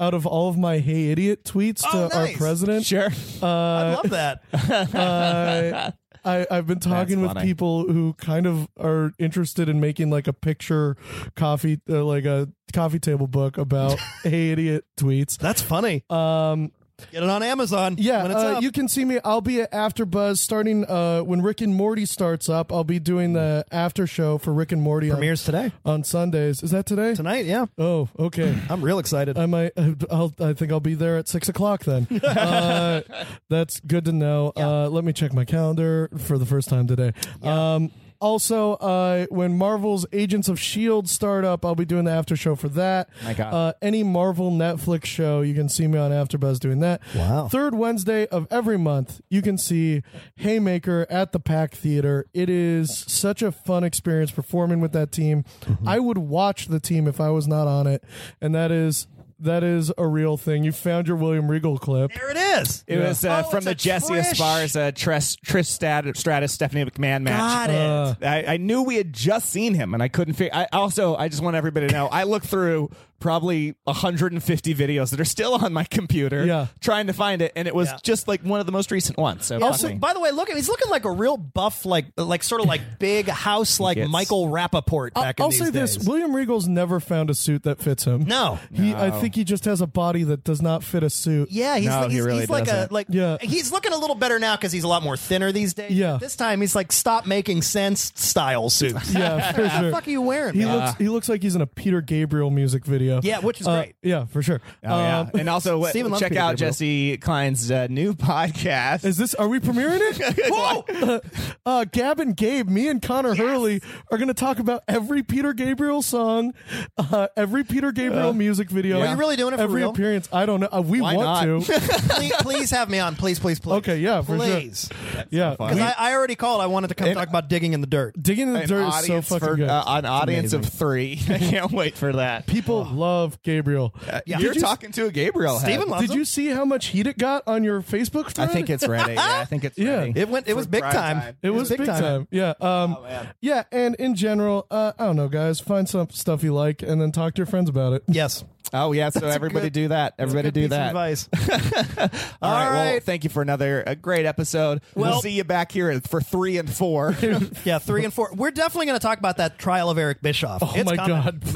Speaker 3: out of all of my hey idiot tweets
Speaker 2: Oh,
Speaker 3: to
Speaker 2: nice.
Speaker 3: our president.
Speaker 4: Sure.
Speaker 2: I love that.
Speaker 3: Uh, I, I've been talking with
Speaker 4: funny.
Speaker 3: people who kind of are interested in making like a picture coffee, uh, like a coffee table book about hey idiot tweets.
Speaker 2: That's funny.
Speaker 3: Um,
Speaker 2: Get it on Amazon.
Speaker 3: yeah,
Speaker 2: when it's
Speaker 3: uh,
Speaker 2: up.
Speaker 3: you can see me. I'll be at AfterBuzz starting uh, when Rick and Morty starts up. I'll be doing the after show for Rick and Morty on,
Speaker 2: premieres today
Speaker 3: on Sundays. Is that today?
Speaker 2: tonight. Yeah,
Speaker 3: Oh, okay.
Speaker 2: I'm real excited.
Speaker 3: I might. I'll, I think I'll be there at six o'clock then. uh, that's good to know. Uh, let me check my calendar for the first time today. Um, also, uh, when Marvel's Agents of Shield E start up, I'll be doing the after show for that.
Speaker 4: My God.
Speaker 3: Uh, any Marvel Netflix show, you can see me on AfterBuzz doing that.
Speaker 2: Wow.
Speaker 3: Third Wednesday of every month, you can see Haymaker at the Pack Theater. It is such a fun experience performing with that team.
Speaker 4: Mm-hmm.
Speaker 3: I would watch the team if I was not on it, and that is that is a real thing. You found your William Regal clip.
Speaker 2: there it is.
Speaker 4: It was uh,
Speaker 2: Oh,
Speaker 4: from
Speaker 2: it's
Speaker 4: the
Speaker 2: a
Speaker 4: Jesse
Speaker 2: Trish.
Speaker 4: Esparza, Trish, Trish Stat- Stratus, Stephanie McMahon match.
Speaker 2: Got it.
Speaker 3: Uh,
Speaker 4: I, I knew we had just seen him, and I couldn't figure. I also, I just want everybody to know, I looked through probably 150 videos that are still on my computer,
Speaker 3: Yeah.
Speaker 4: trying to find it, and it was
Speaker 2: Yeah.
Speaker 4: just like one of the most recent ones. So
Speaker 2: Also,
Speaker 4: funny.
Speaker 2: Oh, by the way, look at he's looking like a real buff, like like sort of like big house, like
Speaker 4: gets-
Speaker 2: Michael Rappaport
Speaker 3: I'll,
Speaker 2: back in
Speaker 3: I'll
Speaker 2: these
Speaker 3: say
Speaker 2: days.
Speaker 3: this: William Regal's never found a suit that fits him.
Speaker 2: No.
Speaker 3: he. I think he just has a body that does not fit a suit.
Speaker 2: Yeah, he's
Speaker 4: No,
Speaker 2: like,
Speaker 4: he
Speaker 2: he's,
Speaker 4: really
Speaker 2: he's like a
Speaker 4: doesn't.
Speaker 2: like
Speaker 3: Yeah.
Speaker 2: he's looking a little better now because he's a lot more thinner these days.
Speaker 3: Yeah.
Speaker 2: this time he's like stop making sense style suits.
Speaker 3: Yeah, for
Speaker 2: What the
Speaker 3: sure.
Speaker 2: fuck are you wearing?
Speaker 3: He
Speaker 2: man?
Speaker 3: looks he looks like he's in a Peter Gabriel music video.
Speaker 2: Yeah, which is
Speaker 3: Uh,
Speaker 2: great.
Speaker 3: Yeah, for sure.
Speaker 4: Oh, yeah.
Speaker 3: Um,
Speaker 4: and also w-
Speaker 2: Steven loves
Speaker 4: check
Speaker 2: Peter
Speaker 4: out
Speaker 2: Gabriel.
Speaker 4: Jesse Klein's uh, new podcast.
Speaker 3: is this are we premiering it? Whoa! uh, Gab and Gabe, me and Connor Hurley are going to talk about every Peter Gabriel song, uh, every Peter Gabriel music video.
Speaker 4: Are you
Speaker 2: really doing it for
Speaker 3: every
Speaker 2: real?
Speaker 3: appearance? I don't know. Uh, we
Speaker 4: Uh, Why
Speaker 3: want
Speaker 4: not?
Speaker 3: to.
Speaker 2: please, please have me on, please, please, please.
Speaker 3: Okay, yeah, for sure.
Speaker 2: please.
Speaker 3: yeah,
Speaker 4: fun.
Speaker 2: Because
Speaker 3: we-
Speaker 2: I, I already called. I wanted to come
Speaker 4: And-
Speaker 2: talk about digging in the dirt.
Speaker 3: digging in the
Speaker 4: an
Speaker 3: dirt is so
Speaker 4: audience
Speaker 3: fucking
Speaker 4: for-
Speaker 3: good.
Speaker 4: uh, an audience of three. I can't wait for that.
Speaker 3: People love Gabriel.
Speaker 2: yeah.
Speaker 4: Uh, You're
Speaker 3: Did you- uh,
Speaker 4: talking to a Gabriel head.
Speaker 2: Steven loves
Speaker 3: Did you see how much heat it got on your Facebook
Speaker 4: I
Speaker 3: thread?
Speaker 4: think it's ready. Yeah, I think it's
Speaker 3: Yeah.
Speaker 4: ready.
Speaker 2: It went. It
Speaker 4: For
Speaker 2: was big
Speaker 4: prime
Speaker 2: time.
Speaker 4: time. Oh,
Speaker 3: It, was, big time. Yeah. Um, yeah. And in general, uh, I don't know, guys. Find some stuff you like and then talk to your friends about it.
Speaker 2: Yes.
Speaker 4: Oh yeah, so
Speaker 2: That's a
Speaker 4: everybody
Speaker 2: good-
Speaker 4: do that. Everybody
Speaker 2: Good
Speaker 4: do
Speaker 2: piece of
Speaker 4: that.
Speaker 2: Advice.
Speaker 4: All right. Well,
Speaker 2: right.
Speaker 4: thank you for another a great episode. we'll
Speaker 2: Well-
Speaker 4: see you back here for three and four.
Speaker 2: Yeah, three and four. We're definitely going to talk about that trial of Eric Bischoff.
Speaker 3: Oh
Speaker 2: it's
Speaker 3: my
Speaker 2: coming.
Speaker 3: God. Please.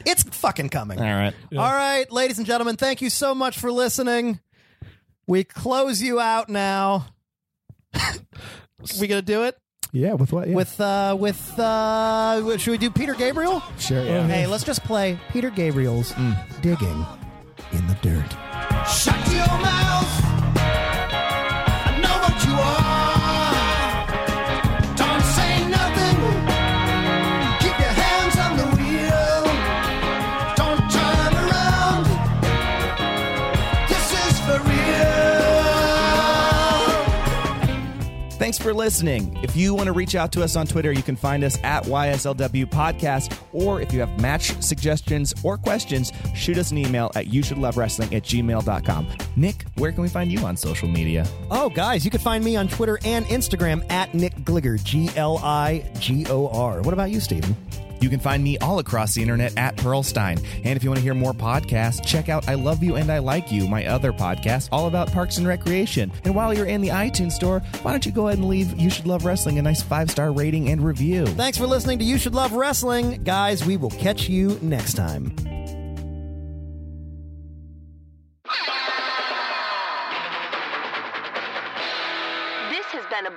Speaker 4: Maybe.
Speaker 2: It's fucking coming.
Speaker 4: right.
Speaker 2: All right, ladies and gentlemen, thank you so much for listening. We close you out now. we gonna do it
Speaker 4: Yeah. With what? Yeah.
Speaker 2: with uh with uh should we do Peter Gabriel?
Speaker 4: sure. Yeah.
Speaker 2: Hey, let's just play Peter Gabriel's digging in the dirt.
Speaker 6: Shut your mouth. I know what you are. Don't say nothing. Keep your hands on the wheel. Don't turn around. This is for real.
Speaker 4: Thanks for listening. If you want to reach out to us on Twitter, you can find us at YSLW Podcast, or if you have match suggestions or questions, shoot us an email at you should love wrestling at gmail.com. Nick, where can we find you on social media?
Speaker 2: Oh, guys, you can find me on Twitter and Instagram at Nick Gligor, G L I G O R. What about you, Steven?
Speaker 4: You can find me all across the internet at Pearlstein. And if you want to hear more podcasts, check out I Love You and I Like You, my other podcast, all about parks and recreation. And while you're in the iTunes store, why don't you go ahead and leave You Should Love Wrestling a nice five star rating and review?
Speaker 2: Thanks for listening to You Should Love Wrestling. Guys, we will catch you next time.
Speaker 1: This has been a